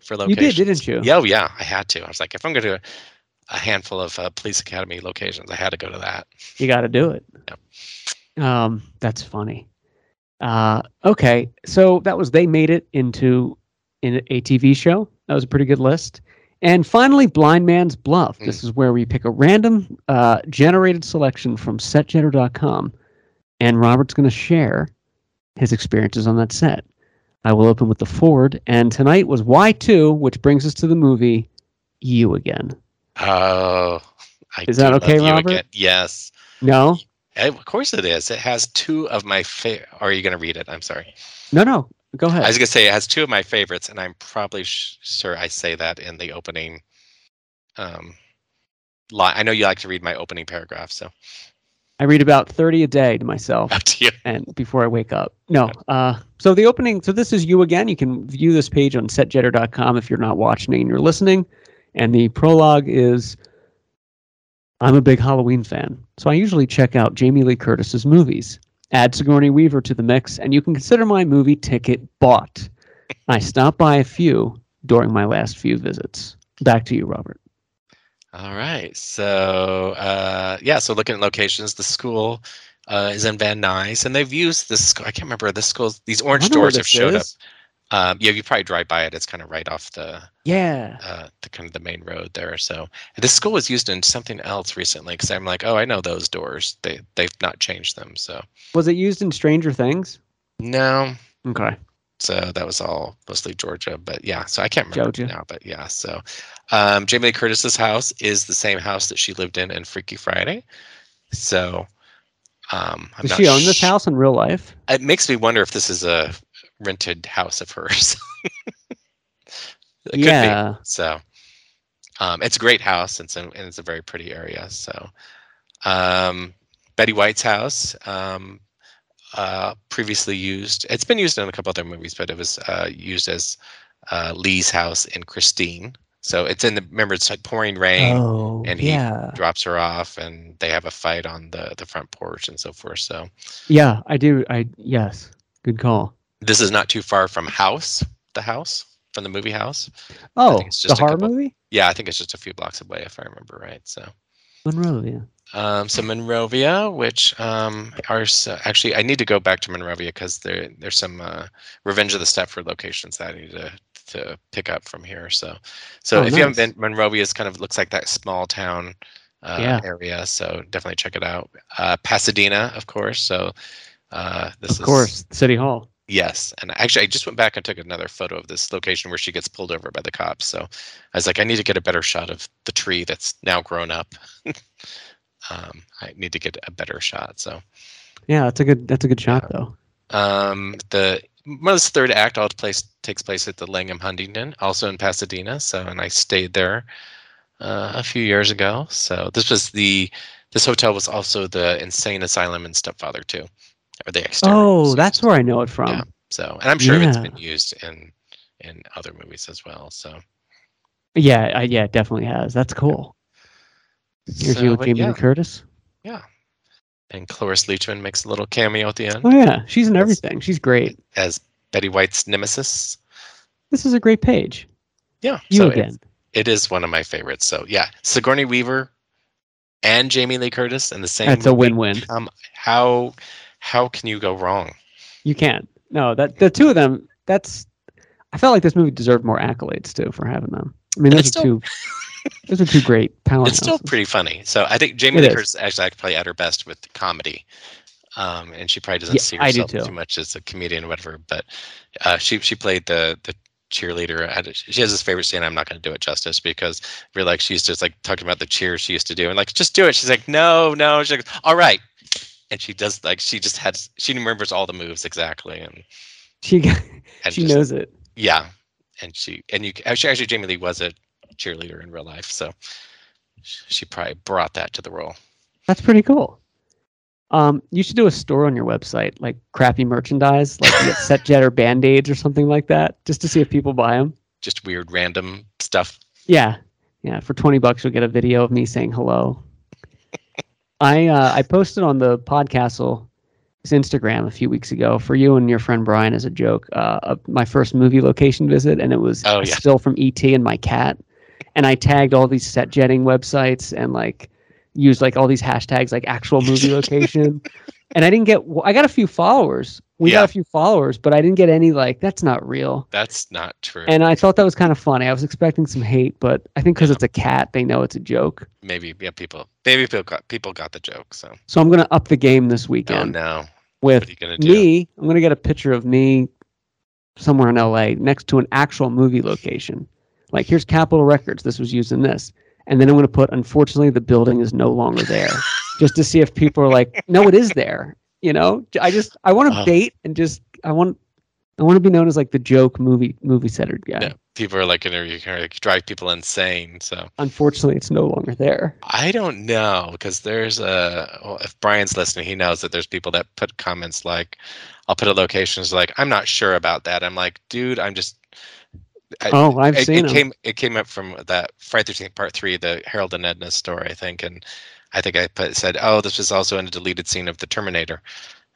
Speaker 1: for
Speaker 2: you
Speaker 1: location.
Speaker 2: did, didn't you?
Speaker 1: Yeah, oh, yeah, I had to. I was like, if I'm going to a handful of uh, police academy locations, I had to go to that.
Speaker 2: You got to do it. Um, that's funny. Uh, okay, so that was they made it into in a TV show. That was a pretty good list. And finally, Blind Man's Bluff. This is where we pick a random uh, generated selection from setgetter.com, and Robert's going to share his experiences on that set. I will open with the forward, and tonight was Y2, which brings us to the movie You Again.
Speaker 1: Oh, I
Speaker 2: Is that
Speaker 1: do love
Speaker 2: okay,
Speaker 1: you
Speaker 2: Robert?
Speaker 1: again. Yes,
Speaker 2: No?
Speaker 1: Eh, of course it is. It has two of my favorite. Are you going to read it? I'm sorry.
Speaker 2: No, no. Go ahead.
Speaker 1: I was going to say it has two of my favorites, and I'm probably sh- sure I say that in the opening. Um, line. I know you like to read my opening paragraph, so
Speaker 2: I read about 30 a day to myself
Speaker 1: up to you.
Speaker 2: and before I wake up. No. Uh, so the opening, so this is you again. You can view this page on setjetter.com if you're not watching and you're listening. And the prologue is I'm a big Halloween fan, so I usually check out Jamie Lee Curtis's movies. Add Sigourney Weaver to the mix, and you can consider my movie ticket bought. I stopped by a few during my last few visits. Back to you, Robert.
Speaker 1: All right. So uh, yeah, so looking at locations, the school uh, is in Van Nuys, and they've used this. sc- I can't remember this school's. These orange
Speaker 2: Wonder where
Speaker 1: doors have
Speaker 2: this
Speaker 1: showed
Speaker 2: is.
Speaker 1: up. Um, yeah, you probably drive by it. It's kind of right off the
Speaker 2: Yeah.
Speaker 1: uh, the kind of the main road there. So this school was used in something else recently because I'm like, oh, I know those doors. They they've not changed them. So
Speaker 2: Was it used in Stranger Things?
Speaker 1: no.
Speaker 2: Okay.
Speaker 1: So that was all mostly Georgia, but yeah. So I can't remember
Speaker 2: Georgia.
Speaker 1: now, but yeah. So um, Jamie Lee Curtis's house is the same house that she lived in in Freaky Friday. So um, I'm
Speaker 2: Does
Speaker 1: not
Speaker 2: she own this
Speaker 1: sh-
Speaker 2: house in real life?
Speaker 1: It makes me wonder if this is a rented house of hers. It could be.
Speaker 2: yeah.
Speaker 1: So um, it's a great house and, so, and it's a very pretty area. So um, Betty White's house, um, uh, previously used, it's been used in a couple other movies, but it was uh, used as uh, Lee's house in Christine. So it's in the, remember, it's like pouring rain,
Speaker 2: Oh,
Speaker 1: and he-
Speaker 2: yeah.
Speaker 1: drops her off, and they have a fight on the, the front porch and so forth. So
Speaker 2: Yeah, I do. I yes. Good call.
Speaker 1: this is not too far from House, the house from the movie House.
Speaker 2: Oh,
Speaker 1: think it's
Speaker 2: the
Speaker 1: just a
Speaker 2: horror
Speaker 1: couple-
Speaker 2: movie?
Speaker 1: Yeah, I think it's just a few blocks away, if I remember right. So.
Speaker 2: Monrovia.
Speaker 1: um, so Monrovia, which um, are s actually I need to go back to Monrovia because there there's some uh, Revenge of the Stepford locations that I need to to pick up from here. So so
Speaker 2: Oh,
Speaker 1: if you haven't
Speaker 2: nice.
Speaker 1: been, Monrovia is kind of looks like that small town uh,
Speaker 2: Yeah.
Speaker 1: area. So definitely check it out. Uh, Pasadena, of course. So uh, this
Speaker 2: of
Speaker 1: is
Speaker 2: course, City Hall.
Speaker 1: Yes, and actually, I just went back and took another photo of this location where she gets pulled over by the cops. So I was like, I need to get a better shot of the tree that's now grown up. um, I need to get a better shot. So
Speaker 2: Yeah, that's a good. That's a good shot though.
Speaker 1: um, the Mother's third act all place takes place at the Langham Huntington, also in Pasadena. So, and I stayed there uh, a few years ago. So this was the this hotel was also the insane asylum in Stepfather too, or the exterior.
Speaker 2: Oh,
Speaker 1: so-
Speaker 2: that's where I know it from.
Speaker 1: Yeah. So, and I'm sure it's
Speaker 2: Yeah.
Speaker 1: been used in in other movies as well. So,
Speaker 2: Yeah, I, yeah, it definitely has. That's cool. Here's
Speaker 1: So,
Speaker 2: you with
Speaker 1: but
Speaker 2: Jamie
Speaker 1: yeah.
Speaker 2: Lee Curtis.
Speaker 1: And Cloris Leachman makes a little cameo at the end
Speaker 2: Oh yeah, she's in
Speaker 1: Mm-hmm. That's-
Speaker 2: everything. She's great.
Speaker 1: as Betty White's nemesis.
Speaker 2: This is a great page.
Speaker 1: Yeah,
Speaker 2: You
Speaker 1: so it-
Speaker 2: again.
Speaker 1: it is one of my favorites. So yeah, Sigourney Weaver and Jamie Lee Curtis in the same.
Speaker 2: That's a
Speaker 1: movie.
Speaker 2: win-win.
Speaker 1: How how can you go wrong?
Speaker 2: You can't. No, that the two of them. That's. I felt like this movie deserved more accolades too for having them. I mean, those
Speaker 1: It's
Speaker 2: are
Speaker 1: still-
Speaker 2: two. Those are two great powerhouses.
Speaker 1: It's still pretty funny. So I think Jamie
Speaker 2: Oh, It
Speaker 1: Lee
Speaker 2: is.
Speaker 1: Curtis actually acts probably at her best with comedy, um, and she probably doesn't
Speaker 2: Yeah,
Speaker 1: see
Speaker 2: I do
Speaker 1: herself
Speaker 2: too.
Speaker 1: too much as a comedian, or whatever. But uh, she she played the the cheerleader. I had- She has this favorite scene. I'm not going to do it justice because we're like she's just like talking about the cheers she used to do and like just do it. She's like no no. She's like all right, and she does like she just had she remembers all the moves exactly and.
Speaker 2: she
Speaker 1: and
Speaker 2: she
Speaker 1: just-
Speaker 2: knows it.
Speaker 1: Yeah, and she and you actually, actually Jamie Lee was a cheerleader in real life, so sh- she probably brought that to the role.
Speaker 2: That's pretty cool. Um, you should do a store on your website, like crappy merchandise, like you get set jet or band aids or something like that, just to see if people buy them.
Speaker 1: Just weird random stuff.
Speaker 2: Yeah, yeah. For twenty bucks, you'll get a video of me saying hello. I uh, I posted on the podcastle's Instagram a few weeks ago for you and your friend Brian as a joke. Uh, of my first movie location visit, and it was
Speaker 1: Oh,
Speaker 2: a
Speaker 1: yeah.
Speaker 2: still from ET and my cat, and I tagged all these set jetting websites and like used like all these hashtags like actual movie location, and I didn't get. I got a few followers. We
Speaker 1: Yeah.
Speaker 2: got a few followers, but I didn't get any like that's not real.
Speaker 1: That's not true.
Speaker 2: And I thought that was kind of funny. I was expecting some hate, but I think because it's a cat, they know it's a joke.
Speaker 1: maybe yeah, people maybe people got people got the joke. So
Speaker 2: So I'm going to up the game this
Speaker 1: oh
Speaker 2: weekend
Speaker 1: no, what
Speaker 2: with
Speaker 1: are you gonna do?
Speaker 2: me. I'm going to get a picture of me somewhere in LA next to an actual movie location. Like, here's Capitol Records. This was used in this. And then I'm going to put, unfortunately, the building is no longer there, just to see if people are like, no, it is there. You know, J- I just, I want to
Speaker 1: Oh.
Speaker 2: date and just, I want, I want to be known as like the joke movie, movie setter guy.
Speaker 1: Yeah, people are like you know you can like, drive people insane. So
Speaker 2: Unfortunately, it's no longer there.
Speaker 1: I don't know because there's a well, if Brian's listening, he knows that there's people that put comments like, "I'll put a location." It's like I'm not sure about that. I'm like, dude, I'm just. I-
Speaker 2: Oh, I've
Speaker 1: it,
Speaker 2: seen
Speaker 1: it
Speaker 2: them.
Speaker 1: came it came up from that Friday Thirteenth Part Three, the Harold and Edna story, I think, and I think I put said, "Oh, this was also in a deleted scene of the Terminator."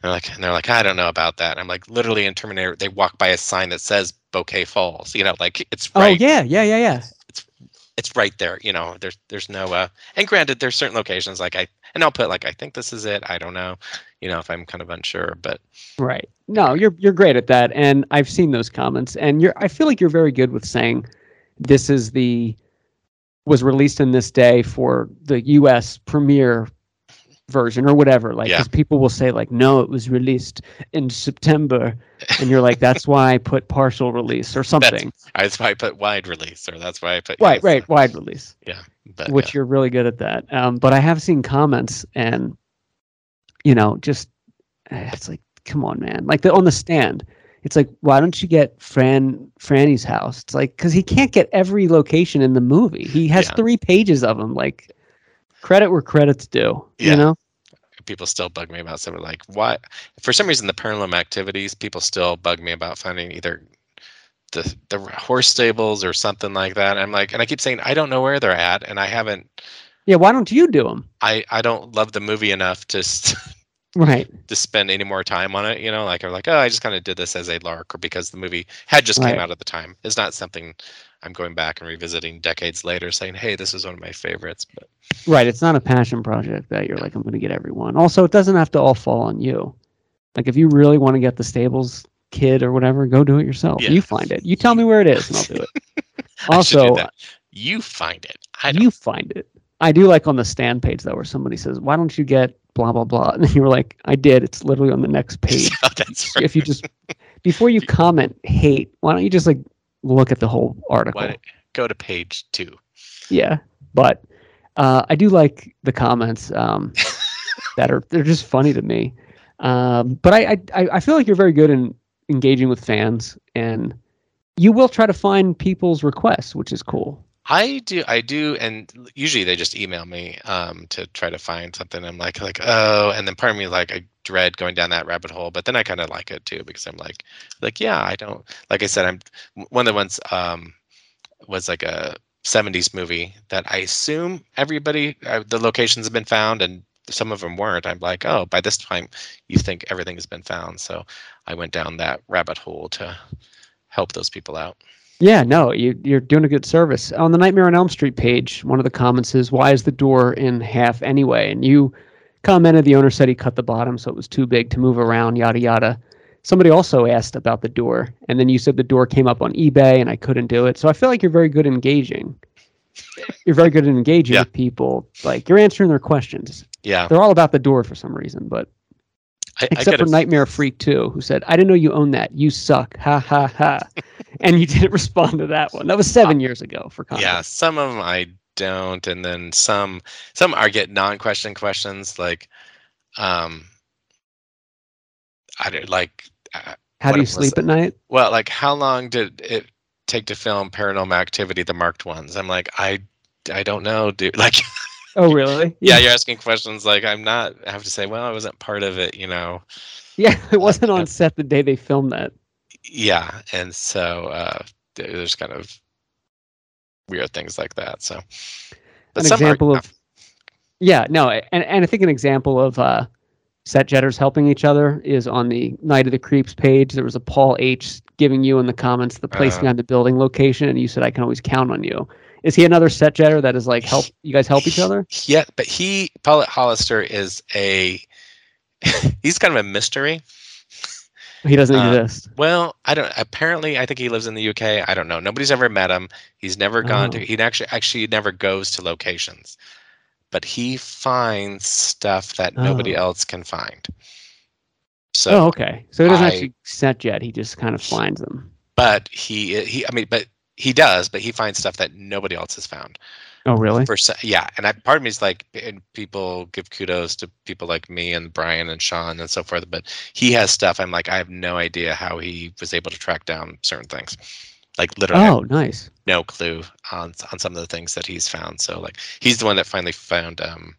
Speaker 1: And like, and they're like, "I don't know about that." And I'm like, literally in Terminator, they walk by a sign that says Bouquet Falls. You know, like it's right,
Speaker 2: Oh yeah, yeah, yeah, yeah.
Speaker 1: it's right there. You know, there's there's no. Uh, and granted, there's certain locations like I and I'll put like I think this is it. I don't know, you know, if I'm kind of unsure, but
Speaker 2: Right. No, you're you're great at that, and I've seen those comments, and you're. I feel like you're very good with saying, "This is the was released in this day for the U.S. premiere version or whatever." Like,
Speaker 1: Yeah.
Speaker 2: 'cause people will say like, "No, it was released in September," and you're like, "That's why I put partial release or something."
Speaker 1: I, that's why I put wide release, or that's why I put
Speaker 2: right,
Speaker 1: yeah,
Speaker 2: right, wide release.
Speaker 1: But,
Speaker 2: which you're really good at that. Um, but I have seen comments and, you know, just eh, it's like, come on, man. Like the, on the stand, it's like, why don't you get Fran Franny's house? It's like because he can't get every location in the movie. He has
Speaker 1: Yeah.
Speaker 2: three pages of them. Like credit where credits due.
Speaker 1: Yeah.
Speaker 2: You know,
Speaker 1: people still bug me about something like why for some reason the paranormal activities people still bug me about finding either the the horse stables or something like that i'm like and i keep saying i don't know where they're at and i haven't
Speaker 2: yeah. Why don't you do them?
Speaker 1: i i don't love the movie enough to s-
Speaker 2: Right.
Speaker 1: to spend any more time on it you know like i'm like oh i just kind of did this as a lark or because the movie had just
Speaker 2: Right.
Speaker 1: came out at the time it's not something i'm going back and revisiting decades later saying hey this is one of my favorites but
Speaker 2: Right. It's not a passion project that you're like, I'm going to get everyone. Also, it doesn't have to all fall on you. Like, if you really want to get the stables kid or whatever, go do it yourself.
Speaker 1: Yeah.
Speaker 2: You find it. You tell me where it is, and I'll do it.
Speaker 1: I should do
Speaker 2: also,
Speaker 1: that. you find it i don't
Speaker 2: you find it. I do like on the stand page, though, where somebody says, Why don't you get blah, blah, blah? And you were like, I did. It's literally on the next page.
Speaker 1: that's right.
Speaker 2: if you just, before you comment hate, why don't you just like look at the whole article?
Speaker 1: Why don't- go to page two
Speaker 2: yeah but uh, i do like the comments um, that are they're just funny to me um, but I, I- I i feel like you're very good in engaging with fans, and you will try to find people's requests, which is cool.
Speaker 1: I do, I do, and usually they just email me um, to try to find something. I'm like, like, oh, and then part of me like I dread going down that rabbit hole, but then I kind of like it too because I'm like, like, yeah, I don't. Like I said, I'm one of the ones um, was like a 70s movie that I assume everybody uh, the locations have been found and some of them weren't. I'm like, oh, by this time you think everything has been found. So I went down that rabbit hole to help those people out.
Speaker 2: Yeah, no, you, you're doing a good service. On the Nightmare on Elm Street page, one of the comments is, "Why is the door in half anyway?" And you commented the owner said he cut the bottom, so it was too big to move around. Yada yada. Somebody also asked about the door, and then you said the door came up on eBay, and I couldn't do it. So I feel like you're very good engaging. You're very good at engaging
Speaker 1: Yeah.
Speaker 2: with people. Like you're answering their questions.
Speaker 1: Yeah,
Speaker 2: They're all about the door for some reason, but
Speaker 1: I, I
Speaker 2: except
Speaker 1: could
Speaker 2: for
Speaker 1: have.
Speaker 2: Nightmare Freak 2, who said, I didn't know you own that. You suck. Ha ha ha. and you didn't respond to that one. That was seven years ago for comment.
Speaker 1: yeah, some of them I don't, and then some some are get non-question questions like, um, I don't like. Uh,
Speaker 2: How
Speaker 1: What
Speaker 2: do you
Speaker 1: if
Speaker 2: sleep at night?
Speaker 1: well, like how long did it take to film Paranormal Activity: The Marked Ones? I'm like, I I don't know, dude. Like.
Speaker 2: Oh, really?
Speaker 1: yeah, you're asking questions like I'm not. I have to say, well, I wasn't part of it, you know.
Speaker 2: Yeah, it wasn't
Speaker 1: Yeah.
Speaker 2: on set the day they filmed that.
Speaker 1: Yeah, and so uh, th- there's kind of weird things like that. So,
Speaker 2: an
Speaker 1: some are-
Speaker 2: example of. Yeah, no, a- and, and I think an example of uh, set jetters helping each other is on the Night of the Creeps page. There was a Paul H giving you in the comments the placing
Speaker 1: Uh.
Speaker 2: on the building location, and you said, I can always count on you. Is he another set jetter that is like, help you guys help each other?
Speaker 1: yeah, but he Paulette Hollister is a he's kind of a mystery.
Speaker 2: He doesn't
Speaker 1: Uh,
Speaker 2: exist.
Speaker 1: Well, I don't. Apparently, I think he lives in the UK. I don't know. Nobody's ever met him. He's never gone to.
Speaker 2: Oh.
Speaker 1: He actually actually never goes to locations, but he finds stuff that nobody
Speaker 2: Oh.
Speaker 1: else can find. So
Speaker 2: Oh, okay. So he doesn't
Speaker 1: I-
Speaker 2: actually set jet. He just kind of finds them.
Speaker 1: but he he I mean but he does but he finds stuff that nobody else has found
Speaker 2: Oh, really?
Speaker 1: for so- yeah and I, part of me is like and people give kudos to people like me and Brian and Sean and so forth but he has stuff I'm like I have no idea how he was able to track down certain things like literally I have
Speaker 2: Oh, nice.
Speaker 1: no clue on on some of the things that he's found so like he's the one that finally found um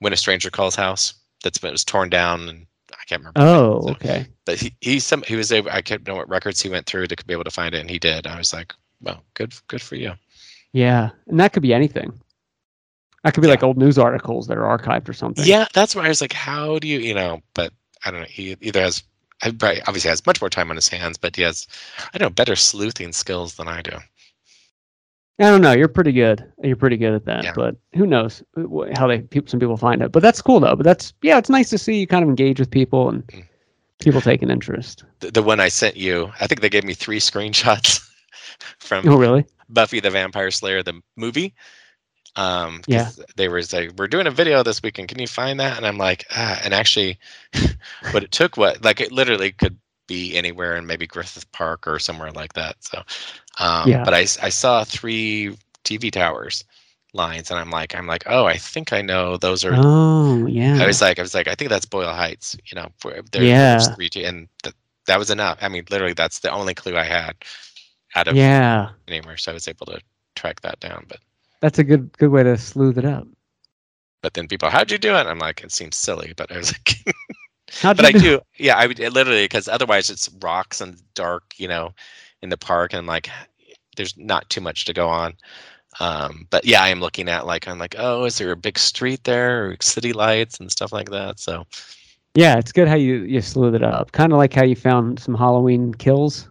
Speaker 1: when a stranger calls house that's been it was torn down and I can't remember
Speaker 2: Oh,
Speaker 1: So-
Speaker 2: okay.
Speaker 1: but he he some he was able I kept know what records he went through to be able to find it and he did. I was like, well, good good for you.
Speaker 2: Yeah, and that could be anything. That could be like old news articles that are archived or something.
Speaker 1: Yeah, that's where I was like, how do you you know? But I don't know. He either has I probably obviously has much more time on his hands, but he has I don't know better sleuthing skills than I do.
Speaker 2: I don't know. You're pretty good. You're pretty good at that.
Speaker 1: Yeah.
Speaker 2: But who knows wh- how they peop some people find it? But that's cool though. But that's yeah, it's nice to see you kind of engage with people and
Speaker 1: Mm.
Speaker 2: people take an interest.
Speaker 1: The, the one I sent you, I think they gave me three screenshots from
Speaker 2: Oh, really?
Speaker 1: Buffy the Vampire Slayer the movie. Um, 'cause
Speaker 2: Yeah.
Speaker 1: they were like, "We're doing a video this weekend. Can you find that?" And I'm like, "Ah." And actually, what it took what like it literally could be anywhere in maybe Griffith Park or somewhere like that. So, um,
Speaker 2: Yeah.
Speaker 1: but I s- I saw three TV towers lines, and I'm like, I'm like, oh, I think I know those are.
Speaker 2: Oh, yeah.
Speaker 1: I was like, I was like, I think that's Boyle Heights. You know, where there-
Speaker 2: Yeah.
Speaker 1: there's three, T- and th- that was enough. I mean, literally, that's the only clue I had out of
Speaker 2: yeah,
Speaker 1: anywhere, so I was able to track that down. But
Speaker 2: that's a good good way to sleuth it up.
Speaker 1: but then people, how'd you do it? I'm like, it seems silly, but I was like,
Speaker 2: How'd
Speaker 1: but
Speaker 2: you
Speaker 1: I do, yeah, I would it literally because otherwise it's rocks and dark, you know, in the park, and like, there's not too much to go on. Um, but yeah, I am looking at like I'm like, oh, is there a big street there or city lights and stuff like that? So
Speaker 2: Yeah, it's good how you you sleuth it up. Kind of like how you found some Halloween kills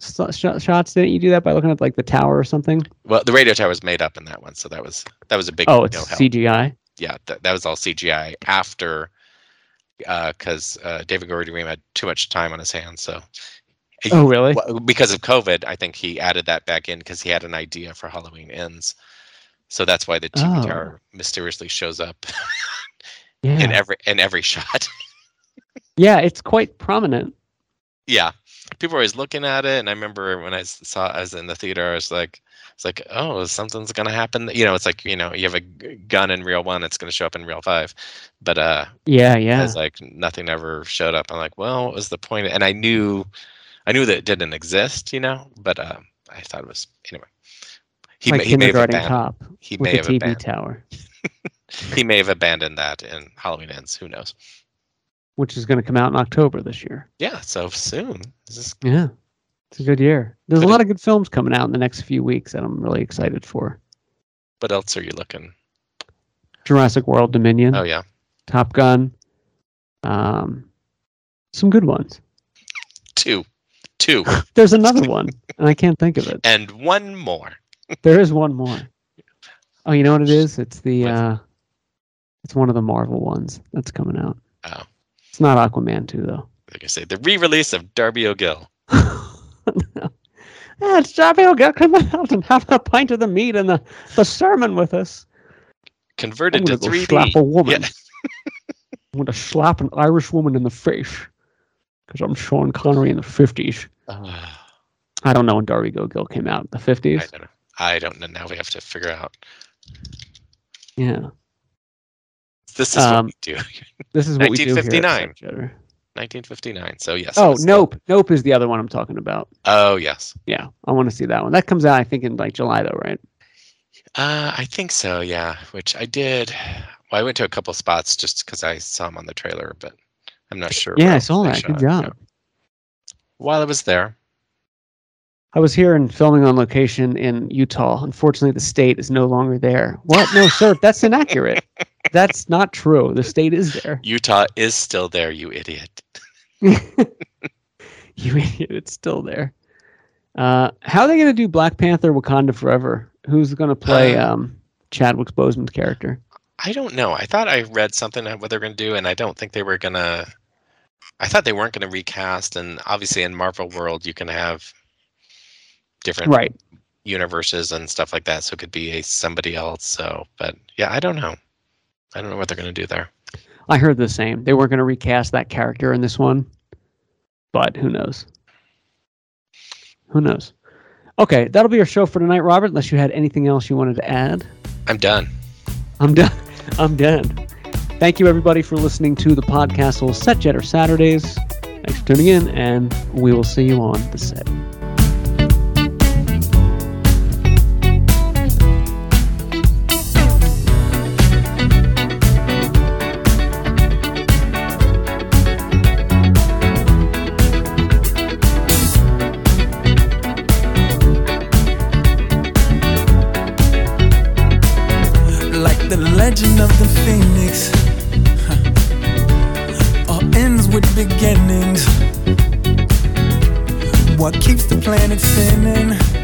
Speaker 2: s- sh- shots. Didn't you do that by looking at like the tower or something?
Speaker 1: well, the radio tower was made up in that one, so that was that was a big
Speaker 2: Oh, it's
Speaker 1: no help.
Speaker 2: CGI.
Speaker 1: yeah, that, that was all CGI after because uh, David Gordon Green had too much time on his hands. So
Speaker 2: Oh, really?
Speaker 1: Well, because of COVID, I think he added that back in because he had an idea for Halloween Ends. So that's why the TV
Speaker 2: Oh.
Speaker 1: tower mysteriously shows up in
Speaker 2: Yeah.
Speaker 1: every in every shot.
Speaker 2: yeah, it's quite prominent.
Speaker 1: yeah, people were always looking at it, and I remember when I s- saw it, I was in the theater, I was like, it's like, oh, something's gonna happen. You know, it's like you know, you have a g- gun in real one, it's gonna show up in real five, but uh,
Speaker 2: Yeah,
Speaker 1: yeah.
Speaker 2: yeah.
Speaker 1: it's like nothing ever showed up. I'm like, well, what was the point? And I knew, I knew that it didn't exist, you know, but uh, I thought it was anyway. He,
Speaker 2: like
Speaker 1: may- he may have
Speaker 2: kindergarten
Speaker 1: aban-
Speaker 2: cop
Speaker 1: he
Speaker 2: with
Speaker 1: may
Speaker 2: the
Speaker 1: have
Speaker 2: TV
Speaker 1: aban-
Speaker 2: tower,
Speaker 1: he may have abandoned that in Halloween Ends. Who knows?
Speaker 2: which is going to come out in October this year.
Speaker 1: Yeah, so soon. This is
Speaker 2: Yeah, it's a good year. There's a
Speaker 1: But
Speaker 2: lot of good films coming out in the next few weeks that I'm really excited for.
Speaker 1: what else are you looking?
Speaker 2: Jurassic World Dominion,
Speaker 1: Oh yeah,
Speaker 2: Top Gun, um, some good ones.
Speaker 1: two, two,
Speaker 2: There's another one, and I can't think of it.
Speaker 1: and one more.
Speaker 2: There is one more. Oh, you know what it is? It's the
Speaker 1: What?
Speaker 2: uh, it's one of the Marvel ones that's coming out.
Speaker 1: Oh.
Speaker 2: It's not Aquaman two though.
Speaker 1: Like I say, the re-release of Darby O'Gill.
Speaker 2: no. Yeah, it's Johnny O'Gill. Come out and have a pint of the meat and the, the sermon with us.
Speaker 1: converted to
Speaker 2: I'm gonna go
Speaker 1: 3D.
Speaker 2: slap a woman.
Speaker 1: Yeah.
Speaker 2: I'm going to slap an Irish woman in the face because I'm Sean Connery in the 50s.
Speaker 1: Ah,
Speaker 2: I don't know when Darby Gill came out, the
Speaker 1: I
Speaker 2: 50s?
Speaker 1: don't know. I don't know. Now we have to figure out.
Speaker 2: Yeah.
Speaker 1: This is
Speaker 2: Um,
Speaker 1: what we do.
Speaker 2: This is what we do here. at
Speaker 1: 1959.
Speaker 2: Step Cheddar.
Speaker 1: 1959. So yes. it
Speaker 2: Oh,
Speaker 1: was-
Speaker 2: Nope. Nope is the other one I'm talking about.
Speaker 1: Oh yes.
Speaker 2: Yeah. I want to see that one. That comes out, I think, in like July, though, right?
Speaker 1: Uh, I think so. Yeah. Which I did. Well, I went to a couple spots just because I saw him on the trailer, but I'm not sure.
Speaker 2: Yeah,
Speaker 1: where
Speaker 2: I
Speaker 1: else
Speaker 2: saw
Speaker 1: they
Speaker 2: that. Good
Speaker 1: shot it.
Speaker 2: job.
Speaker 1: Yeah. While I was there,
Speaker 2: I was here and filming on location in Utah. Unfortunately, the state is no longer there. What? No, sir, that's inaccurate. That's not true. The state is there.
Speaker 1: Utah is still there. You idiot.
Speaker 2: You idiot, it's still there. Uh, how are they going to do Black Panther Wakanda Forever? Who's going to play
Speaker 1: Uh,
Speaker 2: um, Chadwick Boseman's character?
Speaker 1: I don't know. I thought I read something on what they're going to do, and I don't think they were going to. I thought they weren't going to recast, and obviously in Marvel world you can have different
Speaker 2: Right.
Speaker 1: universes and stuff like that, so it could be a somebody else. So, but yeah, I don't know. I don't know what they're going to do there.
Speaker 2: I heard the same. They weren't going to recast that character in this one, but who knows? Who knows? Okay, that'll be our show for tonight, Robert, unless you had anything else you wanted to add.
Speaker 1: I'm done.
Speaker 2: I'm done. I'm done. Thank you, everybody, for listening to the podcast on Set Jetter Saturdays. Thanks for tuning in, and we will see you on the set.
Speaker 4: like the legend of the phoenix. Huh. All ends with beginnings. What keeps the planet spinning? Ah,